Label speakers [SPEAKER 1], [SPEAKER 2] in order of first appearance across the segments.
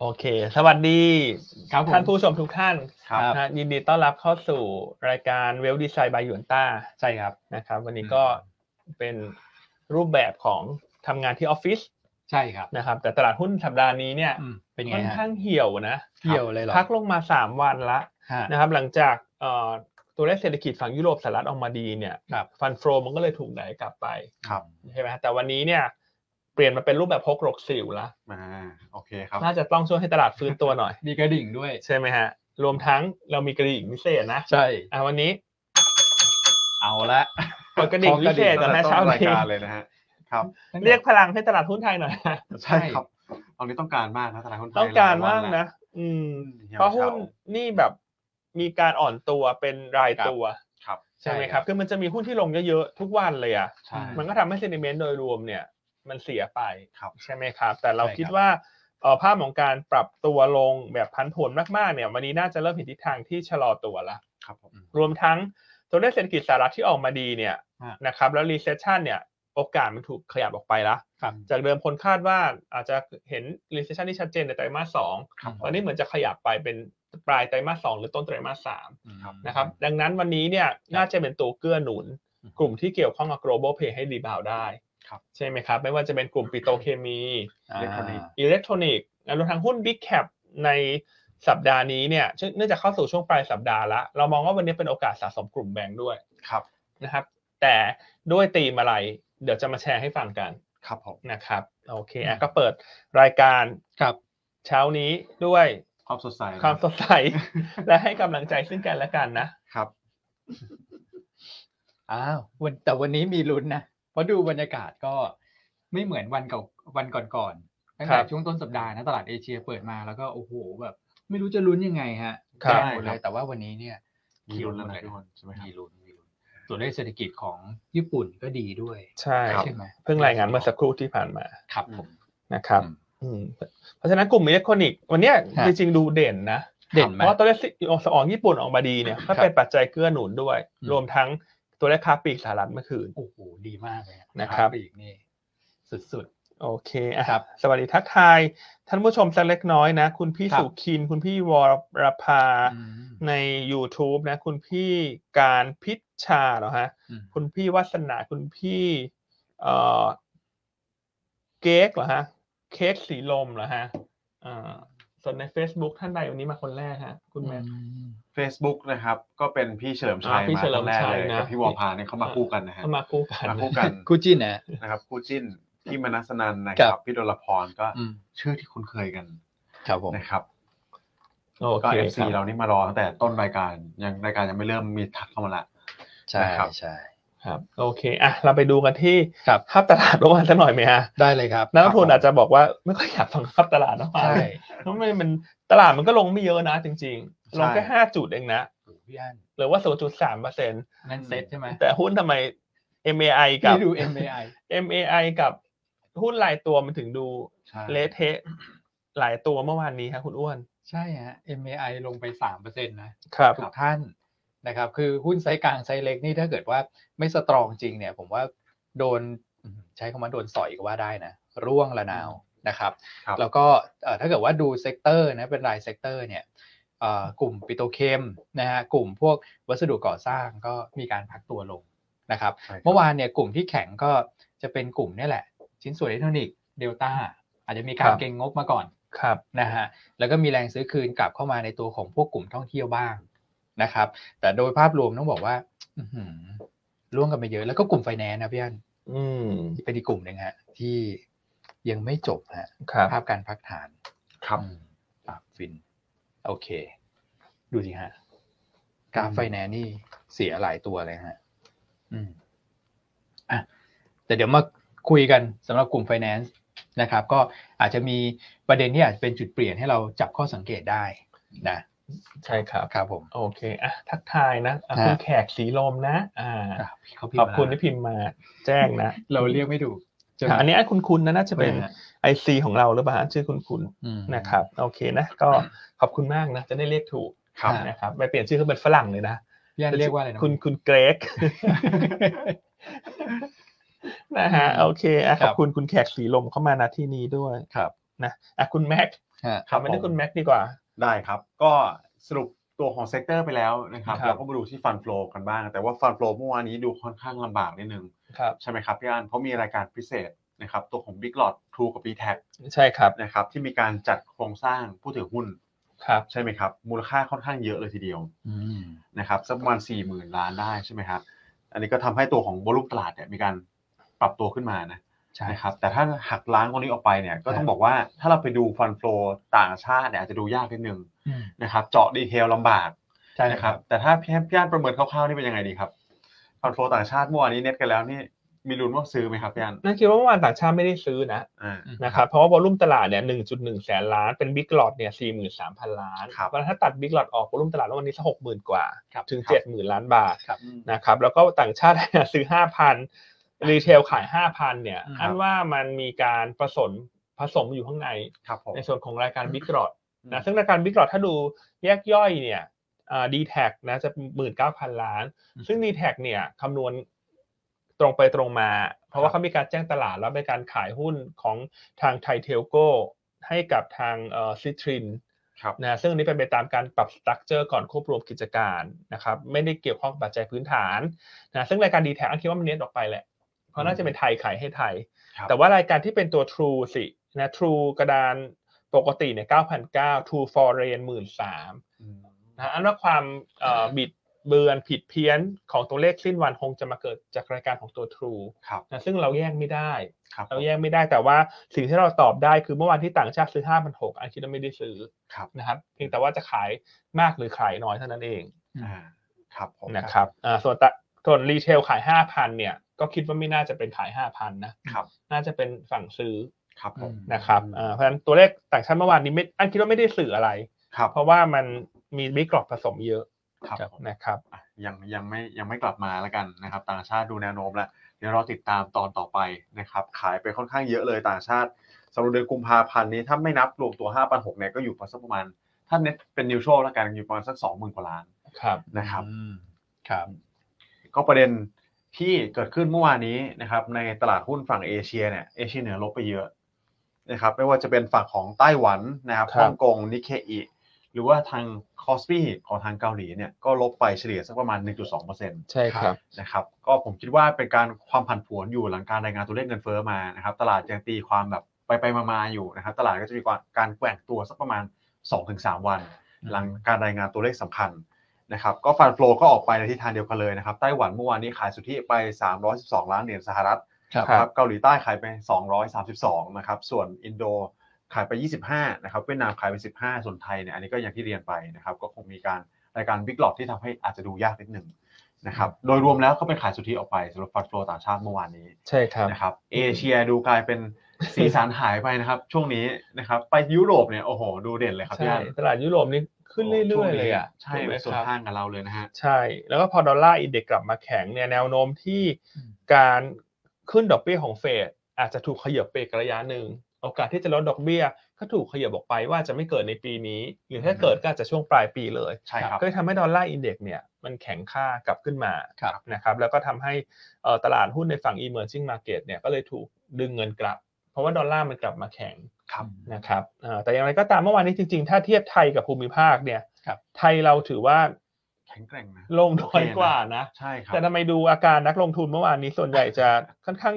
[SPEAKER 1] โอเค สวัสดี
[SPEAKER 2] ครับผม
[SPEAKER 1] ท่านผู้ชมทุกท่าน
[SPEAKER 2] ครับ
[SPEAKER 1] นะฮะยินดีต้อนรับเข้าสู่รายการเวลดีไซน์บายหยวนต้า
[SPEAKER 2] ใช่ครับ
[SPEAKER 1] นะครับ วันนี้ก็เป็นรูปแบบของทำงานที่ออฟฟิศ
[SPEAKER 2] ใช่ครับ
[SPEAKER 1] นะครับ แต่ตลาดหุ้นสัปดาห์นี้เนี่ย
[SPEAKER 2] อืมเป็น
[SPEAKER 1] ค่
[SPEAKER 2] ไง
[SPEAKER 1] อน
[SPEAKER 2] ฮะ
[SPEAKER 1] ข้างเหี่ยวนะ
[SPEAKER 2] เหี่ยวเลยเหรอ
[SPEAKER 1] พักลงมา 3 วันละ
[SPEAKER 2] ฮะ
[SPEAKER 1] นะครับ หลังจากเอ่อตัวเลขเศรษฐกิจฝั่งยุโรปสหรัฐออกมาดีเนี่ย
[SPEAKER 2] ครับ
[SPEAKER 1] ฟันโฟลมันก็เลยถูกไหนกลับไป
[SPEAKER 3] ครับ
[SPEAKER 1] ใช่ไหมฮะแต่วันนี้เนี่ยเปลี่ยนมาเป็นรูปแบบพกหลกสิวละ
[SPEAKER 3] มาโอเคครับ
[SPEAKER 1] น่าจะต้องช่วยให้ตลาดฟื้นตัวหน่อย
[SPEAKER 2] มีกระดิ่งด้วย
[SPEAKER 1] ใช่ไหมฮะ รวมทั้งเรามีกระดิ่งพิเศษนะ
[SPEAKER 2] ใช่
[SPEAKER 1] อ่ะวันนี้
[SPEAKER 2] เอาละ
[SPEAKER 1] เปิดกระดิ่งพิเศษกัน
[SPEAKER 3] ตั้ง
[SPEAKER 1] นะ
[SPEAKER 3] แต่
[SPEAKER 1] เช้า
[SPEAKER 3] ต้นราย
[SPEAKER 1] นี้
[SPEAKER 3] การเลยนะฮะ ครับ
[SPEAKER 1] เรียกพลังให้ตลาดหุ้นไทยหน่อย
[SPEAKER 3] ใช่ครับ ตอนนี้ต้องการมากนะตลาดหุ้นไทย
[SPEAKER 1] ต้องการมาก
[SPEAKER 3] หลยวั
[SPEAKER 1] นะ
[SPEAKER 3] แล้ว
[SPEAKER 1] อืม
[SPEAKER 3] อืมเหี่ยว
[SPEAKER 1] เพราะ
[SPEAKER 3] เฉา
[SPEAKER 1] หุ้นนี่แบบมีการอ่อนตัวเป็นรายตัว
[SPEAKER 3] ครับ
[SPEAKER 1] ใช่ไหมครับ คือมันจะมีหุ้นที่ลงเยอะๆ ทุกวันเลยอ่ะ
[SPEAKER 3] ใช่
[SPEAKER 1] มันก็ทำให้เซนิเมนต์โดยรวมเนี่ย มันเสียไป
[SPEAKER 3] ครับ
[SPEAKER 1] ใช่ไหมครับ แต่เรา
[SPEAKER 2] ใช่ครับ
[SPEAKER 1] คิดว่าเอ่อภาพของการปรับตัวลงแบบพันผวนมากๆเนี่ย วันนี้น่าจะเริ่มเห็นทิศทางที่ชะลอตัวละ
[SPEAKER 3] ครับผม
[SPEAKER 1] รวมทั้งตัวเลขเศรษฐกิจสหรัฐที่ออกมาดีเนี่ย
[SPEAKER 2] ฮะ
[SPEAKER 1] นะครับแล้ว recession เนี่ยโอกาสมันถูกขยับออกไปละ
[SPEAKER 2] ครับ
[SPEAKER 1] จากเดิมคนคาดว่าอาจจะเห็น recession ที่ชัดเจนในไตรมาสสอง
[SPEAKER 3] ครับผม
[SPEAKER 1] ตอนนี้เหมือนจะขยับไปเป็นปลายไตรมาสสองหรือต้นไตรมาสสาม
[SPEAKER 3] ครับ
[SPEAKER 1] นะครับดังนั้นวันนี้เนี่ยน่าจะเป็นตัวเกื้อหนุน
[SPEAKER 2] อืม
[SPEAKER 1] กลุ่มที่เกี่ยวข้องกับ global play ให้รีบาวได้
[SPEAKER 3] ครับ
[SPEAKER 1] ใช่ไหมครับ ไม่ว่าจะเป็นกลุ่มปิโตรเคมี
[SPEAKER 2] อ่า
[SPEAKER 3] เรียกกระดิ่ง
[SPEAKER 1] อิเล็กทรอนิกส์รวมทั้งหุ้น big cap ในสัปดาห์นี้เนี่ยเนื่องจากเข้าสู่ช่วงปลายสัปดาห์ละเรามองว่าวันนี้เป็นโอกาสสะสมกลุ่มแบงค์ด้วย
[SPEAKER 3] ครับ
[SPEAKER 1] นะครับแต่ด้วยธีมอะไร เดี๋ยวจะมาแชร์ให้ฟังกัน
[SPEAKER 3] ครับผม
[SPEAKER 1] นะครับโอเคอ่ะ
[SPEAKER 2] อืม
[SPEAKER 1] ก็เปิดรายการ
[SPEAKER 2] ครับ
[SPEAKER 1] เช้านี้ด้วย
[SPEAKER 3] ความสดใสนะ
[SPEAKER 1] ความสดใส และให้กำลังใจซึ่งกันและกันนะครับ
[SPEAKER 2] อ้าววันแต่วันนี้มีลุ้นนะ เพราะดูบรรยากาศก็ไม่เหมือนวันเก่าวันก่อนๆ ตั้งแต่ช่วงต้นสัปดาห์นะตลาดเอเชียเปิดมาแล้วก็โอ้โหแบบ ไม่รู้จะลุ้นยังไงฮะ
[SPEAKER 3] ครับ
[SPEAKER 2] แย่หมดเลยแต่ว่าวันนี้เนี่ย
[SPEAKER 3] มีลุ้นแล้วนะทุกคนใช่ไหมครับ
[SPEAKER 2] มีลุ้นมีลุ้นตัวเลขเศรษฐกิจของญี่ปุ่นก็ดีด้วย
[SPEAKER 1] ใช่
[SPEAKER 3] ครับ
[SPEAKER 2] ใช่ไหม
[SPEAKER 1] เพิ่งรายงานเมื่อสักครู่ที่ผ่านมา
[SPEAKER 2] ครับผม
[SPEAKER 1] นะครับ
[SPEAKER 2] อืม
[SPEAKER 1] อืมเพราะฉะนั้นกลุ่มอิเล็กทรอนิกส์วันเนี้ย
[SPEAKER 2] ฮะ
[SPEAKER 1] จริงๆดูเด่นนะ
[SPEAKER 2] เด่น
[SPEAKER 1] เพ
[SPEAKER 2] ไหม
[SPEAKER 1] ราะว่าตัวเลขของสองญี่ปุ่นออกมาดีเนี่ยก็เป็นปัจจัยเกื้อหนุนด้วย
[SPEAKER 2] อืม
[SPEAKER 1] รวมทั้งตัวเลขค้าปลีกสหรัฐเมื่อคืน
[SPEAKER 2] โอ้โหดีมากเลย
[SPEAKER 1] นะครับ
[SPEAKER 2] ปีกนี่สุด
[SPEAKER 1] โอเคอ่ะ
[SPEAKER 2] ครับ
[SPEAKER 1] สวัสดีทักทายท่านผู้ชมสักเล็กน้อยนะ คุณพี่
[SPEAKER 2] ครับ
[SPEAKER 1] สุขิน คุณพี่วรภา
[SPEAKER 2] ๆอืม
[SPEAKER 1] ใน YouTube นะ คุณพี่การพิชชาเหรอฮะ
[SPEAKER 2] อืม
[SPEAKER 1] คุณพี่วัสนาคุณพี่เอ่อเค้กเหรอฮะ เค้กสีลมเหรอฮะอ่าส่วนใน Facebook ท่านใดวันนี้มาคนแรกฮะ คุณแม่
[SPEAKER 2] อืม
[SPEAKER 3] Facebook นะครับ ก็เป็นพี่เฉลิมชัย
[SPEAKER 1] อ่าพี่
[SPEAKER 3] มา
[SPEAKER 1] เฉลิ
[SPEAKER 3] ตั้
[SPEAKER 1] ม
[SPEAKER 3] งแรก
[SPEAKER 1] ชัย
[SPEAKER 3] เลย
[SPEAKER 1] นะ
[SPEAKER 3] กับพี่วอพาเนี่ยเขามาคู่กันนะฮะ
[SPEAKER 1] เข้ามาคู่กัน
[SPEAKER 3] มาคู่กัน
[SPEAKER 2] คู่จิ้นนะ
[SPEAKER 3] นะครับคู่จิ้นพี่มนัสนันนะค
[SPEAKER 2] ครั
[SPEAKER 3] รับ
[SPEAKER 2] บ
[SPEAKER 3] พี่ดลพรก็
[SPEAKER 2] อืม
[SPEAKER 3] ชื่อที่คุ้นเคยกัน
[SPEAKER 2] ครับผม
[SPEAKER 3] นะครับ
[SPEAKER 1] โอ
[SPEAKER 3] ก็
[SPEAKER 1] เค
[SPEAKER 3] เอฟ
[SPEAKER 1] ค
[SPEAKER 3] ซี
[SPEAKER 1] รับ
[SPEAKER 3] เรานี่มารอตั้งแต่ต้นรายการยังรายการยังไม่เริ่มมีทักเข้ามาละ
[SPEAKER 2] ใช่
[SPEAKER 3] นะครับ
[SPEAKER 2] ใช่
[SPEAKER 1] ครับ โอเคอ่ะเราไปดูกันที่
[SPEAKER 2] ครับ
[SPEAKER 1] ภาพตลาดเมื่อวานสักหน่อยไหมฮะ
[SPEAKER 2] ได้เลยครับ
[SPEAKER 1] นักลงทุนอาจจะบอกว่าไม่ค่อยอยากฟังภาพตลาดนะ
[SPEAKER 2] ใช่
[SPEAKER 1] เพราะมันมันตลาดมันก็ลงไม่เยอะนะจริง ๆ ลงแค่ห้าจุดเองนะ
[SPEAKER 2] โอ้โหพี่อัน
[SPEAKER 1] หรือว่า 0.3เปอร์เซ็น
[SPEAKER 2] นั่นเซตใช่ไหม
[SPEAKER 1] แต่หุ้นทำไม MAI กับ
[SPEAKER 2] นี่ดู MAI
[SPEAKER 1] MAI กับหุ้นรายตัวมันถึงดู
[SPEAKER 3] ใช่
[SPEAKER 1] เละเทะหลายตัวเมื่อวานนี้ครับคุณอ้วน
[SPEAKER 2] ใช่ฮะ MAI ลงไปสามเปอร์เซ็นต์นะครับ ทุกท่านนะครับ คือหุ้นไซส์กลางไซส์เล็กนี่ถ้าเกิดว่าไม่สตรองจริงเนี่ย ผมว่าโดนอืมใช้คำว่าโดนสอยก็ว่าได้นะ ร่วงระนาวนะครับ
[SPEAKER 3] ครับ
[SPEAKER 2] แล้วก็เอ่อถ้าเกิดว่าดูเซกเตอร์นะเป็นรายเซกเตอร์เนี่ยเอ่อกลุ่มปิโตรเคมนะฮะกลุ่มพวกวัสดุก่อสร้างก็มีการพักตัวลงนะครับ
[SPEAKER 3] ใช่ครับ
[SPEAKER 2] เมื่อวานเนี่ยกลุ่มที่แข็งก็จะเป็นกลุ่มเนี่ยแหละ ชิ้นส่วนอิเล็กทรอนิกส์เดลต้าอาจจะมีกา
[SPEAKER 1] ค
[SPEAKER 2] ร
[SPEAKER 1] รับ
[SPEAKER 2] เก็งงบมาก่อน
[SPEAKER 1] ครับ
[SPEAKER 2] นะฮะแล้วก็มีแรงซื้อคืนกลับเข้ามาในตัวของพวกกลุ่มท่องเที่ยวบ้างนะครับ แต่โดยภาพรวมต้องบอกว่าอื้อหือร่วงกันไปเยอะแล้วก็กลุ่มไฟแนนซ์นะพี่อัน
[SPEAKER 1] อืม
[SPEAKER 2] เป็นอีกกลุ่มหนึ่งฮะที่ยังไม่จบฮะ
[SPEAKER 1] ครับ
[SPEAKER 2] ภาพการพักฐาน
[SPEAKER 3] ครับ
[SPEAKER 2] อืมอ่ะฟิน โอเค ดูสิฮะกราฟ
[SPEAKER 3] อืม
[SPEAKER 2] ไฟแนนซ์นี่เสียหลายตัวเลยฮะ อืมอ่ะแต่เดี๋ยวมาคุยกันสำหรับกลุ่มไฟแนนซ์นะครับ ก็อาจจะมีประเด็นที่อาจจะเป็นจุดเปลี่ยนให้เราจับข้อสังเกตได้นะ
[SPEAKER 1] ใช่ครับ
[SPEAKER 2] ครับผม
[SPEAKER 1] โอเคอ่ะทักทายนะอ่ะคุณแขกสีลมนะ อ่า
[SPEAKER 2] อ่ะเขาพิมพ์
[SPEAKER 1] ขอบคุณ
[SPEAKER 2] มา
[SPEAKER 1] ที่พิมพ์มาแจ้งนะ
[SPEAKER 2] เราเรียกไม่ถูกจะ
[SPEAKER 1] อันนี้คุณคุณนะน่าจะเป็น
[SPEAKER 2] ไม่ได้ฮะ
[SPEAKER 1] ไอซีของเราหรือเปล่าฮะชื่อคุณคุณ
[SPEAKER 2] อืม
[SPEAKER 1] นะครับ โอเคนะก็ขอบคุณมากนะ จะได้เรียกถูก
[SPEAKER 3] ครับ
[SPEAKER 2] อ่า
[SPEAKER 1] นะครับไปเปลี่ยนชื่อเขาเป็นฝรั่งเลยนะ
[SPEAKER 2] พี่อันเรียกว่าอะไรนะ
[SPEAKER 1] คุณคุณเกร ก นะฮะโอเคอ่ะ
[SPEAKER 2] ค
[SPEAKER 1] ข
[SPEAKER 2] รับ
[SPEAKER 1] อบคุณคุณแขกสีลมเข้ามาณที่นี้ด้วย
[SPEAKER 2] ครับ
[SPEAKER 1] นะอ่ะคุณแม็ก
[SPEAKER 2] ฮะ
[SPEAKER 1] ถามไปที่คุณแม็กดีกว่า
[SPEAKER 3] ได้ครับ ก็สรุปตัวของเซกเตอร์ไปแล้วนะครับ
[SPEAKER 2] ครับ
[SPEAKER 3] เราก็มาดูที่ฟันโฟลกันบ้าง แต่ว่าฟันโฟลเมื่อวานนี้ดูค่อนข้างลำบากนิดนึง
[SPEAKER 1] ครับ
[SPEAKER 3] ใช่ไหมครับพี่อันเพราะมีรายการพิเศษนะครับตัวของ Big Lot True กับ b t a c
[SPEAKER 1] ใช่ครับ
[SPEAKER 3] นะครับที่มีการจัดโครงสร้างผู้ถือหุ้น
[SPEAKER 1] ครับ
[SPEAKER 3] ใช่ไหมครับมูลค่าค่อนข้างเยอะเลยทีเดียว
[SPEAKER 2] อืม
[SPEAKER 3] นะครับสักประมาณ4 0,000 ล้านได้ใช่ไหมครับอันนี้ก็ทำให้ตัวของบรูมตลาดเนี่ยมีการปรับตัวขึ้นมานะ
[SPEAKER 2] ใช่ค
[SPEAKER 3] นะครับ รับแต่ถ้าหักล้างตรงนี้ออกไปเนี่ยก็ต้องบอกว่าถ้าเราไปดูฟันโฟลต่างชาติเนี่ยอาจจะดูยากนิดนึง
[SPEAKER 2] อืม
[SPEAKER 3] นะครับเจาะดีเทลลำบาก
[SPEAKER 2] ใช่
[SPEAKER 3] นะ
[SPEAKER 2] ค
[SPEAKER 3] ค
[SPEAKER 2] รั
[SPEAKER 3] รับ บแต่ถ้าพี่พี่อันประเมินคร่าวๆนี่เป็นยังไงดีครับฟันโฟลต่างชาติเมื่อวานนี้เน็ตกันแล้วนี่มีลุ้นว่าซื้อไหมครับพี่อัน
[SPEAKER 1] น่าคิดว่าเมื่อวานต่างชาติไม่ได้ซื้อนะ
[SPEAKER 3] อ่า
[SPEAKER 1] นะครับเพราะว่าวอลุ่มตลาดเนี่ย 1.1 แสนล้าน เป็นบิ๊กหลอดเนี่ย 43,000 ล้าน
[SPEAKER 3] ครับ
[SPEAKER 1] เพราะฉะนั้นถ้าตัดบิ๊กหลอดออกวอลุ่มตลาดเมื่อวันนี้สัก60,000 กว่า
[SPEAKER 2] ครับ
[SPEAKER 1] ถึง
[SPEAKER 2] ครับ
[SPEAKER 1] 70,000 ล้านบาท
[SPEAKER 3] อืม
[SPEAKER 1] นะครับ แล้วก็ต่างชาติ ซื้อ 5,000 รีเทลขาย 5,000 เนี่ย
[SPEAKER 2] อืม
[SPEAKER 1] อันว่ามันมีการผสมผสมอยู่ข้างใน
[SPEAKER 3] ครับผม
[SPEAKER 1] ในส่วนของรายการบิ๊กหลอดนะ
[SPEAKER 3] ซึ่
[SPEAKER 1] ซึ่
[SPEAKER 3] ง
[SPEAKER 1] งรายการบิ๊กหลอดถ้าดูแยกย่อยเนี่ยดีแท็นะจะ 19,000 ล้าน ซึ่ง d t แทเนี่ยคำนวณตรงไปตรงมา เพราะว่าเขามีการแจ้งตลาดแล้วเป็นการขายหุ้นของทางไทเทลโกให้กับทางซิทริน
[SPEAKER 3] ครับ
[SPEAKER 1] นะซึ่งอันนี้เป็นไปตามการปรับสตรัคเจอร์ก่อนควบรวมกิจการนะครับไม่ได้เกี่ยวข้องกับปัจจัยพื้นฐานนะซึ่งรายการ d t แทอันคิดว่ามันเน้นออกไปแหละ เพราะน่าจะเป็นไทยขายให้ไทย
[SPEAKER 3] ครับ
[SPEAKER 1] แต่ว่ารายการที่เป็นตัว True สินะ True กระดานปกติเนี่ย9,900 True Foreign 13,000 นะอันว่าความเอ่อบิดเบือนผิดเพี้ยนของตัวเลขสิ้นวันคงจะมาเกิดจากรายการของตัว True
[SPEAKER 3] ครับ
[SPEAKER 1] นะซึ่งเราแยกไม่ได้
[SPEAKER 3] ครับ
[SPEAKER 1] เราแยกไม่ได้แต่ว่าสิ่งที่เราตอบได้คือเมื่อวานที่ต่างชาติซื้อ5 6 0 0อันคิดว่าไม่ได้ซื้อ
[SPEAKER 3] ครับ
[SPEAKER 1] นะครับเพียงแต่ว่าจะขายมากหรือขายน้อยเท่านั้นเอง
[SPEAKER 3] อ่าครับผม
[SPEAKER 1] นะครับอ่าส่วนตะส่วนรีเทลขาย 5,000เนี่ยก็คิดว่าไม่น่าจะเป็นขาย 5,000นะครับ น่าจะเป็นฝั่งซื้อ
[SPEAKER 3] ครับผม
[SPEAKER 2] อืม
[SPEAKER 1] นะครับอ่าเพราะฉะนั้นตัวเลขต่างชาติเมื่อวานนี้ไม่อันคิดว่าไม่ได้สื่ออะไร
[SPEAKER 3] ครับ
[SPEAKER 1] เพราะว่ามันมีบิ๊กกรอบผสมเยอะ
[SPEAKER 3] ครับผม
[SPEAKER 1] นะครับ
[SPEAKER 3] อ่ะยังยังไม่ยังไม่กลับมาแล้วกันนะครับ ต่างชาติดูแนวโน้มแล้วเดี๋ยวเราติดตามตอนต่อไปนะครับ ขายไปค่อนข้างเยอะเลยต่างชาติสำหรับเดือนกุมภาพันธ์นี้ถ้าไม่นับรวมตัว 5,600เนี่ยก็อยู่ประมาณสักประมาณ ถ้าเน็ตเป็นนิวโชว์แล้วกันอยู่ประมาณสัก 20,000 กว่าล้าน
[SPEAKER 1] ครับ
[SPEAKER 3] นะครับ
[SPEAKER 2] อืมครับ
[SPEAKER 3] ก็ประเด็นที่เกิดขึ้นเมื่อวานนี้นะครับในตลาดหุ้นฝั่งเอเชียเนี่ยเอเชียเหนือลบไปเยอะนะครับไม่ว่าจะเป็นฝั่งของไต้หวันนะครับ
[SPEAKER 1] ครับ
[SPEAKER 3] ฮ่องกงนิเคอิหรือว่าทางคอสปีของทางเกาหลีเนี่ยก็ลบไปเฉลี่ยสักประมาณ 1.2%น
[SPEAKER 1] ใช่ครับ
[SPEAKER 3] ะครับก็ผมคิดว่าเป็นการความผันผวนอยู่หลังการรายงานตัวเลขเงินเฟ้อมานะครับตลาดยังตีความแบบไปไปๆมาๆอยู่นะครับตลาดก็จะมีการแกว่งตัวสักประมาณ 2-3 วัน หลังการรายงานตัวเลขสำคัญนะครับก็ฟันโฟลก็ออกไปในทิศทางเดียวกันเลยนะครับไต้หวันเมื่อวานนี้ขายสุทธิไป 312 ล้านเหรียญสหรัฐ
[SPEAKER 2] ครับ
[SPEAKER 3] นะครับเกาหลีใต้ขายไป 232นะครับส่วนอินโดขายไป 25นะครับเวียดนามขายไป 15 ส่วนไทยเนี่ยอันนี้ก็อย่างที่เรียนไปนะครับก็คงมีการรายการบิ๊กหลอดที่ทำให้อาจจะดูยากนิดหนึ่งนะครับโดยรวมแล้วก็เป็นขายสุทธิออกไปสำหรับฟันโฟลต่างชาติเมื่อวานนี้
[SPEAKER 1] ใช่ครับ
[SPEAKER 3] นะครับเอเชียดูกลายเป็นสีสันหายไปนะครับ ช่วงนี้นะครับไปยุโรปเนี่ยโอ้โหดูเด่นเลยครับพี่
[SPEAKER 1] ใช่
[SPEAKER 3] อัน
[SPEAKER 1] ตลาดยุโรปนี่ขึ้นเรื่อยๆเลยอ่ะ
[SPEAKER 3] ใช่
[SPEAKER 1] ถูกไหม
[SPEAKER 3] ส่วน
[SPEAKER 1] ครับ
[SPEAKER 3] ข้างกับเราเลยนะฮะ
[SPEAKER 1] ใช่ แล้วก็พอดอลลาร์อินเด็กซ์กลับมาแข็งเนี่ยแนวโน้มที่
[SPEAKER 2] อืม
[SPEAKER 1] การขึ้นดอกเบี้ยของเฟดอาจจะถูกขยับไปอีกระยะหนึ่ง โอกาสที่จะลดดอกเบี้ยก็ถูกขยับออกไปว่าจะไม่เกิดในปีนี้ หรือถ้า
[SPEAKER 3] อืม
[SPEAKER 1] เกิดก็อาจจะช่วงปลายปีเลย
[SPEAKER 3] ใช่ครับ
[SPEAKER 1] ก็เลยทำให้ดอลลาร์อินเด็กซ์เนี่ยมันแข็งค่ากลับขึ้นมา
[SPEAKER 2] ครับ
[SPEAKER 1] นะครับแล้วก็ทำให้เอ่อตลาดหุ้นในฝั่ง emerging market เนี่ยก็เลยถูกดึงเงินกลับ เพราะว่าดอลลาร์มันกลับมาแข็ง
[SPEAKER 3] ครับ
[SPEAKER 1] นะครับเอ่อแต่อย่างไรก็ตามเมื่อวานนี้จริงๆ ถ้าเทียบไทยกับภูมิภาคเนี่ย
[SPEAKER 2] ครับ
[SPEAKER 1] ไทยเราถือว่า
[SPEAKER 3] แข็งแกร่งนะ
[SPEAKER 1] ลงน้อยกว่านะ
[SPEAKER 3] ใช่ครับ
[SPEAKER 1] แต่ทำไมดูอาการนักลงทุนเมื่อวานนี้ส่วนใหญ่จะค่อนข้าง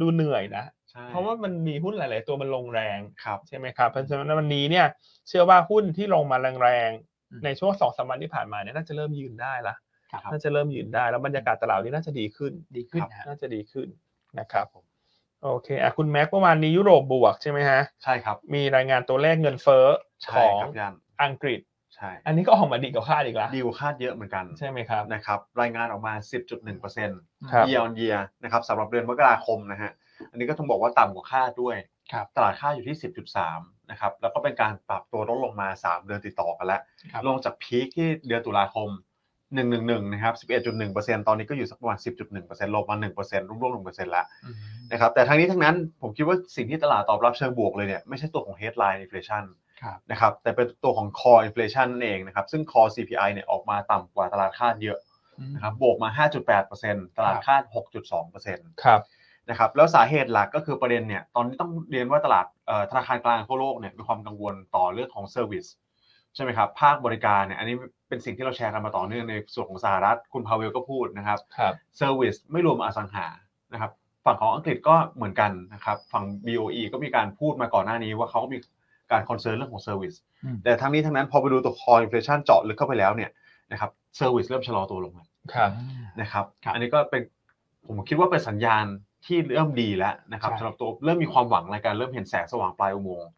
[SPEAKER 1] ดูเหนื่อยนะ
[SPEAKER 3] ใช่
[SPEAKER 1] เพราะว่ามันมีหุ้นหลาย ๆ ตัวมันลงแรง
[SPEAKER 3] ครับ
[SPEAKER 1] ใช่ไหมครับ เพราะฉะนั้นวันนี้เนี่ยเชื่อว่าหุ้นที่ลงมาแรง
[SPEAKER 2] อืม
[SPEAKER 1] ๆ ในช่วงสองสามวันที่ผ่านมาเนี่ยน่าจะเริ่มยืนได้ละ
[SPEAKER 2] ครับ
[SPEAKER 1] น่าจะเริ่มยืนได้แล้วบรรยากาศตลาดนี้น่าจะดีขึ้น
[SPEAKER 2] ดีขึ้นนะฮะ
[SPEAKER 1] น่าจะดีขึ้นนะครับ โอเคอ่ะคุณแม็กซ์เมื่อวานนี้ยุโรปบวกใช่ไหมฮะ
[SPEAKER 3] ใช่ครับ
[SPEAKER 1] มีรายงานตัวเลขเงินเฟ้อข
[SPEAKER 3] ใช่
[SPEAKER 1] อง
[SPEAKER 3] ครับพี่อัน
[SPEAKER 1] อังกฤษ
[SPEAKER 3] ใช่
[SPEAKER 1] อันนี้ก็ออกมาดีกว่าคาดอีกละ
[SPEAKER 3] ดีลคาดเยอะเหมือนกัน
[SPEAKER 1] ใช่ไหมครับ
[SPEAKER 3] นะครับรายงานออกมา 10.1%
[SPEAKER 1] ครับ
[SPEAKER 3] year on year นะครับสำหรับเดือนมกราคมนะฮะอันนี้ก็ต้องบอกว่าต่ำกว่าคาดด้วย
[SPEAKER 2] ครับ
[SPEAKER 3] ตลาดค่าดอยู่ที่ 10.3 นะครับ แล้วก็เป็นการปรับตัวลดลงมา 3 เดือนติดต่อกันแล้ว
[SPEAKER 2] ครับ
[SPEAKER 3] ลงจากพีคที่เดือนตุลาคม 111 นะครับ 11.1%ตอนนี้ก็อยู่สักประมาณ 10.1%ลงมา 1%ร่วมๆ1%แล้ว
[SPEAKER 2] อืม
[SPEAKER 3] นะครับ แต่ทั้งนี้ทั้งนั้นผมคิดว่าสิ่งที่ตลาดตอบรับเชิงบวกเลยเนี่ย ไม่ใช่ตัวของ headline inflation
[SPEAKER 2] ครับ
[SPEAKER 3] นะครับ แต่เป็นตัวของ core inflation นั่นเองนะครับ ซึ่ง core CPI เนี่ยออกมาต่ำกว่าตลาดคาดเยอะนะครับ บวกมา 5.8%ตลาดคาด 6.2%น
[SPEAKER 1] ครับ
[SPEAKER 3] นะครับแล้วสาเหตุหลักก็คือประเด็นเนี่ยตอนนี้ต้องเรียนว่าตลาดเอ่อธนาคารกลางทั่วโลกเนี่ยมีความกังวลต่อเรื่องของเซอร์วิสใช่ไหมครับภาคบริการเนี่ยอันนี้เป็นสิ่งที่เราแชร์กันมาต่อเนื่องในส่วนของสหรัฐคุณพาเวลก็พูดนะครับ
[SPEAKER 1] ครับ
[SPEAKER 3] เซอร์วิสไม่รวมอสังหานะครับฝั่งของอังกฤษก็เหมือนกันนะครับฝั่ง BOE ก็มีการพูดมาก่อนหน้านี้ว่าเขาก็มีการคอนเซิร์นเรื่องของเซอร์วิส
[SPEAKER 2] อืม
[SPEAKER 3] แต่ทั้งนี้ทั้งนั้นพอไปดูตัวคออินฟลชันเจาะลึกเข้าไปแล้วเนี่ยนะครับเซอร์วิสเริ่มชะลอตัวลงแล้ว
[SPEAKER 1] ครับ
[SPEAKER 3] นะครับ
[SPEAKER 2] ครับ
[SPEAKER 3] อันนี้ก็เป็นผมคิดว่าเป็นสัญญาณที่เริ่มดีแล้วนะครับ
[SPEAKER 2] ใช่
[SPEAKER 3] สำหรับตัวเริ่มมีความหวังในการเริ่มเห็นแสงสว่างปลายอุโมงค์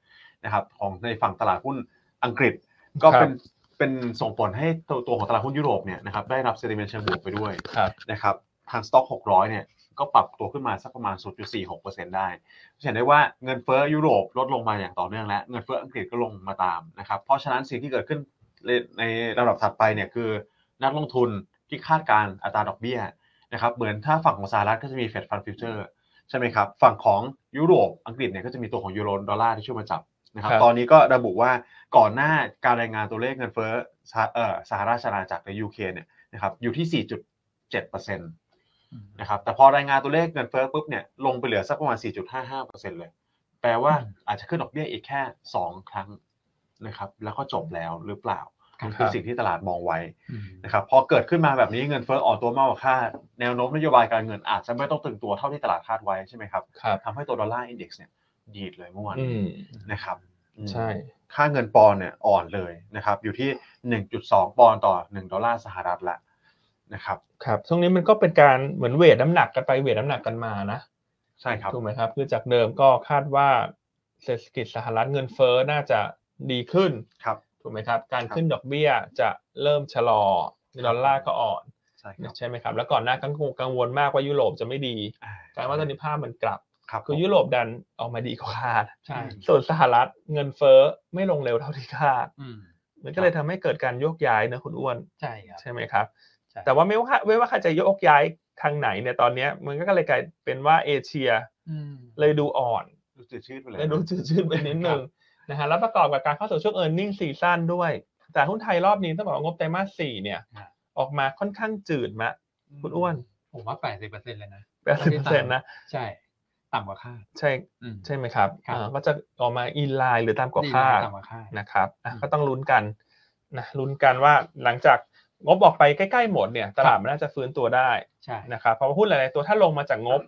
[SPEAKER 3] นะครับของในฝั่งตลาดหุ้นอังกฤษก็เป็นเป็นส่งผลให้ตัวตัวของตลาดหุ้นยุโรปเนี่ยนะครับได้รับเซติเมนต์เชิงบวกไปด้วย
[SPEAKER 1] ครับ
[SPEAKER 3] นะครับทางสต็อก 600 เนี่ย ก็ปรับตัวขึ้นมาสักประมาณ 0.46%ได้จะเห็นได้ว่าเงินเฟ้อยุโรปลดลงมาอย่างต่อเนื่องและเงินเฟ้ออังกฤษก็ลงมาตามนะครับ เพราะฉะนั้นสิ่งที่เกิดขึ้นในในระดับถัดไปเนี่ยคือนักลงทุนที่คาดการณ์อัตราดอกเบี้ยนะครับ เหมือนถ้าฝั่งของสหรัฐก็จะมีเฟดฟันฟิวเจอร์ใช่ไหมครับ ฝั่งของยุโรปอังกฤษเนี่ยก็จะมีตัวของยูโรดอลลาร์ที่ช่วยมาจับนะครับ
[SPEAKER 1] ครับ
[SPEAKER 3] ตอนนี้ก็ระบุว่าก่อนหน้าการรายงานตัวเลขเงินเฟ้อสหเอ่อสหราชอาณาจักรในยูเคเนี่ยนะครับอยู่ที่ 4.7%น
[SPEAKER 2] อืม
[SPEAKER 3] ะครับแต่พอรายงานตัวเลขเงินเฟ้อปุ๊บเนี่ยลงไปเหลือสักประมาณ 4.55%เลย แปลว่า
[SPEAKER 2] อืม
[SPEAKER 3] อาจจะขึ้นดอกเบี้ยอีกแค่ 2 ครั้งนะครับแล้วก็จบแล้วหรือเปล่า
[SPEAKER 2] ครับ
[SPEAKER 3] นี่คือสิ่งที่ตลาดมองไว้
[SPEAKER 2] อืม
[SPEAKER 3] นะครับพอเกิดขึ้นมาแบบนี้เงินเฟ้ออ่อนตัวมากกว่าคาดแนวโน้มนโยบายการเงินอาจจะไม่ต้องตึงตัวเท่าที่ตลาดคาดไว้ใช่ไหมครับ
[SPEAKER 1] ครับ
[SPEAKER 3] ทำให้ตัวดอลลาร์อินดี x เนี่ยดีดเลยเมื่อวาน
[SPEAKER 1] อืม
[SPEAKER 3] นะครับอืม
[SPEAKER 1] ใช่
[SPEAKER 3] ค่าเงินปอนด์เนี่ยอ่อนเลยนะครับอยู่ที่ 1.2 ปอนด์ต่อ 1 ดอลลาร์สหรัฐละนะครับ
[SPEAKER 1] ครับช่วงนี้มันก็เป็นการเหมือนเวทน้ำหนักกันไปเวทน้ำหนักกันมานะ
[SPEAKER 3] ใช่ครับ
[SPEAKER 1] ถูกไหมครับคือจากเดิมก็คาดว่าเศรษฐกิจสหรัฐเงินเฟ้อน่าจะดีขึ้น
[SPEAKER 3] ครับ
[SPEAKER 1] ถูกไหมครับ การ
[SPEAKER 3] ครับ
[SPEAKER 1] ขึ้นดอกเบี้ยจะเริ่มชะลอ
[SPEAKER 3] ครับ
[SPEAKER 1] ดอลลาร์ก็อ่อน
[SPEAKER 3] ใช่ครับ
[SPEAKER 1] ใช่ไหมครับ แล้วก่อนหน้ากังวลกังวลมากว่ายุโรปจะไม่ดี
[SPEAKER 3] อ่
[SPEAKER 1] กลายว่าตอนนี้ภาพมันกลับ
[SPEAKER 3] ครับ
[SPEAKER 1] คือ
[SPEAKER 3] ผม
[SPEAKER 1] ยุโรปดันออกมาดีกว่าคาด
[SPEAKER 2] ใช่
[SPEAKER 1] ส่วนสหรัฐเงินเฟ้อไม่ลงเร็วเท่าที่คาด
[SPEAKER 2] อืม
[SPEAKER 1] มันก็เลยทำให้เกิดการโยกย้ายนะคุณอ้วน
[SPEAKER 2] ใช่ครับ
[SPEAKER 1] ใช่ไหมครับ
[SPEAKER 2] ใช่
[SPEAKER 1] แต่ว่าไม่ว่าไม่ว่าใครจะโยกย้ายทางไหนเนี่ยตอนเนี้ยมันก็เลยกลายเป็นว่าเอเชีย
[SPEAKER 2] อืม
[SPEAKER 1] เลยดูอ่อน
[SPEAKER 3] รู้สึกชื่นไปเลย
[SPEAKER 1] ได้ ดูจืดๆไปนิดนึงนะฮะแล้วประกอบกับการเข้าสู่ช่วง e a r n i n g ็ season ด้วยแต่หุ้นไทยรอบนี้ต้องบอกว่างบไตรมาสสี่เนี่ย
[SPEAKER 2] ครับ
[SPEAKER 1] ออกมาค่อนข้างจืดมะคุณอ้วน
[SPEAKER 2] ผมว่า 80%เลยนะ
[SPEAKER 1] แปดสิบเปอร์เซ็นต์นะ
[SPEAKER 2] ใช่ ต่ำกว่าคาด
[SPEAKER 1] ใช่
[SPEAKER 2] อืม
[SPEAKER 1] ใช่ไหมครับ
[SPEAKER 2] ครับ
[SPEAKER 1] อ่าก็จะออกมาอินไลน์หรือตามกว่า
[SPEAKER 2] ดี
[SPEAKER 1] คาด
[SPEAKER 2] นะต่ำกว่าคาด
[SPEAKER 1] นะครับอ่ะ
[SPEAKER 2] อืม
[SPEAKER 1] ก็ต้องลุ้นกันนะลุ้นกันว่าหลังจากงบออกไปใกล้ๆหมดเนี่ยตลาดมันน่าจะฟื้นตัวได้
[SPEAKER 2] ใช่
[SPEAKER 1] นะครับเพราะว่าหุ้นหลายๆตัวถ้าลงมาจากงบ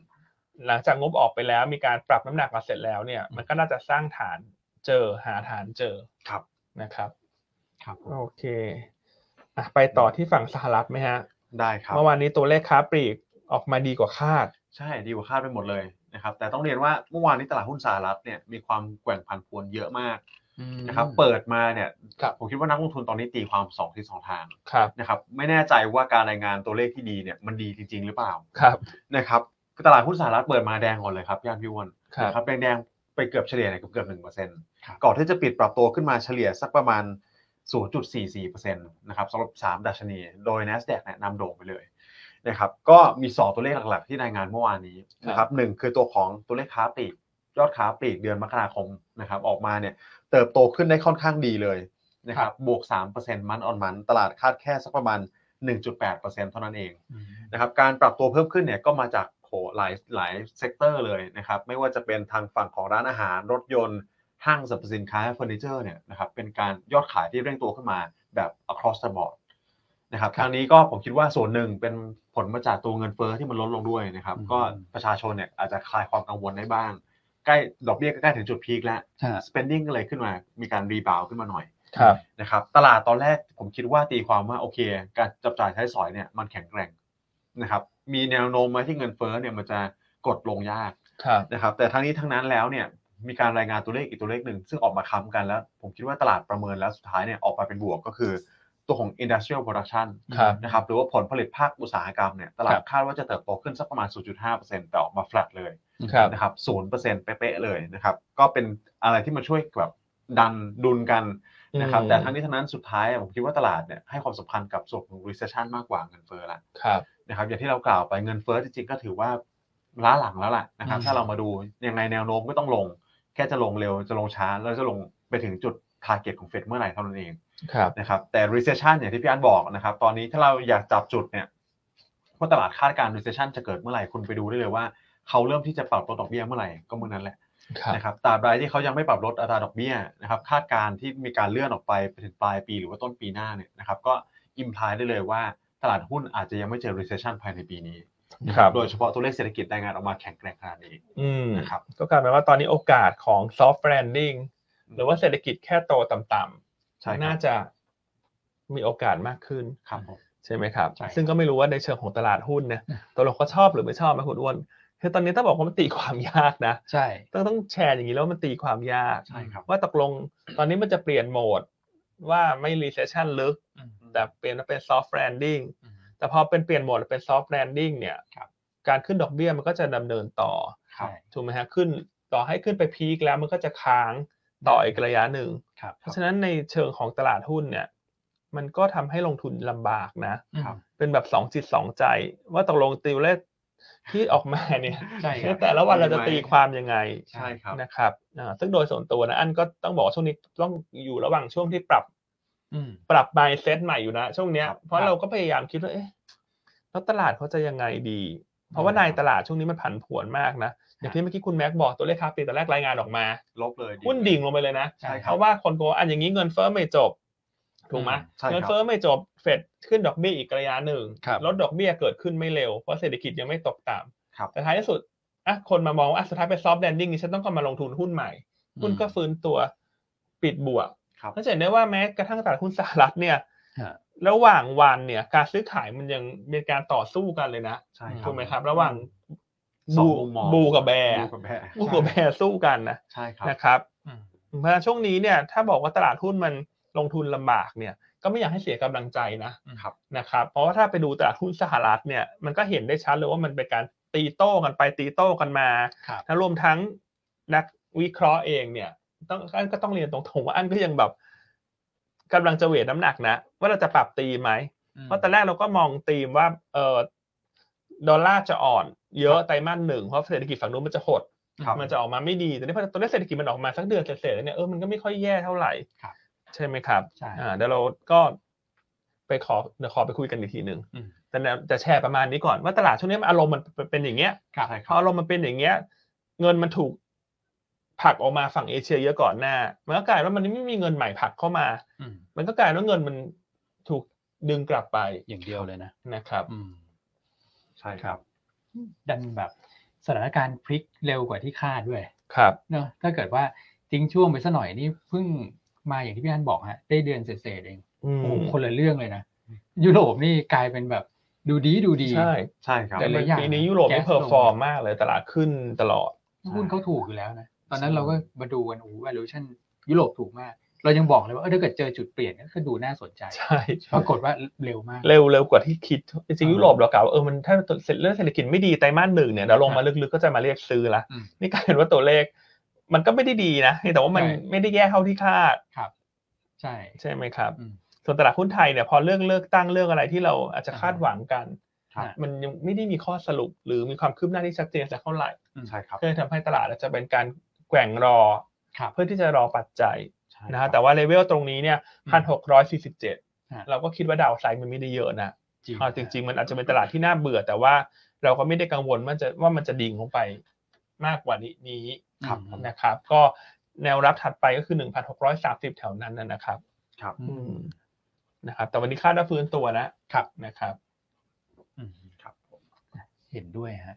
[SPEAKER 1] หลังจากงบออกไปแล้วมีการปรับน้ำหนักมาเสร็จแล้วเนี่ยมันก็น่าจะสร้างฐานเจอหาฐานเจอ
[SPEAKER 3] ครับ
[SPEAKER 1] นะครับ
[SPEAKER 2] ครับผม
[SPEAKER 1] โอเคอ่ะไปต่อที่ฝั่งสหรัฐไหมฮะ
[SPEAKER 3] ได้ครับ
[SPEAKER 1] เมื่อวานนี้ตัวเลขค้าปลีกออกมาดีกว่าคาด
[SPEAKER 3] ใช่ดีกว่าคาดไปหมดเลยนะครับแต่ต้องเรียนว่าเมื่อวานนี้ตลาดหุ้นสหรัฐเนี่ยมีความแกว่งผันผวนเยอะมากนะครับเปิดมาเนี่ย
[SPEAKER 1] ครับ
[SPEAKER 3] ผมคิดว่านักลงทุนตอนนี้ตีความสองที่สองทาง
[SPEAKER 1] ครับ
[SPEAKER 3] นะครับไม่แน่ใจว่าการรายงานตัวเลขที่ดีเนี่ยมันดีจริง ๆ หรือเปล่า
[SPEAKER 1] ครับ
[SPEAKER 3] นะครับตลาดหุ้นสหรัฐเปิดมาแดงก่อนเลยครับย่านพี่อ้วน
[SPEAKER 1] ครั
[SPEAKER 3] นะ
[SPEAKER 1] บ
[SPEAKER 3] ครับแดงๆไปเกือบเฉลี่ยเนี่ยเกือบเกือบหนึ่งเปอร์เซ็นต์
[SPEAKER 2] ครับ
[SPEAKER 3] ก่อนที่จะปิดปรับตัวขึ้นมาเฉลี่ยสักประมาณ 0.44เปอร์เซ็นต์นะครับสำหรับ 3 ดัชนี โดย NASDAQ เนี่ยนำโด่งไปเลยนะครับก็มี 2 ตัวเลขหลักๆ ที่รายงานเมื่อวานนี้นะครับหนึ่งคือตัวของตัวเลขค้าปลีกยอดค้าปลีกเดือนมกราคมนะครับออกมาเนี่ยเติบโตขึ้นได้ค่อนข้างดีเลยนะครับบวก3%มันออนมันตลาดคาดแค่สักประมาณ 1.8%เท่านั้นเอง
[SPEAKER 2] อืม
[SPEAKER 3] นะครับการปรับตัวเพิ่มขึ้นเนี่ยก็มาจากโหหลายหลายเซกเตอร์เลยนะครับไม่ว่าจะเป็นทางฝั่งของร้านอาหาร รถยนต์ ห้างสรรพสินค้าเฟอร์นิเจอร์เนี่ยนะครับเป็นการยอดขายที่เร่งตัวขึ้นมาแบบ across the board นะครับ
[SPEAKER 2] ครับ
[SPEAKER 3] ทางนี้ก็ผมคิดว่าส่วนหนึ่งเป็นผลมาจากตัวเงินเฟ้อที่มันลดลงด้วยนะครับ
[SPEAKER 2] อืม
[SPEAKER 3] ก็ประชาชนเนี่ยอาจจะคลายความกังวลได้บ้าง ใกล้ดอกเบี้ยก็ใกล้ถึงจุดพีคแล้ว
[SPEAKER 2] ฮะ
[SPEAKER 3] spending ก็เลยขึ้นมามีการรีบาวขึ้นมาหน่อย
[SPEAKER 1] ครับ
[SPEAKER 3] นะครับตลาดตอนแรกผมคิดว่าตีความว่าโอเค การจับจ่ายใช้สอยเนี่ยมันแข็งแกร่งนะครับมีแนวโน้มไหมที่เงินเฟ้อเนี่ยมันจะกดลงยาก
[SPEAKER 1] ครับ
[SPEAKER 3] นะครับแต่ทั้งนี้ทั้งนั้นแล้วเนี่ยมีการรายงานตัวเลขอีกตัวเลขหนึ่ง ซึ่งออกมาค้ำกันแล้ว ผมคิดว่าตลาดประเมินแล้วสุดท้ายเนี่ยออกมาเป็นบวกก็คือตัวของ industrial production
[SPEAKER 1] ครับ
[SPEAKER 3] นะครับหรือว่าผลผลิตภาคอุตสาหกรรมเนี่ยตลา
[SPEAKER 2] ค
[SPEAKER 3] ด
[SPEAKER 2] รับ
[SPEAKER 3] คาดว่าจะเติบโตขึ้นสักประมาณ 0.5%แต่ออกมา flat เลย
[SPEAKER 1] ครับ
[SPEAKER 3] นะครับศูนย์เปอร์เซ็นต์เป๊ะๆเลยนะครับ ก็เป็นอะไรที่มันช่วยแบบดันดุลกันนะครับ
[SPEAKER 1] อืม
[SPEAKER 3] แต่ทั้งนี้ทั้งนั้นสุดท้ายผมคิดว่าตลาดเนี่ยให้ความสำคัญกับส่วนของ recession มากกว่าเงินเฟ้อละ
[SPEAKER 1] ครับ
[SPEAKER 3] นะครับ อย่างที่เรากล่าวไปเงินเฟ้อจริงๆก็ถือว่าล้าหลังแล้วล่ะนะครับ
[SPEAKER 2] อืม
[SPEAKER 3] ถ้าเรามาดูยังไงแนวโน้มก็ต้องลง แค่จะลงเร็วจะลงช้า แล้วจะลงไปถึงจุด target ของเฟดเมื่อไหร่เท่านั้นเอง
[SPEAKER 1] ครับ
[SPEAKER 3] นะครับแต่ recession อย่างที่พี่อันบอกนะครับตอนนี้ถ้าเราอยากจับจุดเนี่ยว่าตลาดคาดการณ์ recession จะเกิดเมื่อไหร่คุณไปดูได้เลยว่า เขาเริ่มที่จะปรับลดดอกเบี้ยเมื่อไหร่ก็เมื่อนั้นแหละ
[SPEAKER 2] ครับ
[SPEAKER 3] นะครับตราบใดที่เขายังไม่ปรับลดอัตราดอกเบี้ยนะครับคาดการณ์ที่มีการเลื่อนออกไปไปถึงปลายปีหรือว่าต้นปีหน้าเนี่ยนะครับก็อิมพลายได้เลยว่าตลาดหุ้นอาจจะยังไม่เจอ recession ภายในปีนี้
[SPEAKER 1] ครับ
[SPEAKER 3] โดยเฉพาะตัวเลขเศรษฐกิจรายงานออกมาแข็งแกร่งขนาดนี้
[SPEAKER 1] อืม
[SPEAKER 3] นะครับ
[SPEAKER 1] ก็กลายเป็นว่าตอนนี้โอกาสของ soft landing หรือว่าเศรษฐกิจแค่โตต่ำๆ
[SPEAKER 3] ใช่ครั
[SPEAKER 1] น่า
[SPEAKER 3] บ
[SPEAKER 1] จะมีโอกาสมากขึ้น
[SPEAKER 3] ครับผม
[SPEAKER 1] ใช่ไหมครับ
[SPEAKER 3] ใช่ครับ
[SPEAKER 1] ซึ่งก็ไม่รู้ว่าในเชิงของตลาดหุ้นนะตกลงเขาชอบหรือไม่ชอบนะคุณอ้วนคือตอนนี้ต้องบอกว่ามันตีความยากนะ
[SPEAKER 2] ใช่
[SPEAKER 1] ต้องต้องแชร์อย่างนี้แล้วมันตีความยาก
[SPEAKER 3] ใช่ครับ
[SPEAKER 1] ว่าตกลงตอนนี้มันจะเปลี่ยนโหมดว่าไม่ recession ลึก
[SPEAKER 2] อืม
[SPEAKER 1] แต่เปลี่ยนมาเป็น soft landing
[SPEAKER 2] อืม
[SPEAKER 1] แต่พอเป็นเปลี่ยนโหมดเป็น soft landing เนี่ย
[SPEAKER 2] ครับ
[SPEAKER 1] การขึ้นดอกเบี้ยมันก็จะดำเนินต่อ
[SPEAKER 3] ครับ
[SPEAKER 2] ใช่
[SPEAKER 1] ถูกไหมฮะขึ้นต่อให้ขึ้นไปพีคแล้วมันก็จะค้างต่ออีกระยะหนึ่ง
[SPEAKER 2] ครับ
[SPEAKER 1] เพราะฉะนั้นในเชิงของตลาดหุ้นเนี่ย มันก็ทำให้ลงทุนลำบากนะ
[SPEAKER 2] อืม
[SPEAKER 3] ครับ
[SPEAKER 1] เป็นแบบสองจิตสองใจ ว่าตกลงติวเลขที่ออกมา เนี่ย
[SPEAKER 2] ใช่ครับ
[SPEAKER 1] แต่ละวันเราจะตีความยังไง
[SPEAKER 3] ใช่ครับ
[SPEAKER 1] นะครับอ่าซึ่งโดยส่วนตัวนะอันก็ต้องบอกว่าช่วงนี้ต้องอยู่ระหว่างช่วงที่ปรับ
[SPEAKER 2] อืม
[SPEAKER 1] ปรับ mindset ใหม่อยู่นะ ช่วงเนี้ย
[SPEAKER 3] ครับ
[SPEAKER 1] เพราะ
[SPEAKER 2] ครับ
[SPEAKER 1] เราก็พยายามคิดว่าเอ๊ะแล้วตลาดเขาจะยังไงดี เพราะว่า
[SPEAKER 3] อืม
[SPEAKER 1] นายตลาดช่วงนี้มันผันผวนมากนะอย่างที่เมื่อกี้คุณแม็กบอกตัวเลขค้าปลีกตอนแรกรายงานออกมา
[SPEAKER 3] ลบเลย
[SPEAKER 1] หุ้นดิ่งลงไปเลยนะ
[SPEAKER 2] ใช่ค
[SPEAKER 1] เพ
[SPEAKER 2] รับ
[SPEAKER 1] ราะว่าคนกลัวอันอย่างนี้เงินเฟ้อไม่จบถูกไหม
[SPEAKER 2] อืม
[SPEAKER 3] ใช่
[SPEAKER 1] เงิน
[SPEAKER 3] ครับ
[SPEAKER 1] เฟ้อไม่จบเฟดขึ้นดอกเบี้ยอีกระยะหนึ่ง
[SPEAKER 2] ครับ
[SPEAKER 1] ลดดอกเบี้ยเกิดขึ้นไม่เร็วเพราะเศรษฐกิจยังไม่ตกต่
[SPEAKER 3] ครับ
[SPEAKER 1] ำแต่ท้ายที่สุดอ่ะคนมามองว่าอ่ะสุดท้ายไปซอฟต์แลนดิ้งนี่ฉันต้องก็มาลงทุนหุ้นใหม่ หุ้นก็ฟื้นตัวปิดบวก
[SPEAKER 3] ครับ
[SPEAKER 1] ก็จะเห็นได้ว่าแม้กระทั่งตลาดหุ้นสหรัฐเนี่ย
[SPEAKER 2] ฮะ
[SPEAKER 1] ระหว่างวันเนี่ยการซื้อขายมันยังมีการต่อสู้กันเลยนะ
[SPEAKER 3] ใช่ครับ
[SPEAKER 1] ถูกไหมครับ ระหว่าง
[SPEAKER 3] สอง
[SPEAKER 1] บู
[SPEAKER 3] มุมมอง
[SPEAKER 1] บูกับแบร์
[SPEAKER 3] บูกับแบร์
[SPEAKER 1] บูกับแบร์สู้กันนะ
[SPEAKER 3] ใช่ครับ
[SPEAKER 1] นะครับ
[SPEAKER 2] อืม
[SPEAKER 1] เพราะฉะนั้นช่วงนี้เนี่ยถ้าบอกว่าตลาดหุ้นมันลงทุนลำบากเนี่ยก็ไม่อยากให้เสียกำลังใจนะครับ นะครับ เพราะว่าถ้าไปดูตลาดหุ้นสหรัฐเนี่ยมันก็เห็นได้ชัดเลยว่ามันเป็นการตีโต้กันไปตีโต้กันมา
[SPEAKER 2] ครับ
[SPEAKER 1] แล้วรวมทั้งนักวิเคราะห์เองเนี่ยต้องอันก็ต้องเรียนตรงๆว่าอันก็ยังแบบกำลังจะเวทน้ำหนักนะ ว่าเราจะปรับตีมไหม เพราะตอนแรกเราก็มองธีมว่าเออดอลลาร์จะอ่อน เยอะไตรมาสหนึ่งเพราะเศรษฐกิจฝั่งนู้นมันจะหด
[SPEAKER 3] ครับ
[SPEAKER 1] มันจะออกมาไม่ดีแต่นี่พอตัวเลขเศรษฐกิจมันออกมาสักเดือนเศษๆแล้วเนี่ยเออมันก็ไม่ค่อยแย่เท่าไหร่
[SPEAKER 2] ครับ
[SPEAKER 1] ใช่ไหมครับ
[SPEAKER 2] ใช่
[SPEAKER 1] อ่าเดี๋ยวเราก็ไปขอเดี๋ยวขอไปคุยกันอีกทีหนึ่ง
[SPEAKER 2] อืม
[SPEAKER 1] แต่เนี่ยจะแชร์ประมาณนี้ก่อนว่าตลาดช่วงนี้มันอารมณ์มันเป็นอย่างเงี้ย
[SPEAKER 2] ครับ
[SPEAKER 3] ใช่ค
[SPEAKER 1] พ
[SPEAKER 3] รั
[SPEAKER 1] อบ อารมณ์มันเป็นอย่างเงี้ย เงินมันถูกผลักออกมาฝั่งเอเชียเยอะก่อนหน้ามันก็กลายเป็นว่ามันไม่มีเงินใหม่ผลักเข้ามา
[SPEAKER 2] อืม
[SPEAKER 1] มันก็กลายเป็นว่าเงินมันถูกดึงกลับไป
[SPEAKER 2] อย่างเดียวเลยนะ
[SPEAKER 1] นะครับ
[SPEAKER 2] อืม
[SPEAKER 3] ใช่ครับ
[SPEAKER 2] ดันแบบสถานการณ์พลิกเร็วกว่าที่คาดด้วย
[SPEAKER 1] ครับ
[SPEAKER 2] เนอะถ้าเกิดว่าทิ้งช่วงไปสักหน่อยนี่เพิ่งมาอย่างที่พี่อันบอกฮะได้เดือนเศษๆเอง
[SPEAKER 1] อื
[SPEAKER 2] โอ้
[SPEAKER 1] ม
[SPEAKER 2] โหคนละเรื่องเลยนะยุโรปนี่กลายเป็นแบบดูดีดูดี
[SPEAKER 1] ใช่
[SPEAKER 3] ใช่ครับ
[SPEAKER 1] แต่
[SPEAKER 2] หลายอย่าง
[SPEAKER 1] ปีนี้ยุโรปไม่
[SPEAKER 2] แก๊ส
[SPEAKER 1] เพอร์ฟอร์ม
[SPEAKER 2] ลง
[SPEAKER 1] มากเลยตลาดขึ้นตลอด
[SPEAKER 2] หุ้นเขาถูกอยู่แล้วนะ ตอนนั้นเราก็มาดูกันโอ้โห valuation ยุโรปถูกมาก เรายังบอกเลยว่าเออถ้าเกิดเจอจุดเปลี่ยนก็คือดูน่าสนใจ
[SPEAKER 1] ใช่
[SPEAKER 2] ปรากฏว่าเร็วมาก
[SPEAKER 1] เร็วเร็วกว่าที่คิดจริงๆ
[SPEAKER 2] อ่า
[SPEAKER 1] ยุโรปเรากล่าวว่าเออมันถ้าเรื่องเศรษฐกิจไม่ดีไตรมาสหนึ่งเนี่ยเราลงมาลึกๆก็จะมาเรียกซื้อละ
[SPEAKER 2] อืม
[SPEAKER 1] นี่กลายเป็นว่าตัวเลข มันก็ไม่ได้ดีนะแต่ว่ามัน
[SPEAKER 2] ใช่
[SPEAKER 1] ไม่ได้แย่เท่าที่คาด
[SPEAKER 2] ใช่
[SPEAKER 1] ใช่ไหมครับ
[SPEAKER 2] อืม
[SPEAKER 1] ส่วนตลาดหุ้นไทยเนี่ยพอเรื่องเลือกตั้งเรื่องอะไรที่เราอาจจะคาดหวังกัน
[SPEAKER 3] ครับ
[SPEAKER 1] มันยังไม่ได้มีข้อสรุปหรือมีความคืบหน้าที่ชัดเจนสักเท่าไหร่
[SPEAKER 3] ใช่ครับ
[SPEAKER 1] ก็เลยทำให้ตลาดอาจจะเป็นการแกว่งรอ
[SPEAKER 2] ครับ
[SPEAKER 1] เพื่อที่จะรอปัจจัย
[SPEAKER 3] ใช่
[SPEAKER 1] นะ
[SPEAKER 3] ครั
[SPEAKER 1] ฮะ
[SPEAKER 3] บ
[SPEAKER 1] แต่ว่าเลเวลตรงนี้เนี่ยพันหกร้อยสี่สิบเจ็ด
[SPEAKER 2] ฮะ
[SPEAKER 1] เราก็คิดว่าดาวไซด์มันไม่ได้เยอะนะ
[SPEAKER 2] จริง
[SPEAKER 1] เอาจริง ๆ มันอาจจะเป็นตลาดที่น่าเบื่อ แต่ว่าเราก็ไม่ได้กังวลมันจะว่ามันจะดิ่งลงไปมากกว่านี้นี้
[SPEAKER 3] ครับ
[SPEAKER 2] อืม
[SPEAKER 1] นะครับ ก็แนวรับถัดไปก็คือหนึ่งพันหกร้อยสามสิบแถวนั้นนะนะครับ
[SPEAKER 3] ครับ
[SPEAKER 2] อืม
[SPEAKER 1] นะครับ แต่วันนี้คาดว่าฟื้นตัวนะครับ นะครับ
[SPEAKER 2] อืม
[SPEAKER 3] ครับผม
[SPEAKER 2] เห็นด้วยฮะ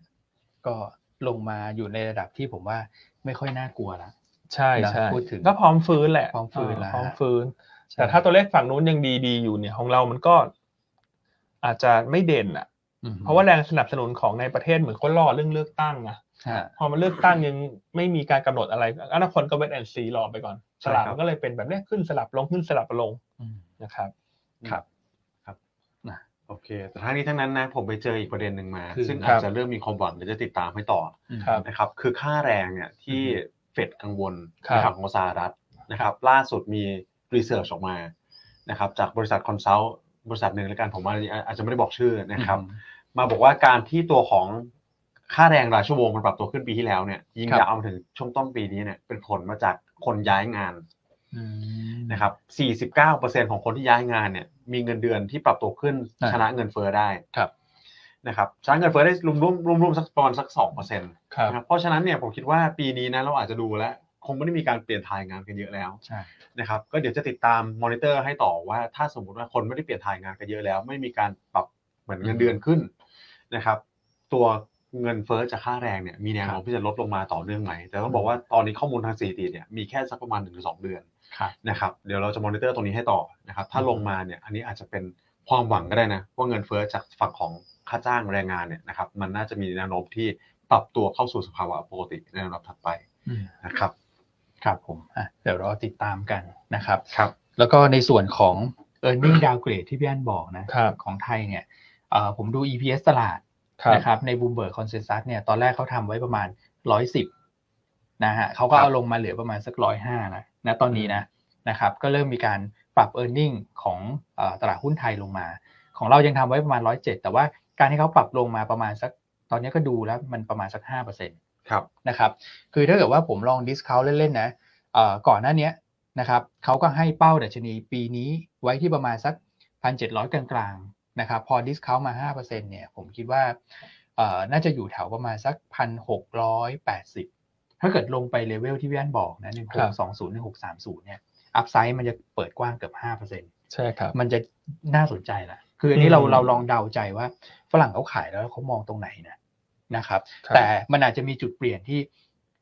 [SPEAKER 2] ก็ลงมาอยู่ในระดับที่ผมว่าไม่ค่อยน่ากลัวละ
[SPEAKER 1] ใช่
[SPEAKER 2] นะ
[SPEAKER 1] ใช่
[SPEAKER 2] พูดถึง
[SPEAKER 1] ก็พร้อมฟื้นแหละ
[SPEAKER 2] พร้อมฟื้นแล้ว
[SPEAKER 1] าพร้อม
[SPEAKER 2] ฮะ
[SPEAKER 1] ฟื้น แต่ถ้าตัวเลขฝั่งนู้นยังดี ๆ อยู่เนี่ยของเรามันก็อาจจะไม่เด่นอ่ะ
[SPEAKER 2] อืม
[SPEAKER 1] เพราะว่าแรงสนับสนุนของในประเทศเหมือนเขารอเรื่องเลือกตั้งนะ
[SPEAKER 2] ฮะ
[SPEAKER 1] พอมาเลือกตั้งยังไม่มีการกำหนดอะไรอนาคตก็เวนแอนซีรอไปก่อน
[SPEAKER 3] ใช่
[SPEAKER 1] ตลาด
[SPEAKER 3] ครับ
[SPEAKER 1] มันก็เลยเป็นแบบเนี้ยขึ้นสลับลงขึ้นสลับลง
[SPEAKER 2] อืม
[SPEAKER 1] นะครับ
[SPEAKER 3] โอเค แต่ทั้งนี้ทั้งนั้นนะผมไปเจออีกประเด็นหนึ่งมา
[SPEAKER 2] คือ
[SPEAKER 3] ซึ่ง
[SPEAKER 1] ค
[SPEAKER 3] อา
[SPEAKER 1] รั
[SPEAKER 3] จ
[SPEAKER 1] บ
[SPEAKER 3] จะเริ่มมีความหวังเดี๋ยวจะติดตามให้ต่อ
[SPEAKER 1] ครับ
[SPEAKER 3] นะครับคือค่าแรงเนี่ยที่เฟดกังวล
[SPEAKER 1] ครับ
[SPEAKER 3] ในฝั่งของสหรัฐนะครับ ล่าสุดมีรีเสิร์ชออกมานะครับจากบริษัทคอนซัลท์บริษัทหนึ่งแล้วกันผมอาจอาจจะไม่ได้บอกชื่อนะครับ มาบอกว่าการที่ตัวของค่าแรงรายชั่วโมงมันปรับตัวขึ้นปีที่แล้วเนี่ยยิง
[SPEAKER 2] ครับ
[SPEAKER 3] ยาวมาถึงช่วงต้นปีนี้เนี่ยเป็นผลมาจากคนย้ายงาน
[SPEAKER 2] อืม
[SPEAKER 3] นะครับ 49%ของคนที่ย้ายงานเนี่ยมีเงินเดือนที่ปรับตัวขึ้น
[SPEAKER 2] อ่า
[SPEAKER 3] ชนะเงินเฟ้อได้
[SPEAKER 2] ครับ
[SPEAKER 3] นะครับช้าเงินเฟ้อได้รวมรวมรวมรวมสักประมาณสักสองเปอร์เซ็นต์
[SPEAKER 2] ครับ
[SPEAKER 3] นะครับเพราะฉะนั้นเนี่ยผมคิดว่าปีนี้นะเราอาจจะดูแล้วคงไม่ได้มีการเปลี่ยนทายงานกันเยอะแล้ว
[SPEAKER 2] ใช่
[SPEAKER 3] นะครับก็เดี๋ยวจะติดตามมอนิเตอร์ให้ต่อว่าถ้าสมมติว่าคนไม่ได้เปลี่ยนทายงานกันเยอะแล้ว ไม่มีการปรับเหมือนเงินเดือนขึ้นนะครับ ตัวเงินเฟ้อจากค่าแรงเนี่ยมีแนวโน้มที่จะลดลงมาต่อเนื่องไหมแต่ต้องบอกว่าตอนนี้ข้อมูลทางสถิติเนี่ยมีแค่สักประมาณ1-2เดือน
[SPEAKER 2] ครับ
[SPEAKER 3] นะครับเดี๋ยวเราจะมอนิเตอร์ตรงนี้ให้ต่อนะครับถ้า
[SPEAKER 2] อืม
[SPEAKER 3] ลงมาเนี่ยอันนี้อาจจะเป็นความหวังก็ได้นะ ว่าเงินเฟ้อจากฝั่งของค่าจ้างแรงงานเนี่ยนะครับมันน่าจะมีแนวโน้มที่ปรับตัวเข้าสู่สภาวะปกติในระดับถัดไป
[SPEAKER 2] อืม
[SPEAKER 3] นะครับ
[SPEAKER 2] ครับผมอ่ะเดี๋ยวรอติดตามกันนะครับ
[SPEAKER 3] ครับ
[SPEAKER 2] แล้วก็ในส่วนของ e a r n i n g downgrade ที่พี่อันบอกนะครับ ของไทยเนี่ยเอ่อผมดู EPS ตลาด
[SPEAKER 1] ครับ
[SPEAKER 2] นะครับใน Bloomberg Consensus เนี่ยตอนแรกเขาทำไว้ประมาณ 110นะฮะเขาก็
[SPEAKER 3] ครับ
[SPEAKER 2] เอาลงมาเหลือประมาณสัก 105นะนะตอนนี้นะนะครับก็เริ่มมีการปรับ e a r n i n g ของเอ่อตลาดหุ้นไทยลงมา ของเรายังทำไว้ประมาณ 107 แต่ว่าการที่เขาปรับลงมาประมาณสักตอนนี้ก็ดูแล้วมันประมาณสัก 5%
[SPEAKER 3] ครับ
[SPEAKER 2] นะครับ คือถ้าเกิดว่าผมลองดิสคาวเล่นๆนะเอ่อก่อนหน้าเนี้ยนะครับเขาก็ให้เป้าดัชนีปีนี้ไว้ที่ประมาณสัก 1,700 กลางๆนะครับ พอดิสคาวมา 5%เนี่ยผมคิดว่าเอ่อน่าจะอยู่แถวประมาณสัก 1,680 ถ้าเกิดลงไปเลเวลที่พี่อันบอกนะ
[SPEAKER 1] ครับ
[SPEAKER 2] 1620 1630 เนี่ย อัพไซด์มันจะเปิดกว้างเกือบ 5%
[SPEAKER 1] ใช่ครับ
[SPEAKER 2] มันจะน่าสนใจละคืออันนี้เรา
[SPEAKER 1] อืม
[SPEAKER 2] เราลองเดาใจว่าฝรั่งเขาขายแล้วเขามองตรงไหนนะนะครับ
[SPEAKER 1] ครับ
[SPEAKER 2] แต่มันอาจจะมีจุดเปลี่ยนที่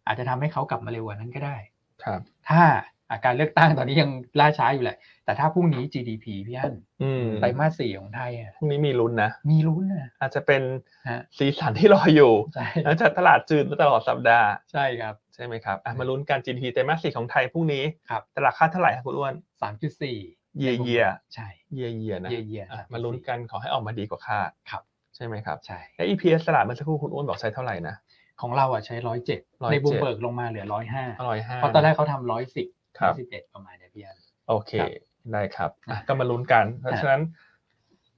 [SPEAKER 2] อาจจะทำให้เขากลับมาเร็วกว่านั้นก็ได้
[SPEAKER 1] ครับ
[SPEAKER 2] ถ้าอ่ะการเลือกตั้งตอนนี้ยังล่าช้าอยู่แหละ แต่ถ้าพรุ่งนี้ GDP พี่อัน
[SPEAKER 1] อืม
[SPEAKER 2] ไตรมาสสี่ของไทยอะ
[SPEAKER 1] พรุ่งนี้มีลุ้นนะ
[SPEAKER 2] มีลุ้นนะ
[SPEAKER 1] อาจจะเป็น
[SPEAKER 2] ฮะ
[SPEAKER 1] สีสันที่รออยู่
[SPEAKER 2] ใช่
[SPEAKER 1] หลังจากตลาดจืดมาตลอดสัปดาห์
[SPEAKER 2] ใช่ครับ
[SPEAKER 1] ใช่ไหมครับอ่ะมาลุ้นกัน GDP ไตรมาสสี่ของไทยพรุ่งนี้
[SPEAKER 2] ครับ
[SPEAKER 1] ตลาดคาดเท่าไหร่ครับคุณอ้วน
[SPEAKER 2] สามจุดสี่
[SPEAKER 1] เยียเยีย
[SPEAKER 2] ใช่
[SPEAKER 1] เยียเยียนะ
[SPEAKER 2] เยียเยีย
[SPEAKER 1] อ่ะ
[SPEAKER 2] 3.4
[SPEAKER 1] มาลุ้นกันขอให้ออกมาดีกว่าคาด
[SPEAKER 2] ครับ
[SPEAKER 1] ใช่ไหมครับ
[SPEAKER 2] ใช่
[SPEAKER 1] และ EPS ตลาดเมื่อสักครู่คุณอ้วนบอกใช้เท่าไหร่นะ
[SPEAKER 2] ของเราอ่ะใช้ร้อยเจ็ดใน
[SPEAKER 1] 107
[SPEAKER 2] บูมเบิร์กลงมาเหลือร้อยห้า
[SPEAKER 1] อร่อยห้า
[SPEAKER 2] เพราะตอนแรกเขาทำร้อยสิบ
[SPEAKER 1] ครับ
[SPEAKER 2] สิบเอ็ดประมาณเนี่ยพี่อัน
[SPEAKER 1] โอเค
[SPEAKER 2] ครับ
[SPEAKER 1] ได้ครับอ่ะ
[SPEAKER 2] อ่ะ
[SPEAKER 1] ก็มาลุ้นกัน เพราะ
[SPEAKER 2] อ่ะ
[SPEAKER 1] ฉะนั้น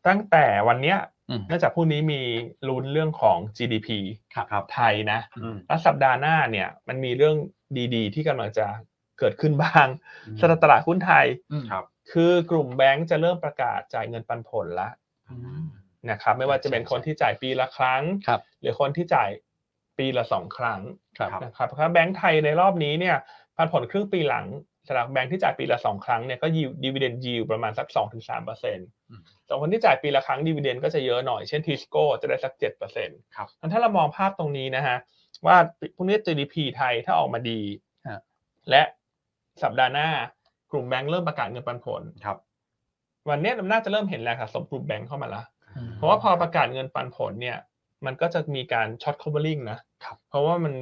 [SPEAKER 1] ตั้งแต่วันเนี้ย
[SPEAKER 2] อืม
[SPEAKER 1] เนื่องจากพรุ่งนี้มีลุ้นเรื่องของ GDP
[SPEAKER 2] ครับ
[SPEAKER 3] ครับ
[SPEAKER 1] ไทยนะ
[SPEAKER 3] อืม
[SPEAKER 1] แล้วสัปดาห์หน้าเนี่ยมันมีเรื่องดีๆ ที่กำลังจะเกิดขึ้นบ้างสำหรับตลาดหุ้นไทย
[SPEAKER 2] อืม
[SPEAKER 3] ครับ
[SPEAKER 1] คือกลุ่มแบงก์จะเริ่มประกาศจ่ายเงินปันผลละนะครับไม่ว่าจะเป็น
[SPEAKER 2] ใช่
[SPEAKER 1] คนที่จ่ายปีละครั้ง
[SPEAKER 2] ครับ
[SPEAKER 1] หรือคนที่จ่ายปีละสองครั้ง
[SPEAKER 2] ครับ
[SPEAKER 1] นะครับเพราะแบงก์ไทยในรอบนี้เนี่ยปันผลครึ่งปีหลังสำหรับแบงก์ที่จ่ายปีละสองครั้งเนี่ยก็ยิวดีเวเดนยิวประมาณสักสองถึงสามเปอร์เซ็นต์
[SPEAKER 3] ม
[SPEAKER 1] ส่วนคนที่จ่ายปีละครั้งดีเวเดนก็จะเยอะหน่อยเช่นทิสโก้จะได้สักเจ็ดเปอร์เซ็นต์
[SPEAKER 3] ครับ
[SPEAKER 1] งั้นถ้าเรามองภาพตรงนี้นะฮะว่าพวกนี้ GDP ไทยถ้าออกมาดี
[SPEAKER 2] ฮะ
[SPEAKER 1] และสัปดาห์หน้ากลุ่มแบงก์เริ่มประกาศเงินปันผล
[SPEAKER 3] ครับ
[SPEAKER 1] วันเนี้ยน่าจะเริ่มเห็นแรงสะสมกลุ่มแบงก์เข้ามาละ เพราะว่าพอประกาศเงินปันผลเนี่ย มันก็จะมีการช็อต covering นะ
[SPEAKER 3] ครับ
[SPEAKER 1] เพราะว่ามัน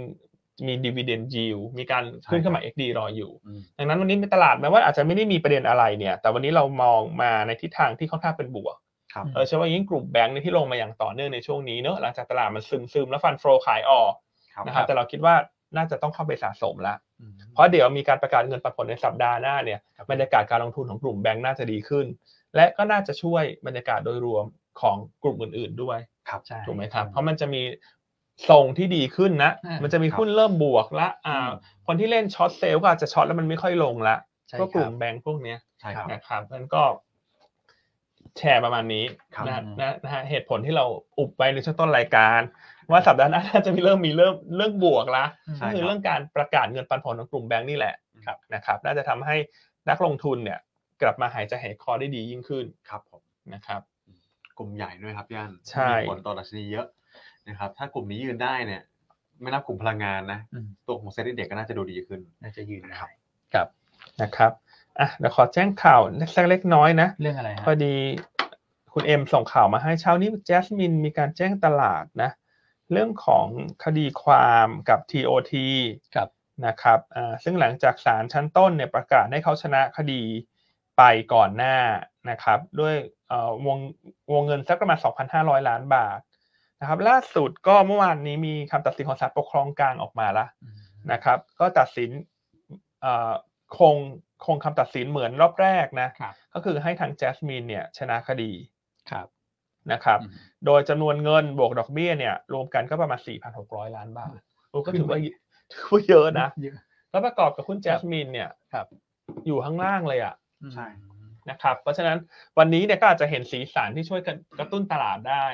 [SPEAKER 1] มีดีเวเดนยิวมีการขึ้น
[SPEAKER 3] ใช่ครับ
[SPEAKER 1] ขึ้นมา XD รออยู่
[SPEAKER 3] อืม
[SPEAKER 1] ดังนั้นวันนี้ในตลาดแม้ว่าอาจจะไม่ได้มีประเด็นอะไรเนี่ย แต่วันนี้เรามองมาในทิศทางที่ค่อนข้างเป็นบวก
[SPEAKER 3] ครับ
[SPEAKER 1] เออใช่ว่ายิ่งกลุ่มแบงก์เนี่ยที่ลงมาอย่างต่อเนื่องในช่วงนี้เนอะหลังจากตลาดมันซึมซึมแล้วฟันโฟลขายออก
[SPEAKER 3] ครับ
[SPEAKER 1] นะครับ แต่เราคิดว่าน่าจะต้องเข้าไปสะสมละ
[SPEAKER 2] อืม
[SPEAKER 1] เพราะเดี๋ยวมีการประกาศเงินปันผลในสัปดาห์หน้าเนี่ยบรรยากาศการลงทุนของกลุ่มแบงก์น่าจะดีขึ้น และก็น่าจะช่วยบรรยากาศโดยรวมของกลุ่มอื่น ๆ ด้วย
[SPEAKER 2] ใช่
[SPEAKER 1] ถูกไหมครับ เพราะมันจะมีทรงที่ดีขึ้นนะ
[SPEAKER 2] อ่ามั
[SPEAKER 1] มันจะมีหุ้นเริ่มบวกละอ่า
[SPEAKER 3] อืม
[SPEAKER 1] คนที่เล่นช็อตเซลล์ก็อาจจะช็อตแล้วมันไม่ค่อยลงละ
[SPEAKER 2] ใช่
[SPEAKER 1] ก็ก
[SPEAKER 2] ครั
[SPEAKER 1] ลุ่
[SPEAKER 2] บ
[SPEAKER 1] มแบงก์พวกเนี้ย
[SPEAKER 3] ใช่ครับ
[SPEAKER 1] นะครับนั้นก็แชร์ประมาณนี้
[SPEAKER 3] ครับ
[SPEAKER 1] นะ
[SPEAKER 2] อืม
[SPEAKER 1] นะนะฮะเหตุผลที่เราอุบไว้ในช่วงต้นรายการ ว่าสัปดาห์หน้ าน่าจะมีเริ่มมีเริ่มเรื่องบวกละ
[SPEAKER 2] อืม
[SPEAKER 3] ใช่
[SPEAKER 1] ก็คือ
[SPEAKER 3] รับ
[SPEAKER 1] เรื่องการประกาศเงินปันผลของกลุ่มแบงก์นี่แหละ
[SPEAKER 3] ครับ
[SPEAKER 1] นะครับ น่าจะทำให้นักลงทุนเนี่ย กลับมาหายใจหายคอได้ดียิ่งขึ้น
[SPEAKER 3] ครับผม
[SPEAKER 1] นะครับ
[SPEAKER 3] กลุ่มใหญ่ด้วยครับพี่อัน
[SPEAKER 1] ใช่
[SPEAKER 3] มีผลต่อดัชนีเยอะนะครับ ถ้ากลุ่มนี้ยืนได้เนี่ย ไม่นับกลุ่มพลังงานนะ
[SPEAKER 2] อืม
[SPEAKER 3] ตัวของเซ็นดีเด็กก็น่าจะดูดีขึ้น
[SPEAKER 2] น่าจะยืนได้
[SPEAKER 3] ครับ
[SPEAKER 2] ครับ
[SPEAKER 1] นะครับอ่ะเดี๋ยวขอแจ้งข่าวสักเล็กน้อยนะ
[SPEAKER 2] เรื่องอะไรฮะ
[SPEAKER 1] พอดีคุณเอ็มส่งข่าวมาให้เช้านี้แจสมินมีการแจ้งตลาดนะ เรื่องของคดีความกับ TOT
[SPEAKER 2] ครับ
[SPEAKER 1] นะครับอ่าซึ่งหลังจากศาลชั้นต้นเนี่ยประกาศให้เขาชนะคดีไปก่อนหน้านะครับ ด้วยเอ่อวงวงเงินสักประมาณ 2,500 ล้านบาทนะครับ ล่าสุดก็เมื่อวานนี้มีคำตัดสินของศาลปกครองกลางออกมาละนะครับ ก็ตัดสินเอ่อคงคงคำตัดสินเหมือนรอบแรกนะครับ ก็คือให้ทางแจสมินเนี่ยชนะคดี
[SPEAKER 2] ครับ
[SPEAKER 1] นะครับ โดยจำนวนเงินบวกดอกเบี้ยเนี่ยรวมกันก็ประมาณ 4,600 ล้านบาทโอ้ก็ถือว่าถือว่าเยอะนะ
[SPEAKER 2] เยอะ
[SPEAKER 1] แล้วประกอบกับคุณแจสมินเนี่ย
[SPEAKER 2] ครับ
[SPEAKER 1] อยู่ข้างล่างเลยอ่ะ
[SPEAKER 3] ใช่
[SPEAKER 1] นะครับ เพราะฉะนั้นวันนี้เนี่ยก็อาจจะเห็นสีสันที่ช่วยกันกระตุ้นตลาดได้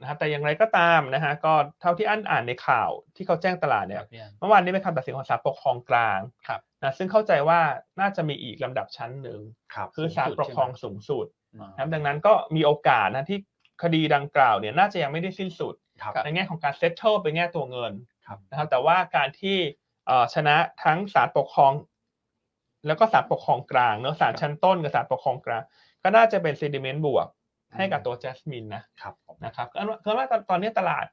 [SPEAKER 1] นะฮะแต่อย่างไรก็ตามนะฮะก็เท่าที่อันอ่านในข่าวที่เขาแจ้งตลาดเนี่ย
[SPEAKER 2] พี่อั้น
[SPEAKER 1] เมื่อวานนี้เป็นคำตัดสินของศาลปกครองกลาง
[SPEAKER 2] ครับ
[SPEAKER 1] นะซึ่งเข้าใจว่าน่าจะมีอีกลำดับชั้นหนึ่ง
[SPEAKER 3] ครับ
[SPEAKER 1] คือศาลปกครองสูงสุด
[SPEAKER 2] อ่า
[SPEAKER 1] นะครับดังนั้นก็มีโอกาสนะที่คดีดังกล่าวเนี่ยน่าจะยังไม่ได้สิ้นสุด
[SPEAKER 3] ครับ
[SPEAKER 1] ในแง่ของการเซ็ตเทิลเป็นแง่ตัวเงิน
[SPEAKER 3] ครับ
[SPEAKER 1] นะครับแต่ว่าการที่เอ่อชนะทั้งศาลปกครอง แล้วก็ศาลปกครองกลางเนอะศาลชั้นต้นกับศาลปกครองกลาง ก็น่าจะเป็นซีดิเมนต์บวก ให้กับตัวแจสมินนะครับ นะครับก็คือว่าตอนตอนนี้ตลาด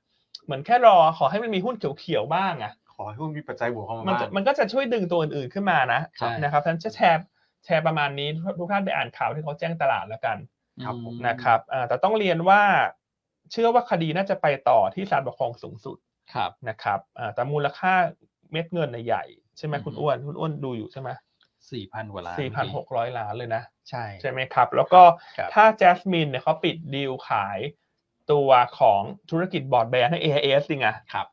[SPEAKER 1] เหมือนแค่รอขอให้มันมีหุ้นเขียวๆบ้างอะ
[SPEAKER 3] ขอให้หุ้นมีปัจจัยบวกเข้ามา
[SPEAKER 1] มัน
[SPEAKER 3] บ้าง
[SPEAKER 1] จะมันก็จะช่วยดึงตัวอื่นๆขึ้นมานะ
[SPEAKER 2] ใช่
[SPEAKER 1] นะครับฉะนั้นจะแชร์แชร์ประมาณนี้ทุกท่านไปอ่านข่าวที่เขาแจ้งตลาดแล้วกัน
[SPEAKER 3] ครับผม
[SPEAKER 1] นะครับอ่าแต่ต้องเรียนว่าเชื่อว่าคดีน่าจะไปต่อที่ศาลปกครองสูงสุด
[SPEAKER 2] ครับ
[SPEAKER 1] นะครับอ่าแต่มูลค่าเม็ดเงินในะใหญ่ใช่ไหม
[SPEAKER 2] อืม
[SPEAKER 1] คุณอ้วนคุณอ้วนดูอยู่ใช่ไหม
[SPEAKER 2] สี่พันกว่าล้าน
[SPEAKER 1] สี่พันหกร้อยล้านเลยนะ
[SPEAKER 2] ใช่
[SPEAKER 1] ใช่ไหมครับ แล้วก็
[SPEAKER 2] ครับ
[SPEAKER 1] ถ้าแจสมินเนี่ยเขาปิดดีลขายตัวของธุรกิจบอร์ดแบนด์ให้ AIS จริงอะ
[SPEAKER 2] ครับ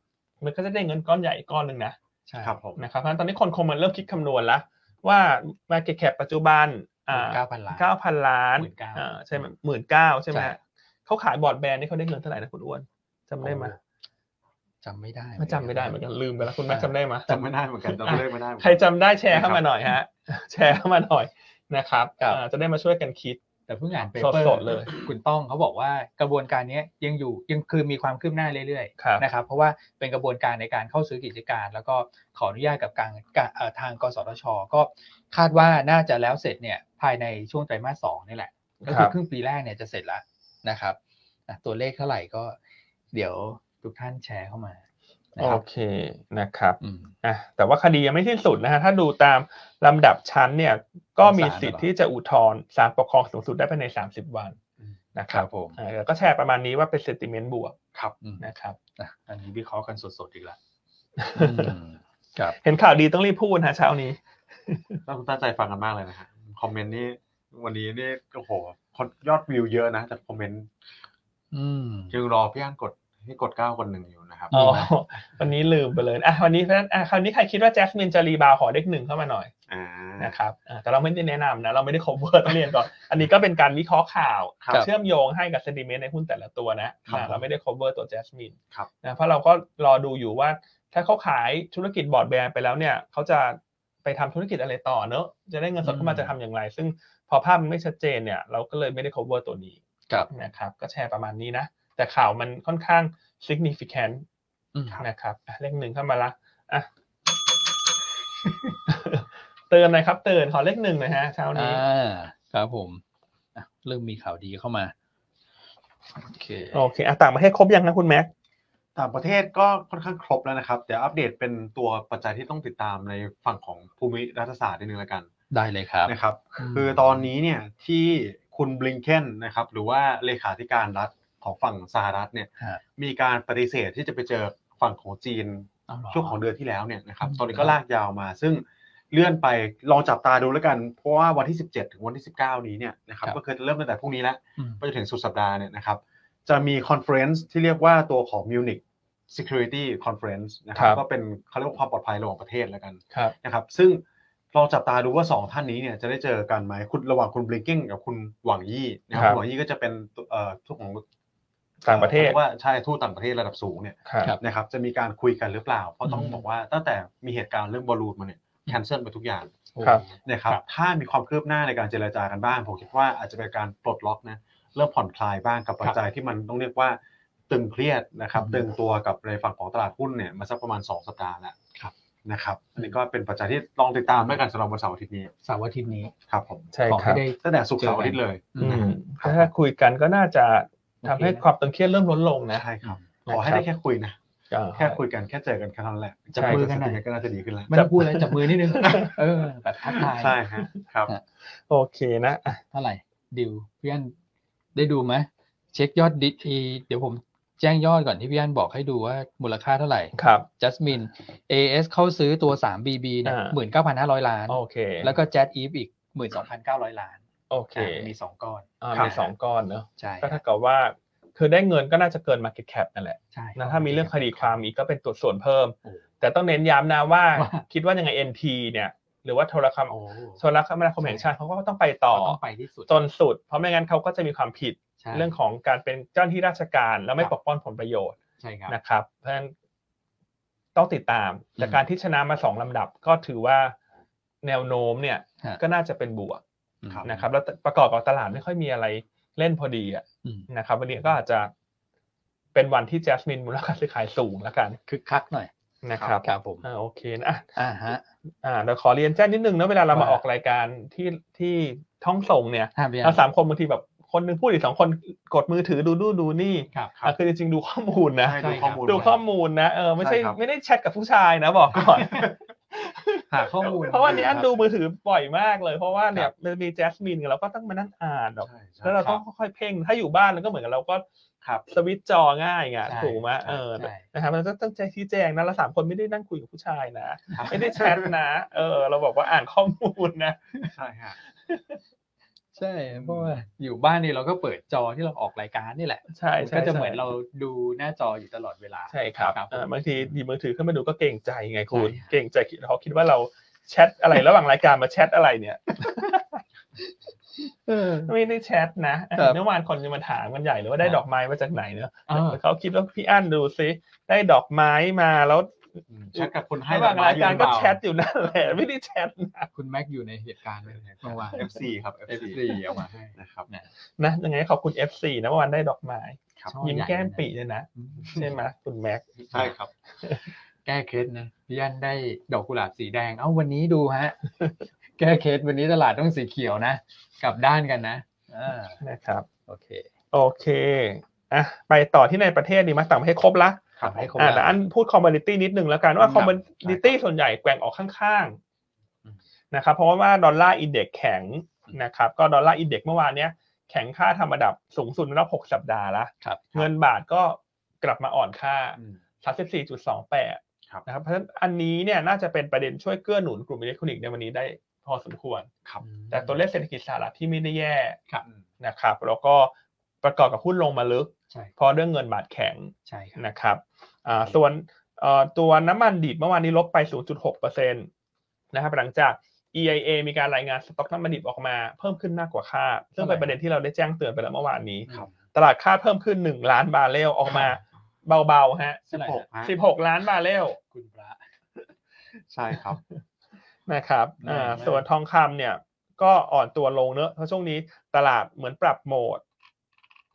[SPEAKER 1] มันก็จะได้เงินก้อนใหญ่อีกก้อนหนึ่งนะ
[SPEAKER 2] ใช่
[SPEAKER 3] ครับผม
[SPEAKER 1] นะครับเพราะฉะนั้นตอนนี้คนคงมันเริ่มคิดคำนวณแล้วว่า market cap ปัจจุบันอ่
[SPEAKER 2] เก้าพันล้าน
[SPEAKER 1] า9,000 ล้าน
[SPEAKER 2] 19,000
[SPEAKER 1] อ่าใช่ไหมหมื่นเก้าใช่ไหม
[SPEAKER 2] ใช่
[SPEAKER 1] เขาขายบอร์ดแบนด์นี่เขาได้เงินเท่าไหร่นะคุณอ้วนจำได้ไหม
[SPEAKER 2] จำไม่ได้
[SPEAKER 1] ไม่จำไม่ได้เหมือนกันลืมไปแล้วคุณแม่จำได้ไหม
[SPEAKER 3] จำไม่ได้เหมือนกันจำเลขไม่ได้เหมือน
[SPEAKER 1] ใคร
[SPEAKER 3] กัน
[SPEAKER 1] จำได้แชร์เข้ามาหน่อยฮะ แชร์เข้ามาหน่อยนะครับ
[SPEAKER 2] ครับ
[SPEAKER 1] อ่าจะได้มาช่วยกันคิด
[SPEAKER 2] แต่เพิ่งอ่านเป
[SPEAKER 1] สด
[SPEAKER 2] เปอร์
[SPEAKER 1] สดเลย
[SPEAKER 2] คุณต้องเขาบอกว่ากระบวนการเนี้ยยังอยู่ยังคือมีความคืบหน้าเรื่อย
[SPEAKER 1] ครับ
[SPEAKER 2] ๆนะครับเพราะว่าเป็นกระบวนการในการเข้าซื้อกิจการ แล้วก็ขออนุญาตกับการการเอ่อทางกสทช ก็คาดว่าน่าจะแล้วเสร็จเนี่ยภายในช่วงไตรมาสสองนี่แหละ ก็
[SPEAKER 1] ค
[SPEAKER 2] คื
[SPEAKER 1] รั
[SPEAKER 2] อบ ครึ่งปีแรกเนี่ยจะเสร็จแล้วนะครับอ่ะตัวเลขเท่าไหร่ก็เดี๋ยวทุกท่านแชร์เข้ามานะ
[SPEAKER 1] โอ
[SPEAKER 2] ครับ
[SPEAKER 1] เคนะครับ
[SPEAKER 2] อืม
[SPEAKER 1] อ่ะแต่ว่าคดียังไม่สิ้นสุดนะฮะถ้าดูตามลำดับชั้นเนี่ยก็มี
[SPEAKER 2] ของศาล
[SPEAKER 1] สิทธิ์
[SPEAKER 2] เหรอ
[SPEAKER 1] ที่จะอุทธรณ์ศาลปกครองสูงสุดได้ภายใน 30 วันนะค
[SPEAKER 2] ค
[SPEAKER 1] รั
[SPEAKER 2] รับ บผม
[SPEAKER 1] อ่าแล้วก็แชร์ประมาณนี้ว่าเป็นเซติเมนต์บวก
[SPEAKER 2] อืม
[SPEAKER 1] นะครับ
[SPEAKER 2] อ่ะอันนี้วิเคราะห์กันสดๆอีกแล้วอืมครับ
[SPEAKER 1] เห็นข่าวดีต้องรีบพูดฮะเช้านี้
[SPEAKER 3] น่าตั้งใจฟังกันมากเลยนะฮะคอมเมนต์นี่วันนี้นี่โอ้โหคนยอดวิวเยอะนะจากคอมเมนต์
[SPEAKER 2] อืม
[SPEAKER 3] ยังรอพี่อันกดให้กดเก้าคนหนึ่งอยู่นะครับ
[SPEAKER 1] อ๋อ
[SPEAKER 2] มีไหม
[SPEAKER 1] วันนี้ลืมไปเลยอ่ะวันนี้เพราะฉะนั้นอ่ะคราวนี้ใครคิดว่าแจ็คมินจะรีบาวขอเลขหนึ่งเข้ามาหน่อย
[SPEAKER 3] อ่า
[SPEAKER 1] นะครับอ่ะแต่เราไม่ได้แนะนำนะ เราไม่ได้ cover ต้องเรียนก่อน อันนี้ก็เป็นการวิเคราะห์ข่าว
[SPEAKER 3] ครับ
[SPEAKER 1] เชื่อมโยงให้กับ sentiment ในหุ้นแต่ละตัวนะครับ อ่ะ
[SPEAKER 3] ผม
[SPEAKER 1] เราไม่ได้ cover ตัว Jasmine
[SPEAKER 3] ครับ
[SPEAKER 1] นะเพราะเราก็รอดูอยู่ว่าถ้าเขาขายธุรกิจบอร์ดแบนไปแล้วเนี่ยเขาจะไปทำธุรกิจอะไรต่อเนอะจะได้เงินสดเข้ามา
[SPEAKER 2] อืม
[SPEAKER 1] จะทำอย่างไร ซึ่งพอภาพมันไม่ชัดเจนเนี่ยเราก็เลยไม่ได้ cover ตัวนี้
[SPEAKER 2] ครับ
[SPEAKER 1] นะครับก็แชร์ประมาณนี้นะ แต่ข่าวมันค่อนข้าง significant
[SPEAKER 2] อืม
[SPEAKER 1] นะครับอ่ะเลขหนึ่งเข้ามาละอ่ะ เตือนหน่อยครับเตือนขอเลขหนึ่งหน่อยฮะเช้านี้
[SPEAKER 2] อ่าครับผมอ่ะเริ่มมีข่าวดีเข้ามา โอเค
[SPEAKER 1] โอเคอ่ะต่างประเทศครบยังนะคุณแม็ก
[SPEAKER 3] ต่างประเทศก็ค่อนข้างครบแล้วนะครับเดี๋ยวอัปเดตเป็นตัวปัจจัยที่ต้องติดตามในฝั่งของภูมิรัฐศาสตร์นิดนึงแล้วกัน
[SPEAKER 2] ได้เลยครับ
[SPEAKER 3] นะครับ
[SPEAKER 2] อืม
[SPEAKER 3] คือตอนนี้เนี่ยที่คุณบลิงเ e นนะครับ หรือว่าเลขาธิการรัฐของฝั่งสหรัฐเนี่ย
[SPEAKER 2] ฮะ
[SPEAKER 3] มีการปฏิเสธที่จะไปเจอฝั่งของจีน
[SPEAKER 2] เอาเหร
[SPEAKER 3] ช่วงของเดือนที่แล้วเนี่ยนะครับ
[SPEAKER 2] อืม
[SPEAKER 3] ตอนนี้ก็ลากยาวมา ซึ่งเลื่อนไปลองจับตาดูแล้วกัน เพราะว่าวันที่ 17 ถึงวันที่ 19 นี้เนี่ยนะครับ
[SPEAKER 2] ครับ
[SPEAKER 3] ก็คือเริ่มตั้งแต่พรุ่งนี้แล้ว
[SPEAKER 2] อืม
[SPEAKER 3] ไปจนถึงสุดสัปดาห์เนี่ยนะครับจะมีคอนเฟรนซ์ที่เรียกว่าตัวของ Munich Security Conference นะค
[SPEAKER 1] ค
[SPEAKER 3] รั
[SPEAKER 1] รับ บ
[SPEAKER 3] ก็เป็นเขาเรียกว่าความปลอดภัยระหว่างประเทศแล้วกัน
[SPEAKER 1] ครับ
[SPEAKER 3] นะครับซึ่งลองจับตาดูว่า 2 ท่านนี้เนี่ยจะได้เจอกันไหมคุณระหว่างคุณบลิงกิ้งกับคุณหวังยี่นะครับ
[SPEAKER 1] ครับ
[SPEAKER 3] คุณหวังยี่ก็จะเป็นตัวเอ่อทุกของ
[SPEAKER 1] ต่างประเทศ
[SPEAKER 3] ขยกว่าใช่ทูตต่างประเทศระดับสูงเนี่ย
[SPEAKER 1] ครับ
[SPEAKER 3] นะครับจะมีการคุยกันหรือเปล่า เพราะต้อง
[SPEAKER 2] อืม
[SPEAKER 3] บอกว่าตั้งแต่มีเหตุการณ์เรื่องบอลลูนมาเนี่ยแคนเซิลไปทุกอย่าง
[SPEAKER 2] โอ้
[SPEAKER 1] ครับ
[SPEAKER 3] นะครับ
[SPEAKER 2] ครับ
[SPEAKER 3] ถ้ามีความคืบหน้าในการเจรจากันบ้าง ผมคิดว่าอาจจะเป็นการปลดล็อกนะเริ่มผ่อนคลายบ้างกับปัจจัยที่มันต้องเรียกว่าตึงเครียดนะครับตึงตัวกับในฝั่งของตลาดหุ้นเนี่ยมาสักประมาณ 2 สัปดาห์แล้วนะครับอันนี้ก็เป็นปัจจัยที่ลองติดตามด้วยกันสำหรับวันเสาร์อาทิตย์นี้
[SPEAKER 2] เสาร์อาทิตย์นี้
[SPEAKER 3] ครับผม
[SPEAKER 1] ใช่
[SPEAKER 2] ขอ
[SPEAKER 1] ค
[SPEAKER 2] ให้
[SPEAKER 1] รับ
[SPEAKER 2] ได้
[SPEAKER 3] ตั้งแต่ศุกร์เสาร์อาทิตย์เลย
[SPEAKER 2] อื
[SPEAKER 1] อื
[SPEAKER 3] นะ
[SPEAKER 1] ม
[SPEAKER 3] ครับ
[SPEAKER 1] ถ้าคุยกันก็น่าจะทำให้
[SPEAKER 2] โอเคนะ
[SPEAKER 1] ความตึงเครียดเริ่มลดลงนะ
[SPEAKER 3] ใช่ครับ
[SPEAKER 1] นะ
[SPEAKER 3] ขอให้ได้แค่คุยนะ
[SPEAKER 1] อ่า
[SPEAKER 3] แค่คุยกันแค่เจอกันแค่นั้นแหละ
[SPEAKER 1] จับมือกันหน่อย
[SPEAKER 3] เศรษฐจก็น่าจะดีขึ้นแล้ว
[SPEAKER 2] ไม่ต้องพูดแล้วจับมือนิดนึ ง เออ แบบทักทาย
[SPEAKER 3] ใช่ฮะครับ
[SPEAKER 1] โอเคนะอ่ะ
[SPEAKER 2] เท่าไหร่ดิวพี่อันได้ดูไหมเช็คยอดดิอีเดี๋ยวผมแจ้งยอดก่อนที่พี่อันบอกให้ดูว่ามูลค่าเท่าไหร่
[SPEAKER 1] ครับ
[SPEAKER 2] จัสมิน AS เข้าซื้อตัว 3BB เนี่ย
[SPEAKER 1] อ่า
[SPEAKER 2] หมื่นเก้าพันห้าร้อยล้าน
[SPEAKER 1] โอเค
[SPEAKER 2] แล้วก็ Jet Eve อีกหมื่นสองพันเก้าร้อยล้าน
[SPEAKER 1] โอเค
[SPEAKER 2] อ่ะมีสองก้อน
[SPEAKER 1] อ่า
[SPEAKER 3] ครับ
[SPEAKER 1] มีสองก้อนเนอะ
[SPEAKER 2] ใช่
[SPEAKER 1] ก็เท่ากับว่า คือได้เงินก็น่าจะเกิน Market Cap นั่นแหละ
[SPEAKER 2] ใช่
[SPEAKER 1] นะถ้ามีเรื่องคดีความอีกก็เป็นตัวส่วนเพิ่ม
[SPEAKER 2] โอ้
[SPEAKER 1] แต่ต้องเน้นย้ำนะว่า
[SPEAKER 2] ว่า
[SPEAKER 1] คิดว่ายังไง NT เนี่ย รือว่าโทรคม
[SPEAKER 2] โอ้
[SPEAKER 1] โทรคมนาคมแห่งชาติเขาก็ต้องไปต่อ
[SPEAKER 2] ก็ต้องไปที่สุด
[SPEAKER 1] จนสุด เพราะไม่งั้นเขาก็จะมีความผิด
[SPEAKER 2] ใช่
[SPEAKER 1] เรื่องของการเป็นเจ้าหน้าที่ราชการ แล้วไม่ปกป้องผลประโยชน์
[SPEAKER 2] ใช่ครับ
[SPEAKER 1] นะครับ เพราะฉะนั้นต้องติดตามจากการที่ชนะมาสองลำดับ ก็ถือว่าแนวโน้มเนี่ย
[SPEAKER 2] ฮะ
[SPEAKER 1] ก็น่าจะเป็นบวก
[SPEAKER 3] ครับ
[SPEAKER 1] นะครับ แล้วประกอบกับตลาดไม่ค่อยมีอะไรเล่นพอดีอะ
[SPEAKER 2] อืม
[SPEAKER 1] นะครับวันนี้ก็อาจจะเป็นวันที่แจสมินมูลค่าซื้อขายสูงแล้วกัน
[SPEAKER 2] คึกคักหน่อย
[SPEAKER 1] นะครับ
[SPEAKER 2] ครับผม
[SPEAKER 1] อ่าโอเคนะอ่ะ
[SPEAKER 2] อ่าฮะ
[SPEAKER 1] อ่าเราขอเรียนแจ้งนิดนึงนะเวลาเรามา
[SPEAKER 2] ว่า
[SPEAKER 1] ออกรายการที่ที่ท่องส่งเนี่ย
[SPEAKER 2] ห้ามเรียน
[SPEAKER 1] เราสามคนบางทีแบบคนหนึงพูดอีกสองคนกดมือถือดูนู่นดูนี่
[SPEAKER 2] ครับ
[SPEAKER 1] อ่ะคือจริงๆดูข้อมูลนะ
[SPEAKER 3] ใช่
[SPEAKER 2] ใช่
[SPEAKER 3] ดู
[SPEAKER 2] ครับ
[SPEAKER 3] ข้อมูล
[SPEAKER 1] ดูข้อมูลนะเออไม่ใช่
[SPEAKER 3] ใช่ครับ
[SPEAKER 1] ไม่ได้แชทกับผู้ชายนะบอกก่อน
[SPEAKER 2] หาข้อมูล
[SPEAKER 1] เพราะวันนี้อันดูมือถือบ่อยมากเลย เพราะว่าเนี่ยมันมีแจสมินเราก็ต้องมานั่งอ่านแบบ
[SPEAKER 3] ใช่ใช่
[SPEAKER 1] แล้วเราต้องค่อยๆเพ่ง ถ้าอยู่บ้านมันก็เหมือนกับเราก็
[SPEAKER 3] ครับ
[SPEAKER 1] สวิตช์จอง่ายไง
[SPEAKER 2] ใช่
[SPEAKER 1] ถูกไหม
[SPEAKER 2] ใช่
[SPEAKER 1] เออ
[SPEAKER 2] ใช่
[SPEAKER 1] นะครับมันต้องใจชี้แจงนะเราสามคนไม่ได้นั่งคุยกับผู้ชายนะ
[SPEAKER 3] ครับ
[SPEAKER 1] ไม่ได้แชทนะ เออ เราบอกว่าอ่านข้อมูลนะ
[SPEAKER 3] ใช่ฮะ
[SPEAKER 2] ใช่เพราะว่าอยู่บ้านนี่เราก็เปิดจอที่เราออกรายการนี่แหละ
[SPEAKER 1] ใช่
[SPEAKER 2] มัน
[SPEAKER 1] ใช่
[SPEAKER 2] ก็จะเหมือน
[SPEAKER 1] ใช่
[SPEAKER 2] เราดูหน้าจออยู่ตลอดเวลา
[SPEAKER 1] ใช่ครับ
[SPEAKER 2] ครับผม
[SPEAKER 1] เออบางทีหยิบมือถือขึ้นมาดูก็เกรงใจไงคุณ
[SPEAKER 2] ใช่
[SPEAKER 1] เกรงใจคิดเขาคิดว่าเราแชทอะไรระหว่างรายการมาแชทอะไร เนี่ย
[SPEAKER 2] เออ
[SPEAKER 1] ไม่ได้แชทนะเออ
[SPEAKER 2] ครับ
[SPEAKER 1] เมื่อวานคนจะมาถามกันใหญ่เลยว่าได้ดอกไม้มาจากไหนเนอะ
[SPEAKER 2] อ่า
[SPEAKER 1] เขาคิดว่าพี่อั้นดูซิได้ดอกไม้มาแล้ว
[SPEAKER 3] อืมแชทกับคนให้
[SPEAKER 1] ระหว่างรายการก็
[SPEAKER 3] ดอไม้
[SPEAKER 1] แชทอยู่นั่นแหละ ไม่ได้แชทนะ
[SPEAKER 2] คุณแม็กอยู่ในเหตุการณ์เลยเมื่อวาน
[SPEAKER 3] หรือเปล่า FC ครับ FC
[SPEAKER 2] F3 เอามาให้
[SPEAKER 3] นะครับ
[SPEAKER 1] นะยังไงขอบคุณ F4 นะเมื่อวานได้ดอกไม้
[SPEAKER 3] ครับ
[SPEAKER 1] ยิ้มแก้มปีเลยนะใช่ไหมคุณแม็ก
[SPEAKER 3] ใช่ครับ
[SPEAKER 2] แก้เคล็ดนะพี่ยันได้ดอกกุหลาบสีแดง เอ้าวันนี้ดู ฮะ แก้เคล็ดวันนี้ตลาดต้องสีเขียวนะ กลับด้านกันนะอ่า
[SPEAKER 1] นะครับ
[SPEAKER 2] โอเค
[SPEAKER 1] โอเคอ่ะไปต่อที่ในประเทศดีมั้ยต่างประเทศครบละ
[SPEAKER 2] ครับให้ครบ
[SPEAKER 1] อ่ะ
[SPEAKER 2] แล้ว
[SPEAKER 1] แต่อันพูดคอมมูนิตี้นิดนึงแล้วกันว่า
[SPEAKER 2] ครับ
[SPEAKER 1] คอมมูนิตี้ส่วนใหญ่แกว่งออกข้าง
[SPEAKER 2] อืม
[SPEAKER 1] ๆนะครับเพราะว่าดอลลาร์อินเด็กซ์แข็งนะครับก็ดอลลาร์อินเด็กซ์เมื่อวานเนี้ยแข็งค่าทำระดับสูงสุดในรอบ6สัปดาห์ละ
[SPEAKER 2] ครับ
[SPEAKER 1] เงินบาทก็กลับมาอ่อนค่า
[SPEAKER 3] อืม
[SPEAKER 1] สามสิบสี่จุดสองแปด
[SPEAKER 3] ครับ
[SPEAKER 1] นะครับเพราะฉะนั้นอันนี้เนี่ยน่าจะเป็นประเด็นช่วยเกื้อหนุนกลุ่มอิเล็กทรอนิกส์ในวันนี้ได้พอสมควร
[SPEAKER 3] ครับ
[SPEAKER 1] แต่ตัวเลขเศรษฐกิจสหรัฐที่ไม่ได้แย่
[SPEAKER 2] ครับ
[SPEAKER 3] อืม
[SPEAKER 1] นะครับ แล้วก็ประกอบกับหุ้นลงมาลึก
[SPEAKER 2] ใช่
[SPEAKER 1] เพราะเรื่องเงินบาทแข็ง
[SPEAKER 2] ใช่ครับ
[SPEAKER 1] นะครับอ่าส่วนเอ่อตัวน้ำมันดิบเมื่อวานนี้ลบไป 0.6%นะครับหลังจาก EIA มีการรายงานสต็อกน้ำมันดิบออกมาเพิ่มขึ้นมากกว่าคาดซึ่งเป็นประเด็นที่เราได้แจ้งเตือนไปแล้วเมื่อวานนี้
[SPEAKER 3] ครับ
[SPEAKER 1] ตลาดคาดเพิ่มขึ้น 1 ล้านบาร์เรลออกมาเบาๆฮะ
[SPEAKER 2] เท่าไหร่
[SPEAKER 3] หก
[SPEAKER 2] นะ
[SPEAKER 3] ฮะ
[SPEAKER 1] สิบหกล้านบาร์เรล
[SPEAKER 2] คุณพระ
[SPEAKER 3] ใช่ครับ
[SPEAKER 1] นะครับ
[SPEAKER 2] อืม
[SPEAKER 1] อ่าส่วนทองคำเนี่ย ก็อ่อนตัวลงเนอะเพราะช่วงนี้ตลาดเหมือนปรับโหมด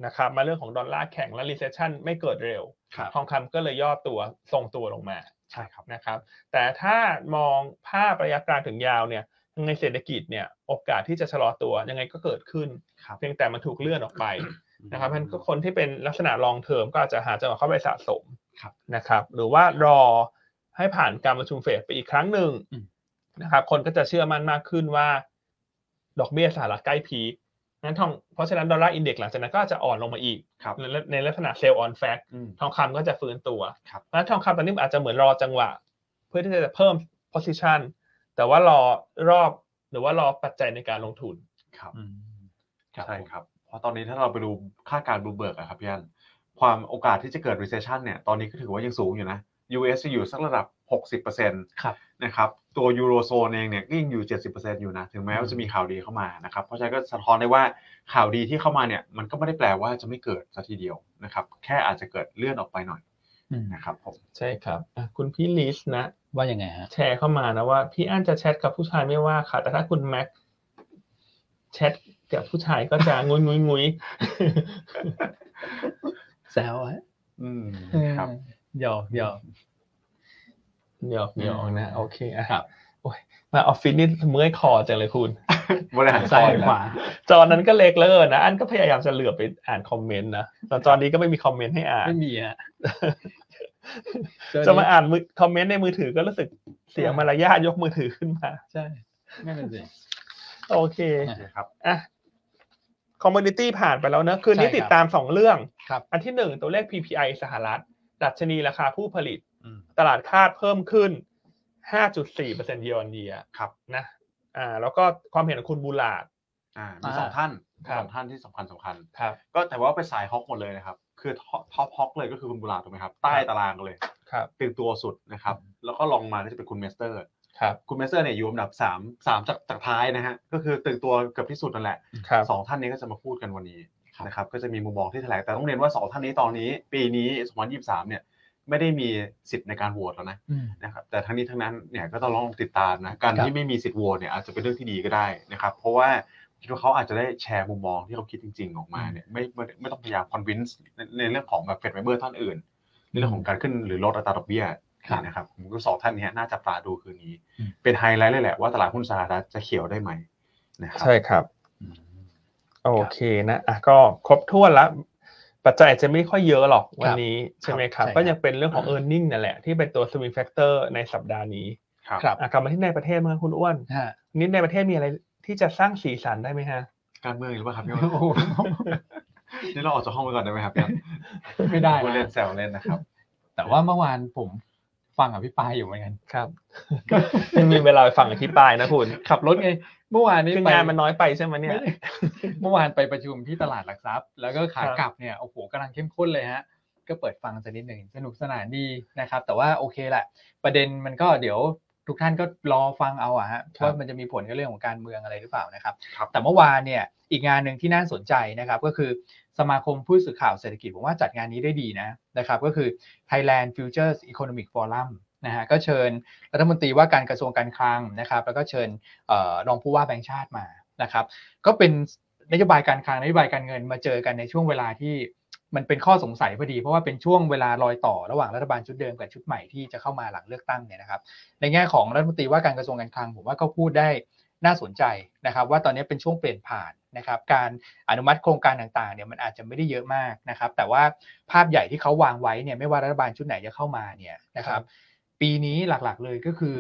[SPEAKER 1] นะครับ มาเรื่องของดอลลาร์แข็งและ recession ไม่เกิดเร็ว
[SPEAKER 2] ครับ
[SPEAKER 1] ทองคำก็เลยย่อตัวทรงตัวลงมา
[SPEAKER 3] ใช่ครับ
[SPEAKER 1] นะครับ แต่ถ้ามองภาพระยะกลางถึงยาวเนี่ยยังไงเศรษฐกิจเนี่ย โอกาสที่จะชะลอตัวยังไงก็เกิดขึ้น
[SPEAKER 3] ครับ
[SPEAKER 1] เพียงแต่มันถูกเลื่อนออก ไป นะครับมันก็คนที่เป็นลักษณะลองเทอมก็อาจจะหาจังหวะเข้าไปสะสม
[SPEAKER 2] ครับ
[SPEAKER 1] นะครับ หรือว่ารอให้ผ่านการประชุมเฟดไปอีกครั้งหนึ่ง
[SPEAKER 2] อืม
[SPEAKER 1] นะครับ คนก็จะเชื่อมั่นมากขึ้นว่า ดอกเบี้ยสหรัฐใกล้พีคนั้นทองเพราะฉะนั้นดอลลาร์อินเด็กซ์หลังจากนั้นก็อาจจะอ่อนลงมาอีก
[SPEAKER 3] ครับ
[SPEAKER 1] ในลักษณะเซลล์ออนแฟก
[SPEAKER 3] อืม
[SPEAKER 1] ทองคำก็จะฟื้นตัว
[SPEAKER 3] ครับ
[SPEAKER 1] เพราะฉะนั้นทองคำตอนนี้อาจจะเหมือนรอจังหวะ เพื่อที่จะเพิ่ม position แต่ว่ารอรอบหรือว่ารอปัจจัยในการลงทุน
[SPEAKER 3] ครับ
[SPEAKER 2] อืม
[SPEAKER 3] ใช่ครับ เพราะตอนนี้ถ้าเราไปดูคาดการณ์บลูเบิร์กอะครับพี่อันความโอกาสที่จะเกิด recession เนี่ย ตอนนี้ก็ถือว่ายังสูงอยู่นะ US จะอยู่สักระดับ 60%
[SPEAKER 2] ครับ
[SPEAKER 3] นะครับ ตัวยูโรโซนเองเนี่ยก็ยังอยู่ 70%อยู่นะ ถึงแม้ว่าจะมีข่าวดีเข้ามานะครับ เพราะฉะนั้นก็สะท้อนได้ว่าข่าวดีที่เข้ามาเนี่ย มันก็ไม่ได้แปลว่าจะไม่เกิดซะทีเดียวนะครับ แค่อาจจะเกิดเลื่อนออกไปหน่อย
[SPEAKER 2] อืม
[SPEAKER 3] นะครับผม
[SPEAKER 1] ใช่ครับอ่ะคุณพี่ลิสนะ
[SPEAKER 2] ว่ายังไงฮะ
[SPEAKER 1] แชร์เข้ามานะว่าพี่อั้นจะแชทกับผู้ชายไม่ว่าค่ะ แต่ถ้าคุณแม็กแชทกับผู้ชายก็จะงุยงุยงุย
[SPEAKER 2] แซวฮะ
[SPEAKER 3] อืมครับ
[SPEAKER 2] หยอกหยอก
[SPEAKER 1] เดี๋ยวเดี๋ยวนะ โอเคอ่ะ
[SPEAKER 2] ครับ
[SPEAKER 1] โอ้ยมาออฟฟิศนี่เมื่อยคอจังเลยคุณ
[SPEAKER 3] บริหาร
[SPEAKER 2] ซ้าย
[SPEAKER 3] ซอย
[SPEAKER 2] ขวา
[SPEAKER 1] จอนั้นก็เล็กเหลยนะ อันก็พยายามจะเหลือบไปอ่านคอมเมนต์นะแต่จอนี้ก็ไม่มีคอมเมนต์ให้อ่าน
[SPEAKER 2] ไม่มีฮะ
[SPEAKER 1] จะมาอ่านมือคอมเมนต์ในมือถือก็รู้สึกเสียมารยาทยกมือถือขึ้นมา
[SPEAKER 2] ใช่นั่นน่ะสิ
[SPEAKER 1] โอเค
[SPEAKER 3] นะครับ
[SPEAKER 1] อ่ะคอมมูนิตี้ผ่านไปแล้วนะคืนนี้
[SPEAKER 2] ใช่ครับ
[SPEAKER 1] ติดตามสองเรื่อง
[SPEAKER 2] ครับ
[SPEAKER 1] อันที่หนึ่งตัวเลข PPI สหรัฐ ดัชนีราคาผู้ผลิต
[SPEAKER 3] อืม
[SPEAKER 1] ตลาดคาดเพิ่มขึ้น 5.4% year on year
[SPEAKER 3] ครับ
[SPEAKER 1] นะอ่าแล้วก็ความเห็นของคุณบูลาด
[SPEAKER 3] อ่า มี
[SPEAKER 2] อ่า
[SPEAKER 3] สองท่าน
[SPEAKER 1] ครับ
[SPEAKER 3] สองท่านที่สำคัญสำคัญ
[SPEAKER 1] ครับ
[SPEAKER 3] ก็แต่ว่าไปสายฮอกหมดเลยนะครับ คือท็อปฮอกเลยก็คือคุณบุราถูกไหมครับ ใต้ตารางเลย
[SPEAKER 1] ครับ
[SPEAKER 3] เป็นตัวสุดนะครับ แล้วก็ลองมาก็จะเป็นคุณเมสเตอร์
[SPEAKER 1] ครับ
[SPEAKER 3] คุณเมสเซอร์เนี่ยอยู่อันดับสามสามจากจากท้ายนะฮะก็คือตื่นตัวเกือบที่สุดนั่นแหละ
[SPEAKER 1] ครับ
[SPEAKER 3] สองท่านนี้ก็จะมาพูดกันวันนี้นะครับก็จะมีมุมมองที่แถลงแต่ต้องเรียนว่าสองท่านนี้ตอนนี้ ปีนี้2023เนี่ยไม่ได้มีสิทธิ์ในการโหวตแล้วนะ
[SPEAKER 2] อืม
[SPEAKER 3] นะครับแต่ทั้งนี้ทั้งนั้นเนี่ยก็ต้องลองติดตามนะการ
[SPEAKER 2] ครับ
[SPEAKER 3] ที่ไม่มีสิทธิ์โหวตเนี่ยอาจจะเป็นเรื่องที่ดีก็ได้นะครับเพราะว่าคิดว่าเขาอาจจะได้แชร์มุมมองที่เขาคิดจริง ๆ ออกมาเนี่ยไม่ไม่ไม่ต้องพยายามคอนวินส์ในเรื่องของแบบเฟดไมเบอร์ท่านอื่นในเรื่องของการขึ้นหรือลดอัตราดอกเบี้ย
[SPEAKER 2] ครับ
[SPEAKER 3] นะครับผมก็สองท่านเนี้น่าจับตาดูคืนนี้
[SPEAKER 2] อืม
[SPEAKER 3] เป็นไฮไลท์เลยแหละว่าตลาดหุ้นสหรัฐจะเขียวได้ไหมนะครับ
[SPEAKER 1] ใช่ครับ
[SPEAKER 2] อืม
[SPEAKER 1] โอเคนะอ่ะก็ครบถ้วนละปัจจัยอาจจะไม่ค่อยเยอะหรอกวันนี้ใช่ไหมครับ
[SPEAKER 2] ใช่ครับ
[SPEAKER 1] ก็ยังเป็นเรื่องของ e a r n i n g นั่นแหละที่เป็นตัว swing factor ในสัปดาห์นี้
[SPEAKER 3] ครับ
[SPEAKER 2] ครับ
[SPEAKER 1] อ่ะกลับมาที่ในประเทศมั้างคุณอ้วน
[SPEAKER 2] ฮะ
[SPEAKER 1] นิดในประเทศมีอะไรที่จะสร้างสีสันได้ไหมฮะ
[SPEAKER 3] การเมืองอีกหรือเปล่าครับพี่อ้น นี่เราออกจากห้องไปก่อนได้ไหมครับพี่อ้น
[SPEAKER 2] ไม่ได้
[SPEAKER 3] พูเล่น
[SPEAKER 2] นะ
[SPEAKER 3] แซวเล่นนะครับ
[SPEAKER 2] แต่ว่าเมื่อวานผมฟังอภิปรายอยู่เหมือนกัน
[SPEAKER 1] ครับ ยังมีเวลาไปฝั่งอธิบายนะคุณ
[SPEAKER 2] ขับรถไง เมื่อวานนี้
[SPEAKER 1] คืองานมันน้อยไปใช่ไหมเนี่ย
[SPEAKER 2] ไม่ได้ เมื่อวานไปประชุมที่ตลาดหลักทรัพย์ แล้วก็ขา
[SPEAKER 1] ครับ
[SPEAKER 2] กลับเนี่ยโอ้โหกำลังเข้มข้นเลยฮะ ก็เปิดฟังสักนิดหนึ่งสนุกสนานดีนะครับ แต่ว่าโอเคแหละ ประเด็นมันก็เดี๋ยวทุกท่านก็รอฟังเอาอะฮะว่ามันจะมีผลกับเรื่องของการเมืองอะไรหรือเปล่านะครับ
[SPEAKER 3] ครับ
[SPEAKER 2] แต่เมื่อวานเนี่ยอีกงานหนึ่งที่น่าสนใจนะครับ ก็คือสมาคมผู้สื่อข่าวเศรษฐกิจผมว่าจัดงานนี้ได้ดีนะนะครับ ก็คือ Thailand Futures Economic Forum นะฮะก็เชิญรัฐมนตรีว่าการกระทรวงการคลังนะครับ แล้วก็เชิญเอ่อรองผู้ว่าแบงค์ชาติมานะครับ ก็เป็นนโยบายการคลังนโยบายการเงินมาเจอกันในช่วงเวลาที่มันเป็นข้อสงสัยพอดี เพราะว่าเป็นช่วงเวลารอยต่อระหว่างรัฐบาลชุดเดิมกับชุดใหม่ที่จะเข้ามาหลังเลือกตั้งเนี่ยนะครับ ในแง่ของรัฐมนตรีว่าการกระทรวงการคลังผมว่าก็พูดได้น่าสนใจนะครับ ว่าตอนนี้เป็นช่วงเปลี่ยนผ่านนะครับ การอนุมัติโครงการต่างๆเนี่ยมันอาจจะไม่ได้เยอะมากนะครับ แต่ว่าภาพใหญ่ที่เขาวางไว้เนี่ยไม่ว่ารัฐบาลชุดไหนจะเข้ามาเนี่ยนะครับ ปีนี้หลักๆเลยก็คือ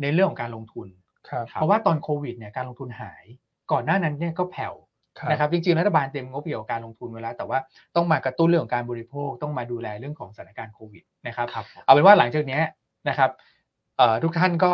[SPEAKER 2] ในเรื่องของการลงทุน
[SPEAKER 1] ครับ
[SPEAKER 2] เพราะว่าตอนโควิดเนี่ยการลงทุนหาย ก่อนหน้านั้นเนี่ยก็แผ่ว นะครับจริงๆรัฐบาลเต็มงบเกี่ยวกับการลงทุนไว้แล้ว แต่ว่าต้องมากระตุ้นเรื่องของการบริโภคต้องมาดูแลเรื่องของสถานการณ์โควิดนะครับ
[SPEAKER 3] ครับ
[SPEAKER 2] เอาเป็นว่าหลังจากเนี้ยนะครับเอ่อทุกท่านก็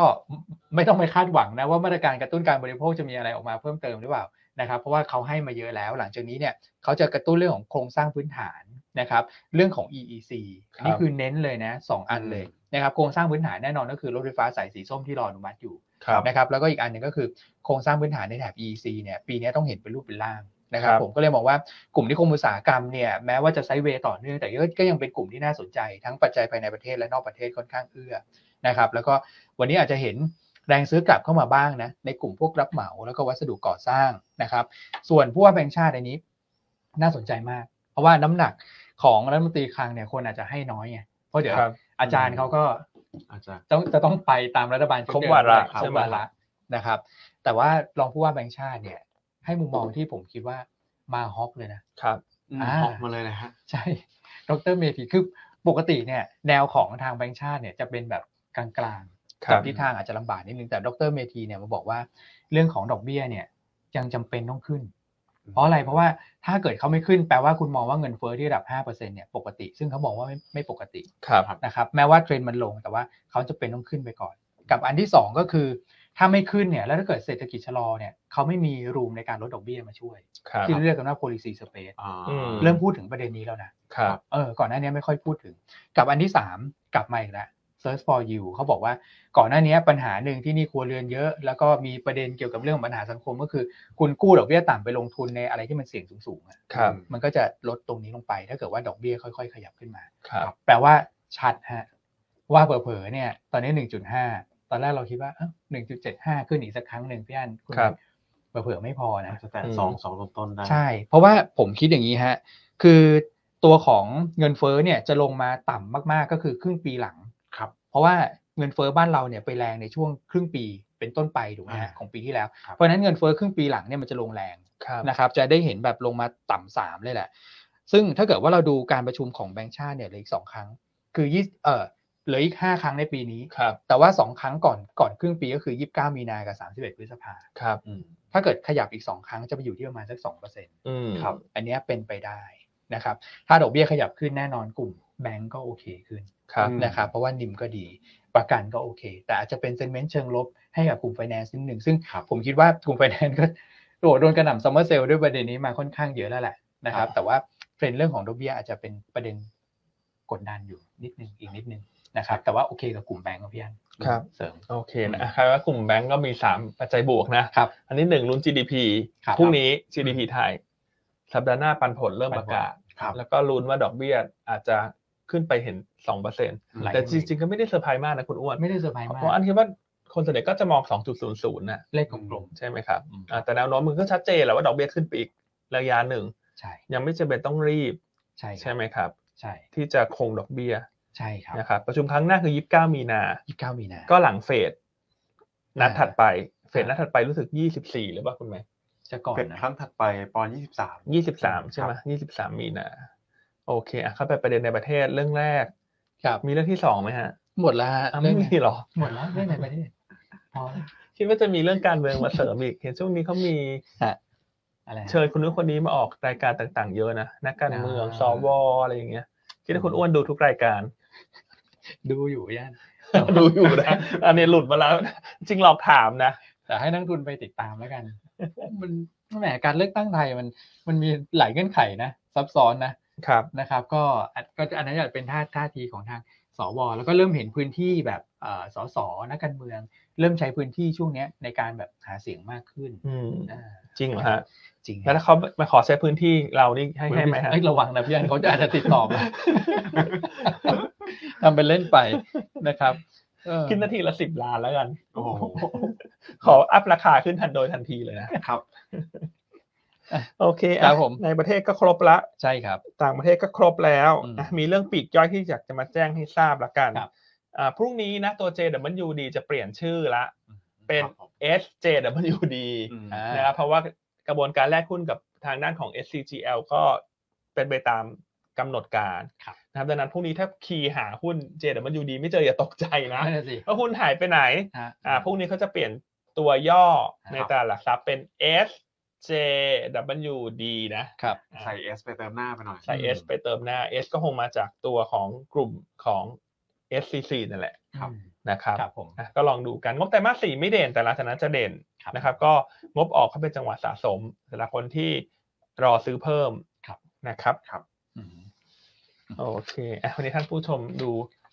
[SPEAKER 2] ไม่ต้องไปคาดหวังนะว่ามาตรการกระตุ้นการบริโภคจะมีอะไรออกมาเพิ่มเติมหรือเปล่านะครับ เพราะว่าเขาให้มาเยอะแล้ว หลังจากนี้เนี่ยเขาจะกระตุ้นเรื่องของโครงสร้างพื้นฐานนะครับ เรื่องของ EEC อันนี้
[SPEAKER 1] ครับ
[SPEAKER 2] คือเน้นเลยนะสองอันเลยนะครับโครงสร้างพื้นฐานแน่นอนก็คือรถไฟฟ้าสายสีส้มที่รออนุมัติอยู่
[SPEAKER 1] ครับ
[SPEAKER 2] นะครับแล้วก็อีกอันหนึ่งก็คือโครงสร้างพื้นฐานในแถบ EEC เนี่ยปีนี้ต้องเห็นเป็นรูปเป็นร่างนะครับ
[SPEAKER 1] ครับ
[SPEAKER 2] ผมก็เลยมองว่ากลุ่มนิคมอุตสาหกรรมเนี่ยแม้ว่าจะไซด์เวย์ต่อเนื่องแต่ก็ก็ยังเป็นกลุ่มที่น่าสนใจ ทั้งปัจจัยภายในประเทศและนอกประเทศค่อนข้างเอื้อนะครับแล้วก็วันนี้อาจจะเห็นแรงซื้อกลับเข้ามาบ้างนะในกลุ่มพวกรับเหมาแล้วก็วัสดุก่อสร้างนะครับส่วนผู้ว่าแบงค์ชาติอันนี้น่าสนใจมาก เพราะว่าน้ำหนักของรัฐมนตรีคลังเนี่ยคนอาจจะให้น้อยไงเพราะเดี๋ยว
[SPEAKER 1] ครับ
[SPEAKER 2] อาจารย์เขาก็
[SPEAKER 3] อาจจะ
[SPEAKER 2] ต้องจะต้องไปตามรัฐบาลชุด
[SPEAKER 1] ครบ
[SPEAKER 2] เดิม
[SPEAKER 1] วาระ
[SPEAKER 2] คร
[SPEAKER 1] ใช่
[SPEAKER 2] บ
[SPEAKER 1] ไหม
[SPEAKER 2] วาระนะครับ แต่ว่ารองผู้ว่าแบงค์ชาติเนี่ย ให้มุมมองที่ผมคิดว่ามาฮอกเลยนะ
[SPEAKER 1] ครับ
[SPEAKER 2] อ่า
[SPEAKER 3] ออกมาเลยนะฮะ
[SPEAKER 2] ใช่ ดรเมธีคือปกติเนี่ยแนวของทางแบงค์ชาติเนี่ยจะเป็นแบบกลางๆ
[SPEAKER 1] ครั
[SPEAKER 2] จับบ ทิศทางอาจจะลำบากนิดนึงแต่ดรเมธีเนี่ยมาบอกว่าเรื่องของดอกเบี้ยเนี่ยยังจำเป็นต้องขึ้น เพราะอะไรเพราะว่าถ้าเกิดเขาไม่ขึ้นแปลว่าคุณมองว่าเงินเฟ้อที่ระดับ5%เนี่ยปกติ ซึ่งเขาบอกว่าไม่ไม่ปกติ
[SPEAKER 1] ครับ
[SPEAKER 2] นะครับแม้ว่าเทรนด์มันลงแต่ว่าเขาจะเป็นต้องขึ้นไปก่อน กับอันที่ 2 ก็คือ ถ้าไม่ขึ้นเนี่ยแล้วถ้าเกิดเศรษฐกิจชะลอเนี่ยเขาไม่มีรูมในการลดดอกเบี้ยมาช่วย
[SPEAKER 1] ครับ
[SPEAKER 2] ที่เรียกกันว่า policy space
[SPEAKER 3] อ่า
[SPEAKER 1] อืม
[SPEAKER 2] เริ่มพูดถึงประเด็นนี้แล้วนะครับ เออก่อนหน้านี้ไม่ค่อยพูดถึง กับอันที่ 3 กลับมาอีกแล้ว search for you เขาบอกว่าก่อนหน้านี้ปัญหาหนึ่งที่หนี่ครัวเรือนเยอะ แล้วก็มีประเด็นเกี่ยวกับเรื่องของปัญหาสังคมก็คือ คุณกู้ดอกเบี้ยต่ำไปลงทุนในอะไรที่มันเสี่ยงสูงๆอะ
[SPEAKER 1] ครับ
[SPEAKER 2] มันก็จะลดตรงนี้ลงไป ถ้าเกิดว่าดอกเบี้ยค่อยๆ ขยับขึ้นมา
[SPEAKER 1] ครับ
[SPEAKER 2] แปลว่าชัดฮะว่าเผลอๆเนี่ย ตอนนี้ 1.5 ตอนแรกเราคิดว่าเอ้า1.75 ขึ้นอีกสักครั้งหนึ่งพี่อันณ
[SPEAKER 1] ครับ
[SPEAKER 2] เผลอๆไม่พอนะ
[SPEAKER 3] อาจจะแตะสองสองต้นๆได้
[SPEAKER 2] ใช่ เพราะว่าผมคิดอย่างนี้ฮะ คือตัวของเงินเฟ้อเนี่ยจะลงมาต่ำมากๆก็คือครึ่งปีหลัง
[SPEAKER 3] ครับ
[SPEAKER 2] เพราะว่าเงินเฟ้อบ้านเราเนี่ยไปแรงในช่วงครึ่งปีเป็นต้นไปถูกไหมฮะ
[SPEAKER 3] อ่า
[SPEAKER 2] ของปีที่แล้ว
[SPEAKER 3] ครับ
[SPEAKER 2] เพราะฉะนั้นเงินเฟ้อครึ่งปีหลังเนี่ยมันจะลงแรง
[SPEAKER 1] ครับ
[SPEAKER 2] นะครับจะได้เห็นแบบลงมาต่ำสามเลยแหละ ซึ่งถ้าเกิดว่าเราดูการประชุมของแบงก์ชาติเนี่ยเหลืออีกสองครั้ง คือยี่เออเหลืออีกห้าครั้งในปีนี้
[SPEAKER 1] ครับ
[SPEAKER 2] แต่ว่าสองครั้งก่อนก่อนครึ่งปีก็คือยี่สิบเก้ามีนากับสามสิบเอ็ดพฤษภา
[SPEAKER 1] ครับ
[SPEAKER 3] อืม
[SPEAKER 2] ถ้าเกิดขยับอีกสองครั้งจะไปอยู่ที่ประมาณสักสองเปอร์เซ็นต์
[SPEAKER 1] อืม
[SPEAKER 3] ครับ
[SPEAKER 2] อันเนี้ยเป็นไปได้นะครับ ถ้าดอกเบี้ยขยับขึ้นแน่นอนกลุ่มแบงก์ก็โอเคขึ้น
[SPEAKER 1] ครับ
[SPEAKER 3] อืม
[SPEAKER 2] นะครับ เพราะว่านิมก็ดีประกันก็โอเค แต่อาจจะเป็นเซนเมนต์เชิงลบให้กับกลุ่มไฟแนนซ์นิดหนึ่งซึ่ง
[SPEAKER 3] ครับ
[SPEAKER 2] ผมคิดว่ากลุ่มไฟแนนซ์ก็ โดดโดนกระหน่ำซัมเมอร์เซลด้วยประเด็นนี้มาค่อนข้างเยอะแล้วแหละนะครับ
[SPEAKER 3] ครับ
[SPEAKER 2] แต่ว่าเทรนด์เรื่องของดอกเบี้ยอาจจะเป็นประเด็นกดดันอยู่นิดนึงอีกนิดนึง นะครับ แต่ว่าโอเคกับกลุ่มแบงก์ครับพี่อัน
[SPEAKER 1] ครับ
[SPEAKER 2] เสริม
[SPEAKER 1] โอเคนะใครว่ากลุ่มแบงก์ก็มีสามปัจจัยบวกนะ
[SPEAKER 2] ครับ
[SPEAKER 1] อันนี้หนึ่งลุ้น GDP
[SPEAKER 2] ครับ
[SPEAKER 1] พรุ่งนี้ GDP ไทย สัปดาห์หน้าปันผลเริ่มประกาศ
[SPEAKER 3] ครับ
[SPEAKER 1] แล้วก็ลุ้นว่าดอกเบี้ยอาจจะขึ้นไปเห็นสองเปอร์เซ็น
[SPEAKER 2] หลาย
[SPEAKER 1] แต่จริงๆก็ไม่ได้เซอร์ไพรส์มากนะคุณอ้วน
[SPEAKER 2] ไม่ได้เซอร์ไพรส์มาก
[SPEAKER 1] เพราะอันคิดว่าคนส่วนใหญ่ก็จะมองสองจุดศูนย์ศูนย์นะ
[SPEAKER 2] เลขกลม
[SPEAKER 1] ใช่ไหมครับ
[SPEAKER 2] ๆอืม
[SPEAKER 1] อ่าแต่แนวโน้มมันก็ชัดเจนแหละว่าดอกเบี้ยขึ้นไปอีกระยะหนึ่ง
[SPEAKER 2] ใช่
[SPEAKER 1] ยังไม่จำเป็นต้องรีบ
[SPEAKER 2] ใช่ครับ
[SPEAKER 1] ใช่ไหมครับ
[SPEAKER 2] ใช่
[SPEAKER 1] ที่จะคงดอกเบี้ย
[SPEAKER 2] ใช่ครับ
[SPEAKER 1] นะครับ ประชุมครั้งหน้าคือยี่สิบเก้ามีนา
[SPEAKER 2] ยี่สิบเก้ามีนา
[SPEAKER 1] ก็หลังเฟดนัด
[SPEAKER 2] อ่า
[SPEAKER 1] ถัดไป เฟดนัดถัดไปรู้สึกยี่สิบสี่หรือเปล่าคุณแม่
[SPEAKER 2] จะก่อน
[SPEAKER 3] เป็น
[SPEAKER 2] นะ
[SPEAKER 3] ครั้งถัดไปปอนยี่สิบสาม
[SPEAKER 1] ยี่สิบสาม
[SPEAKER 3] ค
[SPEAKER 1] ใช่
[SPEAKER 3] รับ
[SPEAKER 1] ไหมยี่สิบสามมีนาโอเคอ่ะเข้าไปประเด็นในประเทศเรื่องแรก
[SPEAKER 2] ครับ
[SPEAKER 1] มีเรื่องที่สองไหมฮะ
[SPEAKER 2] หมดแล้วฮะ
[SPEAKER 1] อ่ะ
[SPEAKER 2] เรื่
[SPEAKER 1] ไม่
[SPEAKER 2] อง
[SPEAKER 1] มีหรอ
[SPEAKER 2] หมดแล้วเรื่องในประเทศพอแล้ว
[SPEAKER 1] คิดว่าจะมีเรื่องการเมืองมาเสริมอีก เห็นช่วงนี้เขามี
[SPEAKER 2] อะไรฮะ
[SPEAKER 1] เชิญคนนู้นคนนี้มาออกรายการต่าง ๆ เยอะนะนักการเมือง
[SPEAKER 2] อ่า
[SPEAKER 1] สวอะไรอย่างเงี้ยคิดว่าคุณอ้วนดูทุกรายการ
[SPEAKER 2] ดูอยู่ย่าน
[SPEAKER 1] ดูอยู่นะ อันนี้หลุดมาแล้ว จริงหลอกถามนะ
[SPEAKER 2] แต่ให้นักทุนไปติดตามแล้วกันมันแหมการเลือกตั้งไทยมันมันมีหลายเงื่อนไขนะซับซ้อนนะ
[SPEAKER 1] ครับ
[SPEAKER 2] นะครับก็อันก็อันนั้นจะเป็นท่าท่าทีของทางสวแล้วก็เริ่มเห็นพื้นที่แบบเอ่อสสนักการเมือง เริ่มใช้พื้นที่ช่วงเนี้ยในการแบบหาเสียงมากขึ้น
[SPEAKER 1] อืม
[SPEAKER 2] อ่า
[SPEAKER 1] จริงเหรอฮะ
[SPEAKER 2] จริง
[SPEAKER 1] แล้วถ้าเขามาขอใช้พื้นที่เรานี่ให้ให้ไหมฮะ
[SPEAKER 2] เอ้ยระวังนะพี่อันเขาจะอาจจะติดต่อมา ทำเป็นเล่นไปนะครับเออ
[SPEAKER 1] คิดนาทีละสิบล้านแล้วกัน
[SPEAKER 3] โอ้โห
[SPEAKER 1] ขออัพราคาขึ้นทันโดยทันทีเลยนะ
[SPEAKER 3] ครับ
[SPEAKER 1] โอเคอ่ะ
[SPEAKER 2] ครับผม
[SPEAKER 1] ในประเทศก็ครบละ
[SPEAKER 2] ใช่ครับ
[SPEAKER 1] ต่างประเทศก็ครบแล้ว
[SPEAKER 2] อืม
[SPEAKER 1] อ่ะมีเรื่องปลีกย่อยที่อยากจะมาแจ้งให้ทราบละกัน
[SPEAKER 2] ครับ
[SPEAKER 1] อ่าพรุ่งนี้นะตัว JWD จะเปลี่ยนชื่อละ เป็น
[SPEAKER 3] ครับผม
[SPEAKER 1] SJWD
[SPEAKER 3] อืม
[SPEAKER 2] อ่า
[SPEAKER 1] นะครับเพราะว่ากระบวนการแลกหุ้นกับทางด้านของ SCGL ก็เป็นไปตามกำหนดการ
[SPEAKER 2] ครับ
[SPEAKER 1] นะครับดังนั้นพรุ่งนี้ถ้าคีย์หาหุ้น JWD ไม่เจออย่าตกใจนะ
[SPEAKER 2] นั่นนะสิ
[SPEAKER 1] ว่าหุ้นหายไปไหน
[SPEAKER 2] ฮะ
[SPEAKER 1] อ่าพรุ่งนี้เขาจะเปลี่ยนตัวย่อใน
[SPEAKER 3] ครับ
[SPEAKER 1] ตลาดหลักทรัพย์เป็น SJWD นะ
[SPEAKER 2] ครับ
[SPEAKER 3] ใส่เอสไปเติมหน้าไปหน่อย
[SPEAKER 1] ใส่ S ไปเติมหน้า S ก็คงมาจากตัวของกลุ่มของ SCC นั่นแหละ
[SPEAKER 3] ครับ
[SPEAKER 1] นะครับ
[SPEAKER 2] ครับผม
[SPEAKER 1] อ่ะก็ลองดูกัน งบไตรมาสสี่ไม่เด่นแต่หลังจากนั้นจะเด่น
[SPEAKER 2] ครับ
[SPEAKER 1] นะครับ ก็งบออกเขาเป็นจังหวะสะสมสำหรับคนที่รอซื้อเพิ่ม
[SPEAKER 2] ครับ
[SPEAKER 1] นะครับ
[SPEAKER 2] อืม
[SPEAKER 1] โอเคอ่ะวันนี้ท่านผู้ชมดู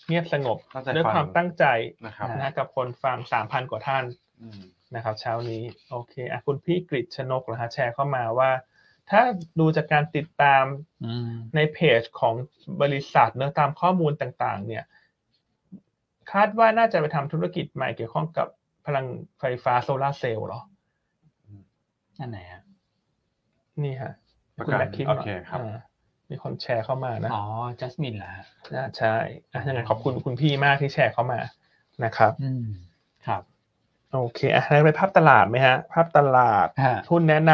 [SPEAKER 1] เงียบสงบ
[SPEAKER 3] ตั้งใจ
[SPEAKER 1] ด้วย
[SPEAKER 3] ฟัง
[SPEAKER 1] ความตั้งใจ
[SPEAKER 3] นะครับ
[SPEAKER 1] นะกับคนฟัง 3,000 กว่าท่าน
[SPEAKER 3] อืม
[SPEAKER 1] นะครับเช้านี้โอเคอ่ะคุณพี่กริชนกนะฮะแชร์เข้ามาว่า ถ้าดูจากการติดตาม
[SPEAKER 2] อืม
[SPEAKER 1] ในเพจของบริษัทเนื้อะตามข้อมูลต่างๆ เนี่ย คาดว่าน่าจะไปทำธุรกิจใหม่เกี่ยวข้องกับพลังไฟฟ้าโซลาร์เซลล์เหรอ
[SPEAKER 2] นั่นไหนฮะ
[SPEAKER 1] นี่ฮะ
[SPEAKER 3] ประ
[SPEAKER 1] คุณ
[SPEAKER 3] กัน
[SPEAKER 1] แบ็คคิม
[SPEAKER 3] โอเคครับ
[SPEAKER 1] อ่ามีคนแชร์เข้ามานะ
[SPEAKER 2] อ๋อ จัสมินเหรอฮะ
[SPEAKER 1] น่าใช่อ่ะยังไงขอบคุณคุณพี่มากที่แชร์เข้ามานะครับ
[SPEAKER 2] อืม ครับ
[SPEAKER 1] โอเคอ่ะแล้วไปภาพตลาดไหมฮะ ภาพตลาด
[SPEAKER 2] ฮะ
[SPEAKER 1] หุ้นแนะน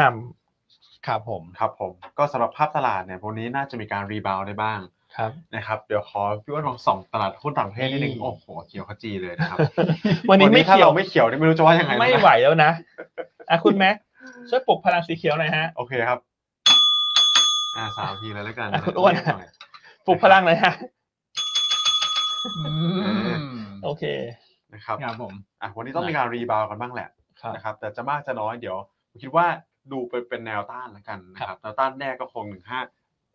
[SPEAKER 1] ำ
[SPEAKER 2] ครับผม
[SPEAKER 3] ครับผมก็สำหรับภาพตลาดเนี่ยวันนี้น่าจะมีการรีบาวด์ได้บ้าง
[SPEAKER 1] ครับ
[SPEAKER 3] นะครับเดี๋ยวขอพี่อ้วนลองส่องตลาดหุ้นต่างประเทศนิดนึงโอ้โหเขียวขจีเลยนะครับ
[SPEAKER 1] วันนี้ไม่
[SPEAKER 3] ถ้า
[SPEAKER 1] เกี่ย
[SPEAKER 3] เรา
[SPEAKER 1] ว
[SPEAKER 3] ไม่เขียวเนี่ยไม่รู้จะว่ายังไง
[SPEAKER 1] ไม่
[SPEAKER 3] นะ
[SPEAKER 1] ไหวแล้วนะอ่ะคุณแม็กช่วยปลุกพลังสีเขียวหน่อยฮะ
[SPEAKER 3] โอเคครับ อ่าสามทีแล้วแล้วกัน
[SPEAKER 1] อ่ะคุณอ้วน ปลุกพลังหน่อยฮะ
[SPEAKER 2] อืม
[SPEAKER 1] โอเค
[SPEAKER 3] นะครับ
[SPEAKER 2] ครับผม
[SPEAKER 3] อ่ะวันนี้ต้องมีการรีบาวด์กันบ้างแหละ
[SPEAKER 1] ครับ
[SPEAKER 3] นะครับ แต่จะมากจะน้อยเดี๋ยวผมคิดว่าดูไปเป็นแนวต้านแล้วกันนะครับแนวต้านแรกก็คงหนึ่งห้า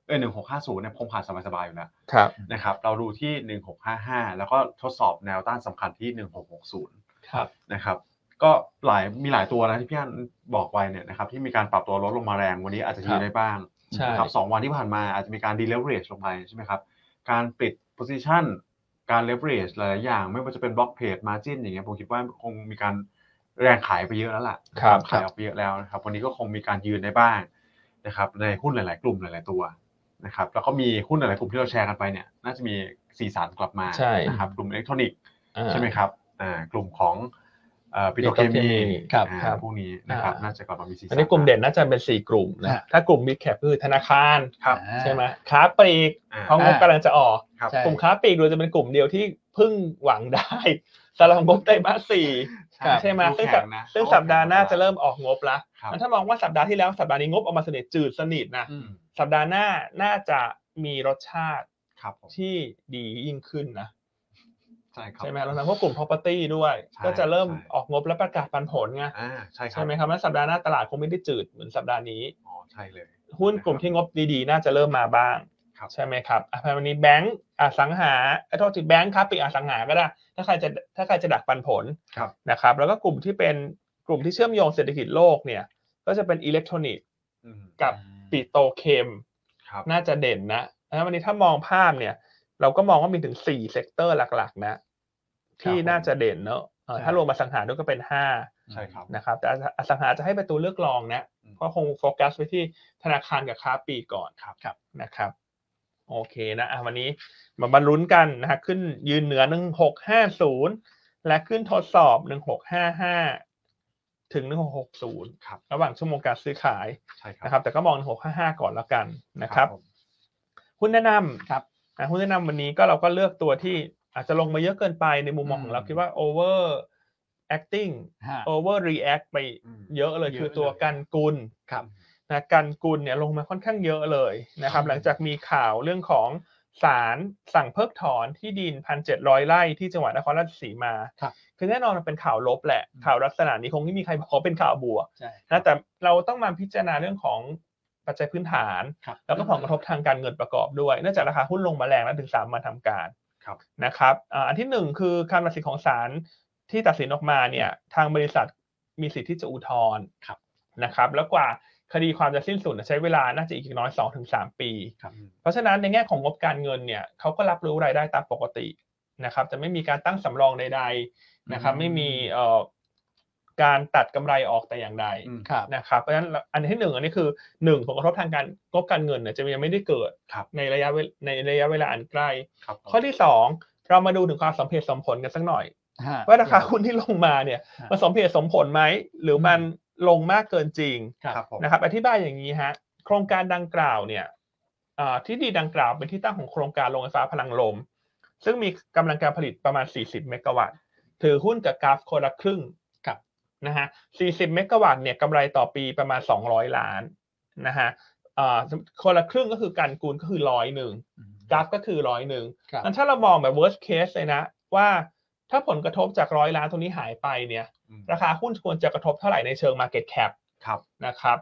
[SPEAKER 3] เออหนึ่งหกห้าศูนย์เนี่ยคงผ่านสบายๆอยู่แล้ว
[SPEAKER 1] ครับ
[SPEAKER 3] นะครับ เราดูที่หนึ่งหกห้าห้าแล้วก็ทดสอบแนวต้านสำคัญที่หนึ่งหกหกศูนย์
[SPEAKER 1] ครับ
[SPEAKER 3] นะครับก็หลายมีหลายตัวนะที่พี่อันบอกไว้เนี่ยนะครับที่มีการปรับตัวลดลงมาแรงวันนี้อาจจะทีได้บ้าง
[SPEAKER 1] ใช่
[SPEAKER 3] นะครับสองวันที่ผ่านมาอาจจะมีการดีเลเวอเรจลงไปใช่ไหมครับการปิด position การเลเวอเรจหลายๆอย่าง ไม่ว่าจะเป็นบล็อกเพจมาจินอย่างเงี้ยผมคิดว่าคงมีการแรงขายไปเยอะแล้วล่ะ
[SPEAKER 1] ครับ
[SPEAKER 3] ขายออกไปเยอะแล้วนะครับวันนี้ก็คงมีการยืนได้บ้างนะครับในหุ้นหลาย ๆ กลุ่มหลาย ๆ ตัวนะครับแล้วก็มีหุ้นหลาย ๆ กลุ่มที่เราแชร์กันไปเนี่ยน่าจะมีสีสันกลับมา
[SPEAKER 1] ใช่
[SPEAKER 3] นะครับกลุ่มอิเล็กทรอนิกส์
[SPEAKER 1] อ่า
[SPEAKER 3] ใช่ไหมครับ อ่า กลุ่มของปิโตรเคมี
[SPEAKER 1] Petrokemi
[SPEAKER 2] ครับ
[SPEAKER 3] อ่า
[SPEAKER 1] ครับ
[SPEAKER 3] พวกนี้นะครับ
[SPEAKER 1] อ่า
[SPEAKER 3] น่าจะกลับมามีสีสัน
[SPEAKER 1] อันนี้กลุ่มเด่นน่าจะเป็นสี่กลุ่มนะ ถ้ากลุ่ม Big Cap คือธนาคาร
[SPEAKER 3] ครับ
[SPEAKER 2] อ่า
[SPEAKER 1] ใช่ไหมค้าปลีก
[SPEAKER 3] อ่า
[SPEAKER 1] เพราะงบกำลังจะออก
[SPEAKER 3] ครับ
[SPEAKER 2] ใช่
[SPEAKER 1] กลุ่มค้าปลีกดูจะเป็นกลุ่มเดียวที่เพิ่งหวังได้สำหรับงบไตรมาสสี่ใช่ไหม
[SPEAKER 3] ดู
[SPEAKER 1] ซึ่งสั
[SPEAKER 3] แข็
[SPEAKER 1] ป
[SPEAKER 3] นะ
[SPEAKER 1] ซึ่งสัปดาห์หน้าจะเริ่มออกงบละ
[SPEAKER 3] ครับ
[SPEAKER 1] แล้วถ้ามองว่าสัปดาห์ที่แล้วสัปดาห์นี้งบออกมาสนิทจืดสนิทนะ
[SPEAKER 2] อืม
[SPEAKER 1] สัปดาห์หน้าน่าจะมีรสชาติ
[SPEAKER 3] ครับผม
[SPEAKER 1] ที่ดียิ่งขึ้นนะ
[SPEAKER 3] ใช่ครับ
[SPEAKER 1] ใช่ไหมแล้วทั้งพวกกลุ่ม property ด้วย
[SPEAKER 3] ใช่
[SPEAKER 1] ก็จะเริ่ม
[SPEAKER 3] ใช่
[SPEAKER 1] ออกงบและประกาศปันผลไง
[SPEAKER 3] อ่าใช่ครั
[SPEAKER 1] ใช่ไหมครับแล้วสัปดาห์หน้าตลาดคงไม่ได้จืดเหมือนสัปดาห์นี้
[SPEAKER 3] อ๋อใช่เลย
[SPEAKER 1] หุ้นกลุ่มที่งบดีๆ น่าจะเริ่มมาบ้าง
[SPEAKER 3] ครับ
[SPEAKER 1] ใช่ไหมครับอ่ะวันนี้แบงก์อสังหาเอ้ยโทษทีแบงก์ครับปีกอสังหาก็ได้ ถ้าใครจะถ้าใครจะดักปันผล
[SPEAKER 3] ครับ
[SPEAKER 1] นะครับ แล้วก็กลุ่มที่เป็นกลุ่มที่เชื่อมโยงเศรษฐกิจโลกเนี่ย ก็จะเป็นอิเล็กทรอนิกส์
[SPEAKER 3] อืม
[SPEAKER 1] กับปิโตรเคม
[SPEAKER 3] ครับ
[SPEAKER 1] น่าจะเด่นนะแล้ววันนี้ถ้ามองภาพเนี่ย เราก็มองว่ามีถึงสี่เซกเตอร์หลักๆ นะ ที่
[SPEAKER 2] ครับผม
[SPEAKER 1] น่าจะเด่นเนอะเอ่อ
[SPEAKER 2] ใช่
[SPEAKER 1] ถ้ารวมอสังหาด้วยก็เป็นห้า
[SPEAKER 3] ใช่ครับ
[SPEAKER 1] นะครับ แต่อสังหาจะให้เป็นตัวเลือกรองนะ
[SPEAKER 3] อืม
[SPEAKER 1] ก็คงโฟกัสไปที่ธนาคารกับค้าปลีกก่อน
[SPEAKER 2] ครับครับ
[SPEAKER 1] นะครับ โอเคนะอ่ะวันนี้มาบรรลุนกันนะฮะขึ้นยืนเหนือหนึ่งหกห้าศูนย์และขึ้นทดสอบหนึ่งหกห้าห้าถึงหนึ่งหกศูนย์
[SPEAKER 3] ครับ
[SPEAKER 1] ระหว่างชั่วโมงการซื้อขาย
[SPEAKER 3] ใช่ครับ
[SPEAKER 1] นะครับ แต่ก็มองหนึ่งหกห้าห้าก่อนแล้วกันนะครับ
[SPEAKER 3] ผม
[SPEAKER 1] หุ้นแนะนำ
[SPEAKER 2] ครับ
[SPEAKER 1] อ่ะหุ้นแนะนำวันนี้ก็เราก็เลือกตัวที่อาจจะลงมาเยอะเกินไปในมุมมองของเรา
[SPEAKER 3] อืม
[SPEAKER 1] คิดว่า over acting
[SPEAKER 2] ห้า
[SPEAKER 1] over react ไปเยอะเลย
[SPEAKER 2] เยอะ
[SPEAKER 1] คือตัว
[SPEAKER 2] เลย
[SPEAKER 1] กันกุล
[SPEAKER 2] ครับ
[SPEAKER 1] นะกันกุลเนี่ยลงมาค่อนข้างเยอะเลยนะครับ
[SPEAKER 2] อืม
[SPEAKER 1] หลังจากมีข่าวเรื่องของศาลสั่งเพิกถอนที่ดิน 1,700 ไร่ที่จังหวัดนครราชสีมา
[SPEAKER 2] ครับ
[SPEAKER 1] คือแน่นอนมันเป็นข่าวลบแหละ
[SPEAKER 2] อืม
[SPEAKER 1] ข่าวลักษณะนี้คงไม่มีใครบอกว่าเป็นข่าวบวก
[SPEAKER 2] ใช่
[SPEAKER 1] นะแต่เราต้องมาพิจารณาเรื่องของปัจจัยพื้นฐาน
[SPEAKER 2] ครับ
[SPEAKER 1] แล้วก็ผลกระทบทางการเงินประกอบด้วยเนื่องจากราคาหุ้นลงมาแรงแล้วถึงสามมาทำการ
[SPEAKER 3] ครับ
[SPEAKER 1] นะครับอ่าอันที่หนึ่งคือคำตัดสินของศาลที่ตัดสินออกมาเนี่ยทางบริษัทมีสิทธิ์ที่จะอุทธรณ์
[SPEAKER 2] ครับ
[SPEAKER 1] นะครับ แล้วกว่าคดีความจะสิ้นสุดเนี่ยใช้เวลาน่าจะอีกอย่างน้อย2อถึงสปี
[SPEAKER 3] ครับอืม
[SPEAKER 1] เพราะฉะนั้นในแง่ของงบการเงินเนี่ยเขาก็รับรู้รายได้ตามปกตินะครับจะไม่มีการตั้งสำรองใด ๆนะครับ
[SPEAKER 2] อืม
[SPEAKER 1] ไม่มีเอ่อการตัดกำไรออกแต่อย่างใด
[SPEAKER 3] อืม
[SPEAKER 2] ครับ
[SPEAKER 1] นะครับเพราะฉะนั้นอันที่หนึ่งอันนี้คือหนึ่งผลกระทบทางการงบการเงินเนี่ยจะยังไม่ได้เกิด
[SPEAKER 3] ครับ
[SPEAKER 1] ในระยะเวลในระยะเวลาอันใกล้
[SPEAKER 3] ครับผม
[SPEAKER 1] ข้อที่สองเรามาดูถึงความสมเหตุสมผลกันสักหน่อย
[SPEAKER 2] ห้า
[SPEAKER 1] ว่าราคาหุ้นที่ลงมาเนี่ย
[SPEAKER 2] ฮะ
[SPEAKER 1] มันสมเหตุสมผลไหมหรือมันลงมากเกินจริง
[SPEAKER 3] ครับผม
[SPEAKER 1] นะครับ อธิบายอย่างนี้ฮะโครงการดังกล่าวเนี่ยอ่าที่ดีดังกล่าวเป็นที่ตั้งของโครงการโรงไฟฟ้าพลังลม ซึ่งมีกำลังการผลิตประมาณ 40 เมกะวัตต์ ถือหุ้นกับกราฟคนละครึ่ง
[SPEAKER 2] ครับ
[SPEAKER 1] นะฮะ 40 เมกะวัตต์เนี่ยกำไรต่อปีประมาณ 200 ล้านนะฮะอ่าคนละครึ่งก็คือการกูลก็คือร้อยหนึ่งกราฟก็คือร้อยหนึ่ง
[SPEAKER 2] ครับ
[SPEAKER 1] งั้นถ้าเรามองแบบ worst case เลยนะ ว่าถ้าผลกระทบจากร้อยล้านตรงนี้หายไปเนี่ย
[SPEAKER 3] อืม
[SPEAKER 1] ราคาหุ้นควรจะกระทบเท่าไหร่ในเชิง market cap
[SPEAKER 3] ครับ
[SPEAKER 1] นะครับ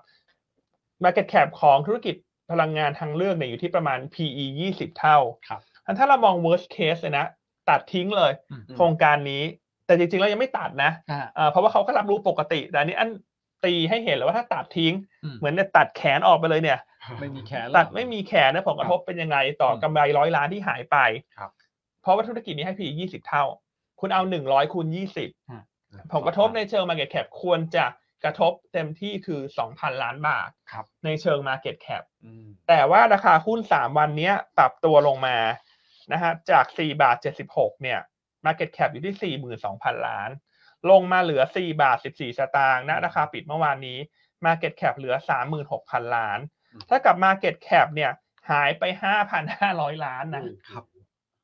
[SPEAKER 1] market cap ของธุรกิจพลังงานทางเลือกเนี่ยอยู่ที่ประมาณ PE 20 เท่า
[SPEAKER 2] ครับ
[SPEAKER 1] งั้นถ้าเรามอง worst case เลยนะ ตัดทิ้งเลย
[SPEAKER 2] อืม
[SPEAKER 3] อืม
[SPEAKER 1] โครงการนี้แต่จริงๆแล้วยังไม่ตัดนะ
[SPEAKER 2] ห้า
[SPEAKER 1] เอ่อเพราะว่าเขาก็รับรู้ปกติ แต่อันนี้อันตีให้เห็นแล้วว่าถ้าตัดทิ้ง เหมือนเนี่ยตัดแขนออกไปเลยเนี่ย
[SPEAKER 2] ไม่มีแขน
[SPEAKER 1] ตัดไม่มีแขนนะผลกระทบเป็นยังไงต่อกำไรร้อยล้านที่หายไป
[SPEAKER 3] ครับ
[SPEAKER 1] เพราะว่าธุรกิจนี้ให้ PE ยี่สิบเท่า คุณเอาหนึ่งร้อยคูณยี่สิบผลกระทบในเชิง Market Cap ควรจะกระทบเต็มที่คือสองพันล้านบาท
[SPEAKER 3] ครับ
[SPEAKER 1] ในเชิง Market Cap
[SPEAKER 3] อืม
[SPEAKER 1] แต่ว่าราคาหุ้น 3 วันเนี้ยปรับตัวลงมานะฮะจาก 4 บาท 76 เนี่ย Market Cap อยู่ที่ 42,000 ล้าน ลงมาเหลือ 4 บาท 14 สตางค์ณราคาปิดเมื่อวานนี้ Market Cap เหลือ 36,000 ล้าน ถ้ากับ Market Cap เนี่ยหายไป 5,500 ล้านนะครับ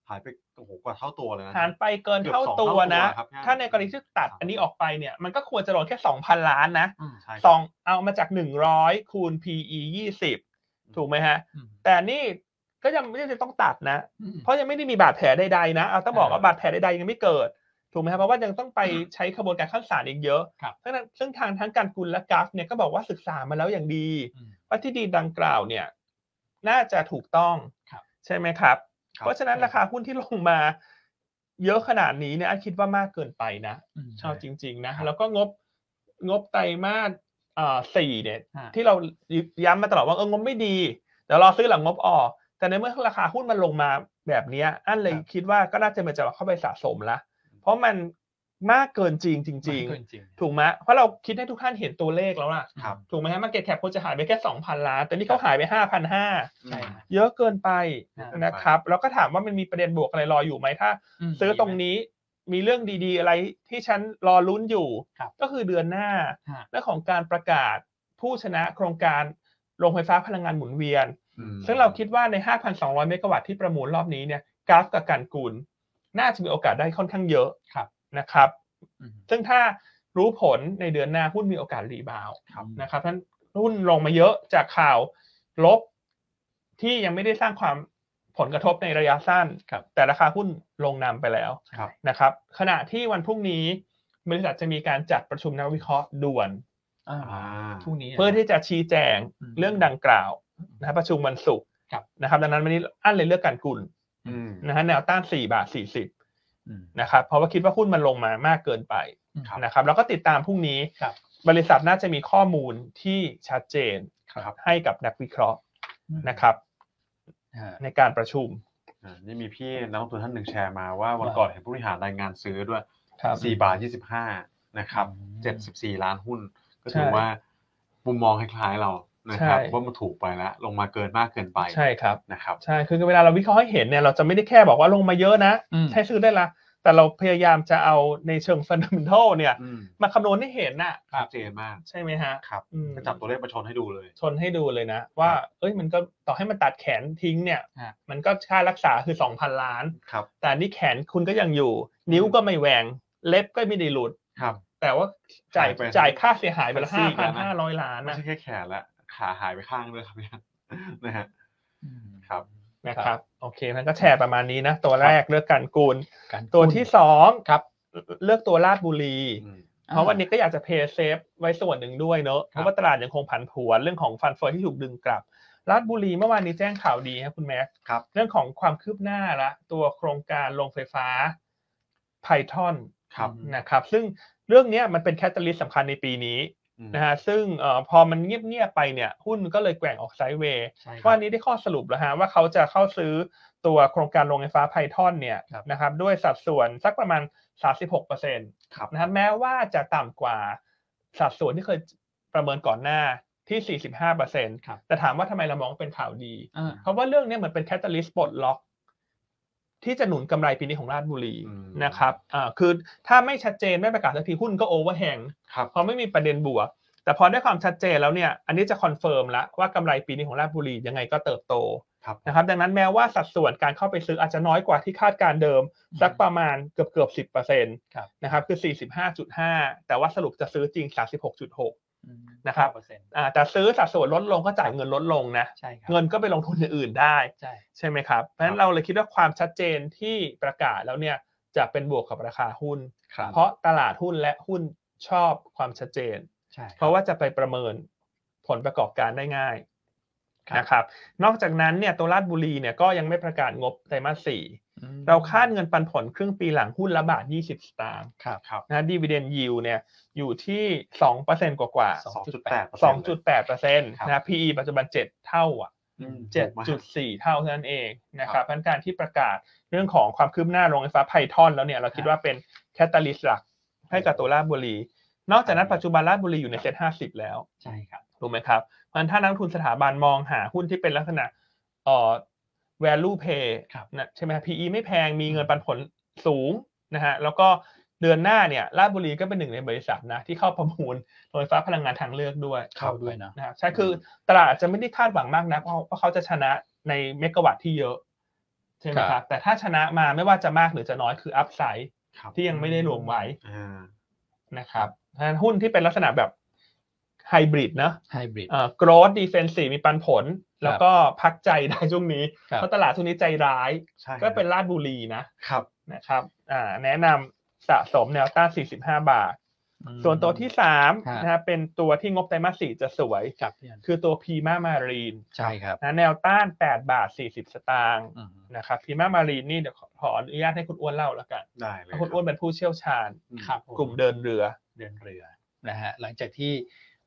[SPEAKER 3] หายไปโอ้โหกว่าเท่าตัวเลยนะ
[SPEAKER 1] หารไปเกินเท่า
[SPEAKER 3] เกือบสอง
[SPEAKER 1] ตัวนะ
[SPEAKER 3] เท่าตัวครับ
[SPEAKER 1] ถ้าในกรณีที่ตัด
[SPEAKER 3] ครับ
[SPEAKER 1] อันนี้ออกไปเนี่ย มันก็ควรจะลงแค่ 2,000 ล้านนะ
[SPEAKER 2] อืม
[SPEAKER 3] ใช่
[SPEAKER 1] ส
[SPEAKER 3] ครับ
[SPEAKER 1] องเอามาจาก 100 คูณ PE 20 ถูกไหมฮะ แต่นี่ก็ยังไม่ได้ต้องตัดนะ เพราะยังไม่ได้มีบาดแผลใดๆนะเอาต้องบอกว่า
[SPEAKER 2] อ่า
[SPEAKER 1] บาดแผลใดๆยังไม่เกิด ถูกไหมครับเพราะว่ายังต้องไปใช้ขบวนการขั้นศาลอีกเยอะ
[SPEAKER 2] ครับ
[SPEAKER 1] ทั้งนั้นซึ่งทางทั้งการกุลและกราฟเนี่ยก็บอกว่าศึกษามาแล้วอย่างดี
[SPEAKER 2] อืม
[SPEAKER 1] ว่าที่ดินดังกล่าวเนี่ยน่าจะถูกต้อง
[SPEAKER 2] ครับ
[SPEAKER 1] ใช่ไหมครับ
[SPEAKER 3] คบ
[SPEAKER 1] เพราะฉะนั้นราคาหุ้นที่ลงมา เยอะขนาดนี้เนี่ยอันคิดว่ามากเกินไปนะ
[SPEAKER 2] อืม
[SPEAKER 1] เอาจริงๆนะครับ แล้วก็งบงบไตรมาสอ่าสี่เนี่ย
[SPEAKER 2] อ่า
[SPEAKER 1] ที่เราย้ำมาตลอดว่าเอองบไม่ดีเดี๋ยวรอซื้อหลังงบออก แต่ในเมื่อราคาหุ้นมันลงมาแบบเนี้ยอันเลย
[SPEAKER 3] ครับ
[SPEAKER 1] คิดว่าก็น่าจะเป็นจังหวะเข้าไปสะสมละเพราะมันมากเกินจริงจริง
[SPEAKER 2] มันเกินจริง
[SPEAKER 1] ๆ ถูกไหมเพราะเราคิดให้ทุกท่านเห็นตัวเลขแล้วล่ะ
[SPEAKER 3] ครับ
[SPEAKER 1] ถูกไหมฮะมาเก็ตแคปควรจะหายไปแค่สองพันล้าน แต่นี่เขาหายไปห้าพันห้า
[SPEAKER 2] ใช่ฮะ
[SPEAKER 1] เยอะเกินไป
[SPEAKER 2] เยอะเกินไป
[SPEAKER 1] นะครับ แล้วก็ถามว่ามันมีประเด็นบวกอะไรรออยู่ไหมถ้า
[SPEAKER 2] ม
[SPEAKER 1] ซื้อตรงนี้มีเรื่องดีๆ อะไรที่ฉันรอลุ้นอยู่
[SPEAKER 2] ครับ
[SPEAKER 1] ก็คือเดือนหน้า
[SPEAKER 2] ฮะ
[SPEAKER 1] เรื่องของการประกาศผู้ชนะโครงการโรงไฟฟ้าพลังงานหมุนเวียน
[SPEAKER 3] อืม
[SPEAKER 1] ซึ่งเราคิดว่าใน 5,200 เมกะวัตต์ที่ประมูลรอบนี้เนี่ยกราฟกับการกูล น่าจะมีโอกาสได้ค่อนข้างเยอะ
[SPEAKER 2] ครับ
[SPEAKER 1] นะครับ
[SPEAKER 2] อืม
[SPEAKER 1] ซึ่งถ้ารู้ผลในเดือนหน้าหุ้นมีโอกาสรีบาวด์
[SPEAKER 3] ครับ
[SPEAKER 1] นะครับท่านหุ้นลงมาเยอะจากข่าวลบที่ยังไม่ได้สร้างความผลกระทบในระยะสั้น
[SPEAKER 2] ครับ
[SPEAKER 1] แต่ราคาหุ้นลงนำไปแล้ว
[SPEAKER 3] ครับ
[SPEAKER 1] นะครับขณะที่วันพรุ่งนี้บริษัทจะมีการจัดประชุมนักวิเคราะห์ด่วน
[SPEAKER 2] อ่า
[SPEAKER 3] อ่า
[SPEAKER 2] พรุ่งนี้
[SPEAKER 1] เพื่อที่จะชี้แจง
[SPEAKER 2] อืม
[SPEAKER 1] เรื่องดังกล่าวนะครับประชุมวันศุกร์
[SPEAKER 2] ครับ
[SPEAKER 1] นะครับดังนั้นวันนี้อั้นเลยเลือกการกุล
[SPEAKER 3] อืม
[SPEAKER 1] นะฮะแนวต้าน4บาท
[SPEAKER 2] อืม
[SPEAKER 1] 40นะครับเพราะว่าคิดว่าหุ้นมันลงมามากเกินไป
[SPEAKER 3] ครับ
[SPEAKER 1] นะครับแล้วก็ติดตามพรุ่งนี้
[SPEAKER 2] ครับ
[SPEAKER 1] บริษัทน่าจะมีข้อมูลที่ชัดเจน
[SPEAKER 2] ครับ
[SPEAKER 1] ให้กับนักวิเคราะห์นะครับ
[SPEAKER 2] อ่า
[SPEAKER 1] ในการประชุม
[SPEAKER 3] อ่านี่มีพี่นักลงทุนท่านหนึ่งแชร์มาว่าวันก่อนเห็นผู้บริหารรายงานซื้อด้วย
[SPEAKER 1] ครับ
[SPEAKER 3] สี่บาทยี่สิบห้านะครับ
[SPEAKER 2] อืม
[SPEAKER 3] เจ็ดสิบสี่ล้านหุ้น ก็ถือ
[SPEAKER 1] ใช่
[SPEAKER 3] ว่ามุมมองคล้ายๆเรานะครับ
[SPEAKER 1] ใช่
[SPEAKER 3] ว่ามันถูกไปแล้ว ลงมาเกินมากเกินไป
[SPEAKER 1] ใช่ครับ
[SPEAKER 3] นะครับ
[SPEAKER 1] ใช่ คือเวลาเราวิเคราะห์ให้เห็นเนี่ย เราจะไม่ได้แค่บอกว่าลงมาเยอะนะ
[SPEAKER 2] อืม
[SPEAKER 1] ใช้ซื้อได้ละ แต่เราพยายามจะเอาในเชิงฟันดัม e n นทัลเนี่ย
[SPEAKER 3] อืม
[SPEAKER 1] มาคำนวณให้เห็นน่ะ
[SPEAKER 3] ชัดเจนมาก
[SPEAKER 1] ใช่ไหมฮะ
[SPEAKER 3] ครับ
[SPEAKER 1] อืม
[SPEAKER 3] ก็จับตัวเลขมาชนให้ดูเลย
[SPEAKER 1] ชนให้ดูเลยนะ ว่า เอ้ย มันก็ต่อให้มันตัดแขนทิ้งเนี่ย
[SPEAKER 2] ฮะ
[SPEAKER 1] มันก็ค่ารักษาคือ 2,000 ล้าน
[SPEAKER 3] ครับ
[SPEAKER 1] แต่นี่แขนคุณก็ยังอยู่ นิ้วก็ไม่แหวง เล็บก็ไม่ได้หลุด
[SPEAKER 3] ครับ
[SPEAKER 1] แต่ว่าจ่าย
[SPEAKER 3] หายไป
[SPEAKER 1] จ่ายค่าเสียหายไปละ
[SPEAKER 3] ทั้งซี่
[SPEAKER 1] ห้า
[SPEAKER 3] อีก
[SPEAKER 1] พัน
[SPEAKER 3] แล้วนะ
[SPEAKER 1] ห้าร้อยล้าน
[SPEAKER 3] ไม่
[SPEAKER 1] นะ
[SPEAKER 3] ใช่แค่แขนละขาหายไปข้างด้วยครับเนี่ย นะฮะ
[SPEAKER 2] อืม
[SPEAKER 3] ครับ
[SPEAKER 1] นะครับ โอเคนั้นก็แชร์ประมาณนี้นะ ตัวแรกเลือกการกูล
[SPEAKER 2] การพูด
[SPEAKER 1] ตัวที่สอง
[SPEAKER 2] ครับ
[SPEAKER 1] เลือกตัวลาดบุรี
[SPEAKER 3] อืม
[SPEAKER 1] เพราะวันนี้ก็อยากจะเพย์เซฟไว้ส่วนหนึ่งด้วยเนอะเพราะว่าตลาดยังคงผันผวนเรื่องของฟันเฟอ้อที่ถูกดึงกลับราชบุรีเมื่อวานนี้แจ้งข่าวดีครับคุณแม็กซ์
[SPEAKER 3] ครับ
[SPEAKER 1] เรื่องของความคืบหน้าละตัวโครงการโรงไฟฟ้าไพทอน
[SPEAKER 3] ครับ
[SPEAKER 2] อืม
[SPEAKER 1] นะครับ ซึ่งเรื่องเนี้ยมันเป็นแคตตาลิสต์สำคัญในปีนี้
[SPEAKER 3] อืม
[SPEAKER 1] นะฮะซึ่งเอ่อพอมันเงียบๆไปเนี่ยหุ้นก็เลยแกว่งออกไซด์เวย์
[SPEAKER 2] ใช่ครับ
[SPEAKER 1] ว่านี้ได้ข้อสรุปแล้วฮะว่าเขาจะเข้าซื้อตัวโครงการโรงไฟฟ้าไพทอนเนี่ย
[SPEAKER 2] ครับ
[SPEAKER 1] นะครับด้วยสัดส่วนสักประมาณ 36%
[SPEAKER 3] ครับ
[SPEAKER 1] นะครับแม้ว่าจะต่ำกว่าสัดส่วนที่เคยประเมินก่อนหน้าที่ 45%
[SPEAKER 2] ครับ
[SPEAKER 1] แต่ถามว่าทำไมเรามองว่าเป็นข่าวดี
[SPEAKER 2] อ่า
[SPEAKER 1] เพราะว่าเรื่องเนี้มันเป็นแคตตาลิสต์ปลดล็อก ที่จะหนุนกำไรปีนี้ของราชบุรี
[SPEAKER 3] อืม
[SPEAKER 1] นะครับอ่าคือถ้าไม่ชัดเจนไม่ประกาศสักทีหุ้นก็โอเวอร์แฮง
[SPEAKER 3] ครับ
[SPEAKER 1] พอไม่มีประเด็นบวก แต่พอได้ความชัดเจนแล้วเนี่ย อันนี้จะคอนเฟิร์มแล้วว่ากำไรปีนี้ของราชบุรียังไงก็เติบโต
[SPEAKER 3] ครับ
[SPEAKER 1] นะครับ ดังนั้นแม้ว่าสัดส่วนการเข้าไปซื้ออาจจะน้อยกว่าที่คาดการณ์เดิม
[SPEAKER 2] อืม
[SPEAKER 1] สักประมาณเกือบเกือบสิบเปอร์เซ็นต์
[SPEAKER 2] ครับ
[SPEAKER 1] นะครับคือสี่สิบห้าจุดห้าแต่ว่าสรุปจะซื้อจริงสามสิบหกจุดหก
[SPEAKER 2] อืม
[SPEAKER 1] นะครับ
[SPEAKER 2] เก้าเปอร์เซ็นต์
[SPEAKER 1] อ่าแต่ซื้อสัดส่วนลดลงก็จ่ายเงินลดลงนะ
[SPEAKER 2] ใช่ครับ
[SPEAKER 1] เงินก็ไปลงทุนอย่างอื่นได้
[SPEAKER 2] ใช่
[SPEAKER 1] ใช่ไหมครับ เพราะฉะนั้นเราเลยคิดว่าความชัดเจนที่ประกาศแล้วเนี่ยจะเป็นบวกกับราคาหุ้น
[SPEAKER 3] ครับ
[SPEAKER 1] เพราะตลาดหุ้นและหุ้นชอบความชัดเจน
[SPEAKER 2] ใช่
[SPEAKER 1] เพราะว่าจะไปประเมินผลประกอบการได้ง่ายนะครับ นอกจากนั้นเนี่ยตัวราชบุรีเนี่ยก็ยังไม่ประกาศงบไตรมาสสี่
[SPEAKER 2] อืม
[SPEAKER 1] เราคาดเงินปันผลครึ่งปีหลังหุ้นละบาท 20 สตางค์
[SPEAKER 2] ครับ
[SPEAKER 3] ครับ
[SPEAKER 1] นะดีเวเดนยิวเนี่ยอยู่ที่2%กว่ากว่า
[SPEAKER 3] สองจุดแปด
[SPEAKER 1] 2.8%
[SPEAKER 3] ครับ
[SPEAKER 1] นะ PE ปัจจุบัน 7 เท่าอ่ะ
[SPEAKER 3] อืมถูกมาก
[SPEAKER 1] 7.4 เท่าเท่านั้นเองนะครับพันการที่ประกาศเรื่องของความคืบหน้าโรงไฟฟ้าไพทอนแล้วเนี่ยเราคิดว่าเป็นแคตตาลิสต์หลักให้กับตัวราชบุรี นอกจากนั้นปัจจุบันราชบุรีอยู่ในเซ็ต50 แล้ว
[SPEAKER 2] ใช่ครับ
[SPEAKER 1] ถูกไหมครับมันถ้านักลงทุนสถาบันมองหาหุ้นที่เป็นลักษณะเอ่อ value pay
[SPEAKER 2] ครับ
[SPEAKER 1] นะใช่ไหมครับ PE ไม่แพงมีเงินปันผลสูงนะฮะแล้วก็เดือนหน้าเนี่ยราชบุรีก็เป็นหนึ่งในบริษัทนะที่เข้าประมูล โรงไฟฟ้าพลังงานทางเลือกด้วย
[SPEAKER 2] เข้าด้วยเนอะ
[SPEAKER 1] นะครับใช่คือตลาดอาจจะไม่ได้คาดหวังมากนะเพราะเพราะเขาจะชนะในเมกะวัตต์ที่เยอะใช่ไหมค
[SPEAKER 2] ครั
[SPEAKER 1] รับบ แต่ถ้าชนะมาไม่ว่าจะมากหรือจะน้อยคืออัพไซด์
[SPEAKER 3] ครับ
[SPEAKER 1] ที่ยังไม่ได้รวมไว้
[SPEAKER 3] อ่า
[SPEAKER 1] นะครับเพราะฉะนั้นหุ้นที่เป็นลักษณะแบบไฮบริดนะ
[SPEAKER 2] ไฮบริด
[SPEAKER 1] เอ่อ growth defensive มีปันผล แล้วก็พักใจได้ ช่วงนี้
[SPEAKER 2] ครับ
[SPEAKER 1] เพราะตลาดช่วงนี้ใจร้าย
[SPEAKER 3] ใช่
[SPEAKER 1] ก็เป็นลาดบุรีนะครับ นะครับอ่าแนะนำสะสมแนวต้าน 45 บาท ส่วนตัวที่
[SPEAKER 2] ครับ
[SPEAKER 1] 3นะครับเป็นตัวที่งบไตรมาส 4 จะสวย
[SPEAKER 2] กับพี่อัน
[SPEAKER 1] คือตัวพีมามารีน
[SPEAKER 2] ใช่ครับ
[SPEAKER 1] นะแนวต้าน 8 บาท 40 สตางค์
[SPEAKER 2] อืม
[SPEAKER 1] นะครับพีมามารีนนี่เดี๋ยวขอขออนุญาตให้คุณอ้วนเล่าแล้วกัน
[SPEAKER 3] ได้
[SPEAKER 1] เพ
[SPEAKER 3] เลย
[SPEAKER 1] ราะคุณอ้วนเป็นผู้เชี่ยวชาญ
[SPEAKER 2] ครับผ
[SPEAKER 1] กลุ่มเดินเรือ
[SPEAKER 2] เดินเรือนะฮะหลังจากที่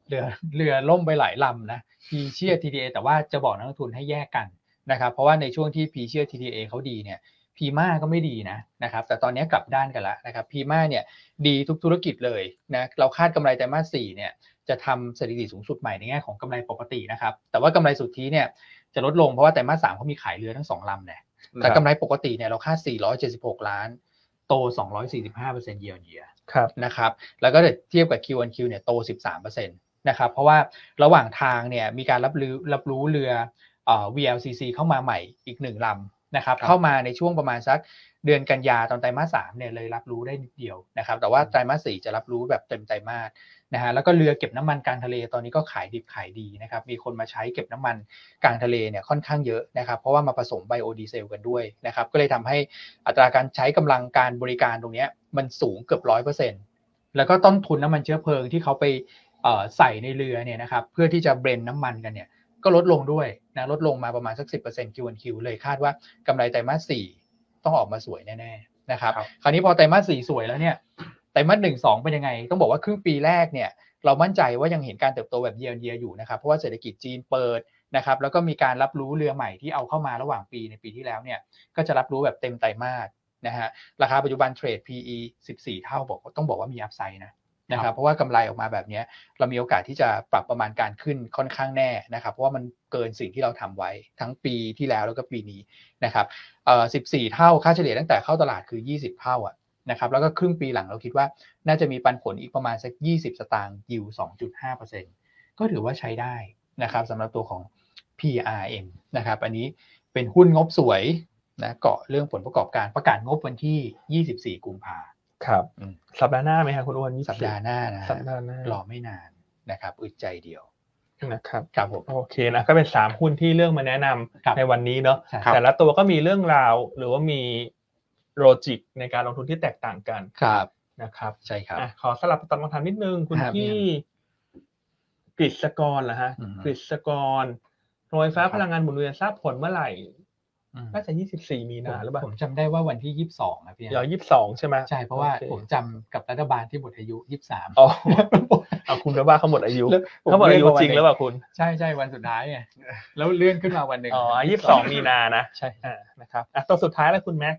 [SPEAKER 2] เรือ เรือล่มไปหลายลำนะพีเชีย TDA แต่ว่าจะบอกนักลงทุนให้แยกกันนะครับเพราะว่าในช่วงที่พีเชีย TDA เขาดีเนี่ยพีมาก็ไม่ดีนะนะครับแต่ตอนนี้กลับด้านกันแล้วนะครับพีมาเนี่ยดีทุกธุรกิจเลยนะเราคาดกำไรไตรมาสสี่เนี่ยจะทำสถิติสูงสุดใหม่ในแง่ของกำไรปกตินะครับแต่ว่ากำไรสุทธิเนี่ยจะลดลงเพราะว่าไตรมาสสามเขามีขายเรือทั้งสองลำเนี่ย แต่กำไรปกติเนี่ยเราคาด 476 ล้าน โต 245%เยียร์เยีย
[SPEAKER 1] ครับ
[SPEAKER 2] นะครับ แล้วก็เทียบกับ Q1Q เนี่ยโต 13%นะครับ เพราะว่าระหว่างทางเนี่ยมีการรับรู้รับรู้เรือเอ่อ VLCC เข้ามาใหม่อีกหนึ่งลำนะครับ
[SPEAKER 3] ครับ
[SPEAKER 2] เข้ามาในช่วงประมาณสักเดือนกันยาตอนไตรมาสสามเนี่ยเลยรับรู้ได้นิดเดียวนะครับ แต่ว่าไตรมาสสี่จะรับรู้แบบเต็มไตรมาสนะฮะ แล้วก็เรือเก็บน้ำมันกลางทะเลตอนนี้ก็ขายดิบขายดีนะครับ มีคนมาใช้เก็บน้ำมัน กลางทะเลเนี่ยค่อนข้างเยอะนะครับเพราะว่ามาผสมไบโอดีเซลกันด้วยนะครับก็เลยทำให้อัตราการใช้กำลังการบริการตรงเนี้ยมันสูงเกือบร้อยเปอร์เซ็นแล้วก็ต้นทุนน้ำมันเชื้อเพลิงที่เขาไปเอ่อใส่ในเรือเนี่ยนะครับเพื่อที่จะเบรนน้ำมันกันเนี่ย ก็ลดลงด้วยนะลดลงมาประมาณสัก 10% Q1Q เลยคาดว่ากำไรไตรมาส4ต้องออกมาสวยแน่ๆนะครับ
[SPEAKER 3] ครับ
[SPEAKER 2] คราวนี้พอไตรมาส4สวยแล้วเนี่ยไตรมาส1 2เป็นยังไง ต้องบอกว่าครึ่งปีแรกเนี่ยเรามั่นใจว่ายังเห็นการเติบโตแบบเยียร์เยียอยู่นะครับเพราะว่าเศรษฐกิจจีนเปิดนะครับแล้วก็มีการรับรู้เรือใหม่ที่เอาเข้ามาระหว่างปีในปีที่แล้วเนี่ยก็จะรับรู้แบบเต็มไตรมาสนะฮะราคาปัจจุบันเทรด PE 14 เท่าบอกว่าต้องบอกว่ามีอัพไซด์นะนะค
[SPEAKER 3] ครั
[SPEAKER 2] รับบ เพราะว่ากำไรออกมาแบบเนี้ย เรามีโอกาสที่จะปรับประมาณการขึ้นค่อนข้างแน่นะครับ เพราะว่ามันเกินสิ่งที่เราทำไว้ทั้งปีที่แล้วแล้วก็ปีนี้นะครับเอ่อ14 เท่าค่าเฉลี่ยตั้งแต่เข้าตลาดคือ 20 เท่าอะนะครับ แล้วก็ครึ่งปีหลังเราคิดว่าน่าจะมีปันผลอีกประมาณสัก 20 สตางค์ยิว2.5%ก็ถือว่าใช้ได้นะครับสำหรับตัวของ PRM นะครับ อันนี้เป็นหุ้นงบสวยนะเกาะเรื่องผลประกอบการประกาศงบวันที่ 24 กุมภา
[SPEAKER 1] ครับ
[SPEAKER 2] อืม
[SPEAKER 1] สัปดาห์หน้าไหมครับคุณอ้วน24
[SPEAKER 2] สัปดาห์หน้านะฮะ
[SPEAKER 1] สัปดาห์หน้าร
[SPEAKER 2] อไม่นานนะครับอึดใจเดียว
[SPEAKER 1] นะครับ
[SPEAKER 2] ครับผม
[SPEAKER 1] โอเคนะก็เป็นสามหุ้นที่เรื่องมาแนะนำ
[SPEAKER 2] ครับ
[SPEAKER 1] ในวันนี้เนาะ
[SPEAKER 2] ใช่ครับ
[SPEAKER 1] แต่ละตัวก็มีเรื่องราวหรือว่ามีโลจิกในการลงทุนที่แตกต่างกัน
[SPEAKER 2] ครับ
[SPEAKER 1] นะครับ
[SPEAKER 2] ใช่ครับ
[SPEAKER 1] อ่ะขอสลับตอบคำถามนิดนึงคุณ
[SPEAKER 2] ครับ
[SPEAKER 1] พี่กฤษกรเหรอฮะ
[SPEAKER 2] อือฮึ
[SPEAKER 1] กฤษกรโรงไฟฟ้าพลังงานหมุนเวียนทราบผลเมื่อไหร่
[SPEAKER 2] อืม
[SPEAKER 1] น่าจะ 24 มี
[SPEAKER 2] ผ
[SPEAKER 1] นาหรือเป
[SPEAKER 2] ม
[SPEAKER 1] ล่า
[SPEAKER 2] ผมจำได้ว่าวันที่ยี่สิบสองนะพี่
[SPEAKER 1] เดี๋ยว22 ใช่ไหม
[SPEAKER 2] ใช่เพราะว่า
[SPEAKER 1] โอค
[SPEAKER 2] ผมจำกับรัฐบาลที่หมดอายุยี่สิบสาม
[SPEAKER 1] อ๋อเอาคุณไปว่าเขาหมดอายุเขาหมดอายุจริงหรือเปล่าคุณ
[SPEAKER 2] ใช่ใช่วันสุดท้ายไงแล้วเลื่อนขึ้นมาวันหนึ่ง
[SPEAKER 1] อ๋อ22 มีนานะ
[SPEAKER 2] ใช่
[SPEAKER 1] อ่านะครับอ่ะตัวสุดท้ายแล้วคุณแม็ก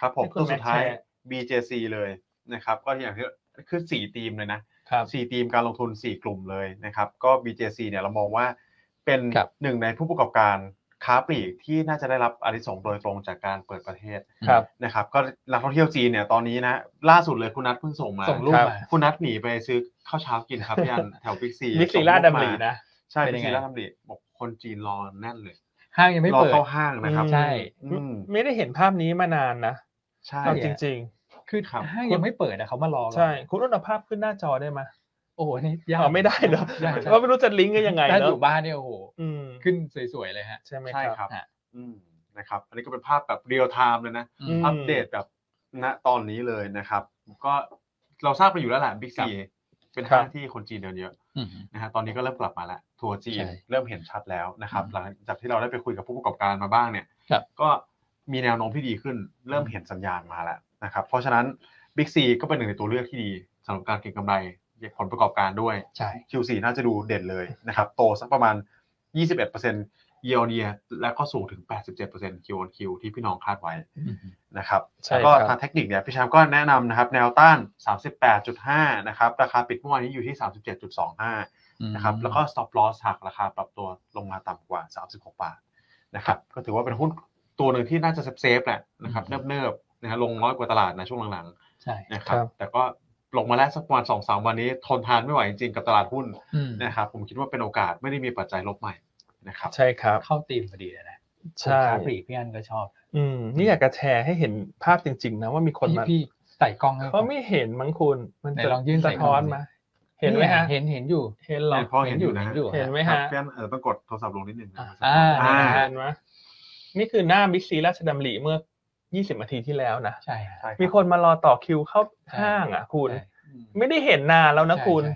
[SPEAKER 3] ครับผม
[SPEAKER 1] ให้คุ
[SPEAKER 3] ตั
[SPEAKER 1] ณ
[SPEAKER 3] วสุดท้าย
[SPEAKER 1] แม็กซ์แชร์
[SPEAKER 3] BJC เลยนะครับ ก็อย่างที่คือสี่ธีมเลยนะ
[SPEAKER 1] ครับ
[SPEAKER 3] สี่ทีมการลงทุน 4 กลุ่มเลยนะครับ ก็ BJC เนี่ยเรามองว่าเป็น
[SPEAKER 2] ครับ
[SPEAKER 3] หนึ่งในผู้ประกอบการค้าปลีกที่น่าจะได้รับอานิสงส์โดยตรงจากการเปิดประเทศ
[SPEAKER 1] ครับ
[SPEAKER 3] นะครับ ก็นักท่องเที่ยวจีนเนี่ยตอนนี้นะ ล่าสุดเลยคุณนัทเพิ่งส่งมา
[SPEAKER 2] ส่งรูป
[SPEAKER 1] ครับ
[SPEAKER 2] มา
[SPEAKER 3] คุณนัทหนีไปซื้อข้าวเช้ากินครับพี่อั น แถวบิ๊กซี
[SPEAKER 1] มิกซีลาดดัมลีนะ
[SPEAKER 3] ใช่
[SPEAKER 2] เป็นยั
[SPEAKER 3] บิ๊
[SPEAKER 2] งไง
[SPEAKER 3] กซีลาดดัมลีบอกคนจีนรอแน่นเลย
[SPEAKER 2] ห้างยังไม่
[SPEAKER 3] รอ
[SPEAKER 2] เปิด
[SPEAKER 3] เข้าห้างนะครับ
[SPEAKER 2] ใช่
[SPEAKER 3] อืม
[SPEAKER 1] ไม่ได้เห็นภาพนี้มานานนะ
[SPEAKER 3] ใช่
[SPEAKER 1] เอาจริง
[SPEAKER 2] คือ
[SPEAKER 3] ครับ
[SPEAKER 2] ห้างยังไม่เปิดอะเขามารอ
[SPEAKER 1] ๆ
[SPEAKER 2] กัน
[SPEAKER 1] ใช่คุณอ้นเอาภาพขึ้นหน้าจอได้ไหม
[SPEAKER 2] โอ้โหนี่ยา
[SPEAKER 1] อ๋
[SPEAKER 2] ก
[SPEAKER 1] อไม่ได้เนอะ
[SPEAKER 2] ยาก
[SPEAKER 1] เพราะไม่รู้จะลิงก์กันยังไง
[SPEAKER 2] ถ้า
[SPEAKER 1] เน
[SPEAKER 2] อ
[SPEAKER 1] อะ
[SPEAKER 2] ยู่บ้านเนี่ยโอ้โห
[SPEAKER 1] อืม
[SPEAKER 2] ขึ้นสวยๆเลยฮะ
[SPEAKER 1] ใช่ไหม
[SPEAKER 3] ใช่
[SPEAKER 1] ค
[SPEAKER 3] ครับ รับ
[SPEAKER 2] ฮะ
[SPEAKER 3] อืมนะครับอันนี้ก็เป็นภาพแบบเรียลไทม์เลยนะ
[SPEAKER 2] อืม
[SPEAKER 1] ครั
[SPEAKER 3] อั
[SPEAKER 1] บ
[SPEAKER 3] ปเดตแบบณตอนนี้เลยนะครับ ก็เราทราบไปอยู่แล้วแหละบิ๊กซีเป็นห้างที่คนจีนเดินเยอะนะฮะตอนนี้ก็เริ่มกลับมาแล้วทัวร์จีน
[SPEAKER 2] ใช่
[SPEAKER 3] เริ่มเห็นชัดแล้วนะครับ
[SPEAKER 2] อืม
[SPEAKER 3] หลังจากที่เราได้ไปคุยกับผู้ประกอบการมาบ้างเนี่ย
[SPEAKER 2] ครับ
[SPEAKER 3] ก็มีแนวโน้มที่ดีขึ้น เริ่มเห็นสัญญาณมาแล้วนะครับ เพราะฉะนั้นบิ๊กซีก็เป็นหนึ่งในตัวเลือกที่ดีสำหรับการเก็งกำไรผลประกอบการด้วย
[SPEAKER 2] ใช่
[SPEAKER 3] Q4 น่าจะดูเด่นเลยนะครับโตสักประมาณ 21% year on year และก็สูงถึง 87% Q on Q ที่พี่น้องคาดไว้
[SPEAKER 2] อืม
[SPEAKER 3] นะครับ
[SPEAKER 1] ใช่
[SPEAKER 3] แล้วก็
[SPEAKER 1] ครับ
[SPEAKER 3] ทางเทคนิคเนี่ยพี่แชมป์ก็แนะนำนะครับแนวต้าน 38.5 นะครับ ราคาปิดเมื่อวานนี้อยู่ที่ 37.25 นะครับ แล้วก็ stop loss หักราคาปรับตัวลงมาต่ำกว่า 36 บาทนะครับ ก็ถือว่าเป็นหุ้นตัวหนึ่งที่น่าจะเซฟๆแหละนะครับ
[SPEAKER 2] อืม
[SPEAKER 3] เนิบๆนะฮะลงน้อยกว่าตลาดนะช่วงหลัง
[SPEAKER 2] ใช่
[SPEAKER 3] ๆนะครับ
[SPEAKER 1] ครับ
[SPEAKER 3] แต่ก็ลงมาแล้วสักประมาณสองสามวันนี้ทนทานไม่ไหวจริงๆกับตลาดหุ้น
[SPEAKER 2] อืม
[SPEAKER 3] นะครับ ผมคิดว่าเป็นโอกาสไม่ได้มีปัจจัยลบใหม่นะครับ
[SPEAKER 1] ใช่ครับ
[SPEAKER 2] เข้าธีมพอดีเลยนะ
[SPEAKER 1] ใช่
[SPEAKER 2] ค้าปลีกพี่อันก็ชอบ
[SPEAKER 1] อืมนี่อยากจะแชร์ให้เห็นภาพจริง ๆ นะว่ามีคน
[SPEAKER 2] พี่
[SPEAKER 1] มา
[SPEAKER 2] พี่ใส่กล้องให้ผม
[SPEAKER 1] เขาไม่เห็นมั้งคุณ มัน
[SPEAKER 2] ไหน
[SPEAKER 1] จะ
[SPEAKER 2] ลองยื่นใส่
[SPEAKER 1] สะท้อน
[SPEAKER 2] กล้อง
[SPEAKER 1] มาเห็นไหมฮะ
[SPEAKER 2] เห็นเห็นอยู่
[SPEAKER 1] เห็นเหรอ
[SPEAKER 3] พอเห็นอยู่นะ
[SPEAKER 2] เห็นอยู่
[SPEAKER 1] เห็นไหม
[SPEAKER 3] ครั
[SPEAKER 1] ฮะ
[SPEAKER 3] บเพื่อนเออต้องกดโทรศัพท์ลงนิดนึงนะครับ
[SPEAKER 2] อ่า
[SPEAKER 3] อ่า
[SPEAKER 2] นะฮะ
[SPEAKER 1] เห็นไหมนี่คือหน้าบิ๊กซีราชดำริเมื่อ 20นาทีที่แล้วนะ
[SPEAKER 2] ใช่ฮะ
[SPEAKER 3] ใช่รับ
[SPEAKER 1] มีคนมารอต่อคิวเข้าห้างอ่ะ คุณ
[SPEAKER 2] ใช่
[SPEAKER 1] ไม่ได้เห็นนานแล้วนะ
[SPEAKER 2] ใช่
[SPEAKER 1] คุณ
[SPEAKER 2] ใช่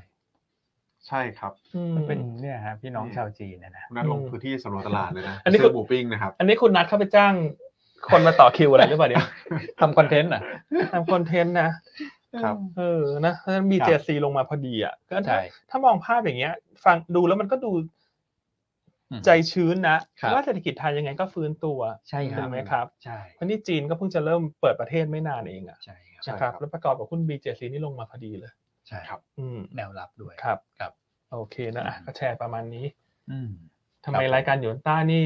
[SPEAKER 3] ใช่ครับ
[SPEAKER 1] อืม
[SPEAKER 2] มันเป็นเนี่ยฮะพี่น้องชาวจีนเนยนะ
[SPEAKER 3] คุณนัทลงพื้นที่สำรวจตลาดเลยนะ
[SPEAKER 1] อันนี้คือ
[SPEAKER 3] ซื้หมูปิ้งนะครับ
[SPEAKER 1] อันนี้คุณนัดเข้าไปจ้าง คนมาต่อคิวอะไรหรือเปล่าเนี่ย
[SPEAKER 2] ทำคอนเทนต์อ่ะ
[SPEAKER 1] ทำคอนเทนต์นะครับ เออนะเพราะฉะนั้น BJC ลงมาพอดีอ่ะก็
[SPEAKER 2] ใช่
[SPEAKER 1] ถ้ามองภาพอย่างเงี้ย ฟังดูแล้วมันก็ดู
[SPEAKER 2] อืม
[SPEAKER 1] ใจชื้นนะครับ ว่าเศรษฐกิจไทยยังไงก็ฟื้นตัว
[SPEAKER 2] ใช่ครั
[SPEAKER 1] ถู
[SPEAKER 2] บ
[SPEAKER 1] กไหมครับ
[SPEAKER 2] ใช่
[SPEAKER 1] เพราะนี่จีนก็เพิ่งจะเริ่มเปิดประเทศไม่นานเองอ่ะ
[SPEAKER 2] ใช่ครับ
[SPEAKER 3] ใช่
[SPEAKER 1] นะค
[SPEAKER 3] ครั
[SPEAKER 1] รับบ แล้วประกอบกับหุ้น BJC นี่ลงมาพอดีเลย
[SPEAKER 2] ใช่
[SPEAKER 3] ครับ
[SPEAKER 1] อืม
[SPEAKER 2] แนวรับด้วย
[SPEAKER 1] ครับ
[SPEAKER 2] ครับ
[SPEAKER 1] โอเคนะอ่ะ
[SPEAKER 2] อืม
[SPEAKER 1] ก็แชร์ประมาณนี้
[SPEAKER 2] อืม
[SPEAKER 1] ทำไม
[SPEAKER 2] ครับ
[SPEAKER 1] รายการหยวนต้านี่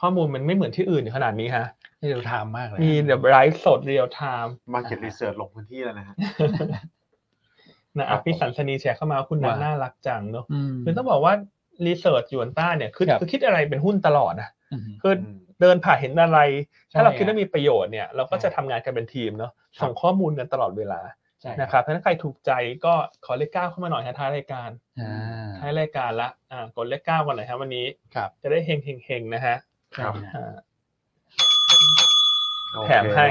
[SPEAKER 1] ข้อมูลมันไม่เหมือนที่อื่นขนาดนี้ฮะ
[SPEAKER 2] นี่เราทำมากเลย
[SPEAKER 1] มีแบบไลฟ์สดเรียลไทม์
[SPEAKER 3] Market Research ลงพื้นที่แล้วนะฮะ
[SPEAKER 1] นะ
[SPEAKER 3] ครั
[SPEAKER 1] อ่ะ
[SPEAKER 3] บ
[SPEAKER 1] พี่สันสนีแชร์เข้ามาว่าคุณนัทน่ารักจังเนอะ
[SPEAKER 2] อืม
[SPEAKER 1] คือต้องบอกว่ารีเสิร์ชหยวนต้าเนี่ยคือ
[SPEAKER 2] ครับ
[SPEAKER 1] คือคิดอะไรเป็นหุ้นตลอดนะ
[SPEAKER 2] อืม
[SPEAKER 1] คือ
[SPEAKER 3] อืม
[SPEAKER 1] เดินผ่านเห็นอะไร
[SPEAKER 2] ใช่
[SPEAKER 1] ถ้าเราคิดว่ามีประโยชน์เนี่ย เราก็
[SPEAKER 2] ใช่
[SPEAKER 1] จะทำงานกันเป็นทีมเนาะส่งข้อมูลกันตลอดเวลา
[SPEAKER 2] ใช่
[SPEAKER 1] นะครับถ้าใครถูกใจก็ขอเลขเก้าเข้ามาหน่อยฮะท้ายรายการ
[SPEAKER 2] อ่า
[SPEAKER 1] ท้ายรายการละอ่ากดเลขเก้ากันหน่อยฮะวันนี้
[SPEAKER 2] ครับ
[SPEAKER 1] จะได้เฮงเฮงเฮงๆๆนะฮะ
[SPEAKER 3] ครับ
[SPEAKER 2] ใช่ฮะ
[SPEAKER 1] อ่า
[SPEAKER 3] โอเค
[SPEAKER 1] แถมให้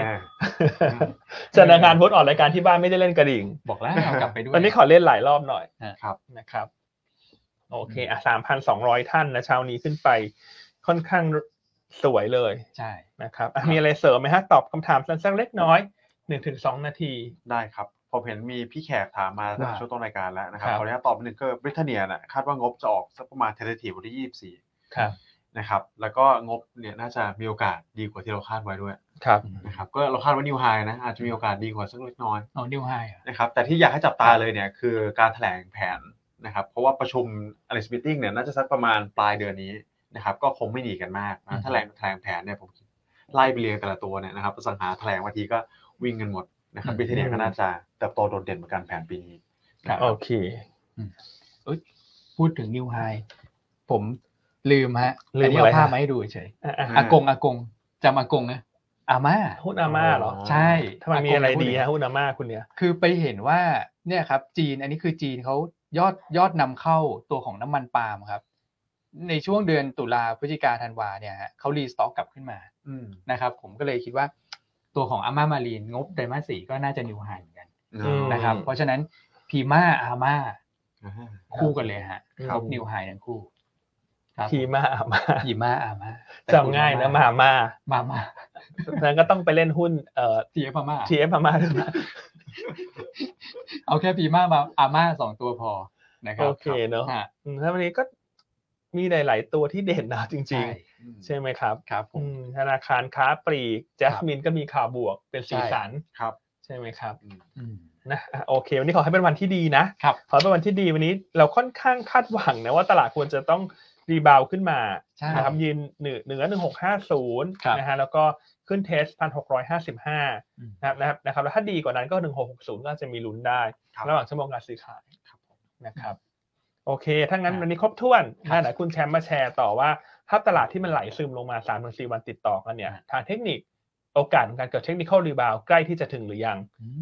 [SPEAKER 1] จันทร์อังคารพุธออกรายการที่บ้านไม่ได้เล่นกระดิ่ง
[SPEAKER 2] บอกแล้วเอากลับไปด้วย
[SPEAKER 1] วันนี้ขอเล่นหลายรอบหน่อย
[SPEAKER 3] ครับ
[SPEAKER 1] นะครับ โอ โอเคอ่ะสามพันสองร้อยท่านนะเช้านี้ขึ้นไปค่อนข้างสวยเลย
[SPEAKER 2] ใช่
[SPEAKER 1] นะครับอ่ะมีอะไรเสริมไหมฮะตอบคำถามสั้นๆเล็กน้อยหนึ่งถึงสองนาที
[SPEAKER 3] ได้ครับผมเห็นมีพี่แขกถามมาตั้งแต่ช่วงต้นรายการแล้วนะครับ
[SPEAKER 1] ครับ
[SPEAKER 3] ขออนุญาตตอบนิดนึงก็บริเตนเนียน่ะคาดว่างบจะออกสักประมาณเทเลทีวันที่ยี่สิบสี่
[SPEAKER 1] ครับ
[SPEAKER 3] นะครับแล้วก็งบเนี่ยน่าจะมีโอกาสดีกว่าที่เราคาดไว้ด้วย
[SPEAKER 1] ครับ
[SPEAKER 3] นะครับก็เราคาดว่านิวไฮนะอาจจะมีโอกาสดีกว่าสักเล็กน้อย
[SPEAKER 2] เอานิวไฮอ่ะ
[SPEAKER 3] นะครับแต่ที่อยากให้จับตาเลยเนี่ยคือการแถลงแผนนะครับเพราะว่าประชุม Alice Meeting เนี่ยน่าจะสักประมาณปลายเดือนนี้นะครับก็คงไม่หนีกันมาก
[SPEAKER 2] อืม
[SPEAKER 3] นะแถลงแถลงแผนเนี่ยผมไล่ไปเรียงแต่ละตัวเนี่ยนะครับอสังหาแถลงวันทีก็วิ่งกันหมดนะครับบิทเนียก็น่าจะเติบโตโดดเด่นเหมือนกันแผนปีนี้
[SPEAKER 1] โอเค
[SPEAKER 2] พูดถึงนิวไฮผมลืมฮะ
[SPEAKER 1] ลื
[SPEAKER 2] อั
[SPEAKER 1] ม
[SPEAKER 2] นนี้
[SPEAKER 1] อะไร
[SPEAKER 2] เอาภาพ
[SPEAKER 1] ฮะ
[SPEAKER 2] มาให้ดูเฉย
[SPEAKER 1] อ่ะอ่ะ
[SPEAKER 2] ๆอากงอากงจำอากงนะอาม่า
[SPEAKER 1] หุ้นอาม่าเหรอ
[SPEAKER 3] อ๋อ
[SPEAKER 2] ใช่
[SPEAKER 1] ทำไมมีอะไร
[SPEAKER 2] ากง
[SPEAKER 1] ดี
[SPEAKER 2] พูถึง
[SPEAKER 1] ฮะหุ้นอาม่าคุณเนี่ย
[SPEAKER 2] คือไปเห็นว่าเนี่ยครับ จีนอันนี้คือจีนเขายอดยอดนำเข้าตัวของน้ำมันปาล์มครับ ในช่วงเดือนตุลาพฤศจิกาธันวาเนี่ยฮะเขารีสต็อกกลับขึ้นมา
[SPEAKER 3] อืม
[SPEAKER 2] นะครับ ผมก็เลยคิดว่า ตัวของอาม่ามารีนงบไตรมาสสี่ก็น่าจะนิวไฮเหมือนกัน
[SPEAKER 1] อืม
[SPEAKER 2] นะครับ เพราะฉะนั้นพีม่าอาม่า
[SPEAKER 3] อ่าฮะ
[SPEAKER 2] คู่กันเลยฮะ
[SPEAKER 1] ครับ
[SPEAKER 2] นิวไฮทั้งคู่ ครับ
[SPEAKER 1] ทีมาอาม่า
[SPEAKER 2] พีม่าอาม่า
[SPEAKER 1] จำง่ายนะมาม่า
[SPEAKER 2] มาม่า
[SPEAKER 1] นั้นก็ต้องไปเล่นหุ้นเอ่อ
[SPEAKER 2] ทีเอฟอาม่า
[SPEAKER 1] ทีเอฟอาม่าด้วยนะ
[SPEAKER 2] เอาแค่พีม่ามาอาม่าสองตัวพอนะครั
[SPEAKER 1] โอบ เคเนอะ
[SPEAKER 2] ฮะ
[SPEAKER 1] อืมแล้ววันนี้ก็มีหลาย ๆ ตัวที่เด่นนะจริง
[SPEAKER 2] ใช่
[SPEAKER 1] ๆ ใช่ไหมครับ
[SPEAKER 2] ครับผม
[SPEAKER 1] อืมธนาคารค้าปลีกแจสมินก็มีข่าวบวกเป็นสี
[SPEAKER 2] ใช่
[SPEAKER 1] สัน
[SPEAKER 3] ครับ
[SPEAKER 1] ใช่ไหมครับ
[SPEAKER 3] อืม
[SPEAKER 2] อืม
[SPEAKER 1] นะอ่ะโอเค วันนี้ขอให้เป็นวันที่ดีนะครับ ขอให้เป็นวันที่ดีวันนี้เราค่อนข้างคาดหวังนะว่าตลาดควรจะต้องรีบาวด์ขึ้นมา
[SPEAKER 2] ใช่
[SPEAKER 1] นะครับยืนเหนือเหนือหนึ่งหกห้าศูนย์
[SPEAKER 2] ครับ
[SPEAKER 1] นะฮะแล้วก็ขึ้นเทสพันหกร้อยห้าสิบห้า
[SPEAKER 2] อืม
[SPEAKER 1] นะครับนะครับนะครับแล้วถ้าดีกว่านั้นก็หนึ่งหกหกศูนย์ก็อาจจะมีลุ้นได้
[SPEAKER 3] ครับ
[SPEAKER 1] ระหว่างชั่วโมงการซื้อขาย
[SPEAKER 3] ครับผม
[SPEAKER 1] นะครับ โอเค ถ้างั้น
[SPEAKER 2] ครับ
[SPEAKER 1] วันนี้ครบถ้วน
[SPEAKER 2] ครับ
[SPEAKER 1] นะไหนคุณแชมป์มาแชร์ต่อว่าภาพตลาดที่มันไหลซึมลงมา3ามถึงสวันติดต่อกันเนี่ย
[SPEAKER 2] ครับ
[SPEAKER 1] ทางเทคนิคโอกาสของการเกิดเทคนิคอลรีบาวใกล้ที่จะถึงหรือยัง
[SPEAKER 2] อืม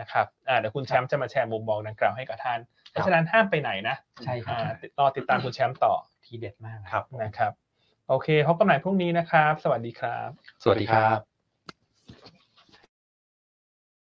[SPEAKER 1] นะครับอ่าเดี๋ยวคุณแชมป์จะมาแชร์มุมมองดังกล่าวให้กับท่าน เพ
[SPEAKER 3] ครั
[SPEAKER 1] ราะ
[SPEAKER 3] บ
[SPEAKER 1] ฉะนั้นห้ามไปไหนนะ
[SPEAKER 2] ใช่ครับ
[SPEAKER 1] อ่าติดรอติดตามคุณแชมป์ต่อ
[SPEAKER 2] ทีเด็ดมาก
[SPEAKER 3] ครับ
[SPEAKER 1] นะครับ โอเคพบกันใหม่พรุ่งนี้นะครับ สวัสดีครับ
[SPEAKER 3] สวัสดีครับ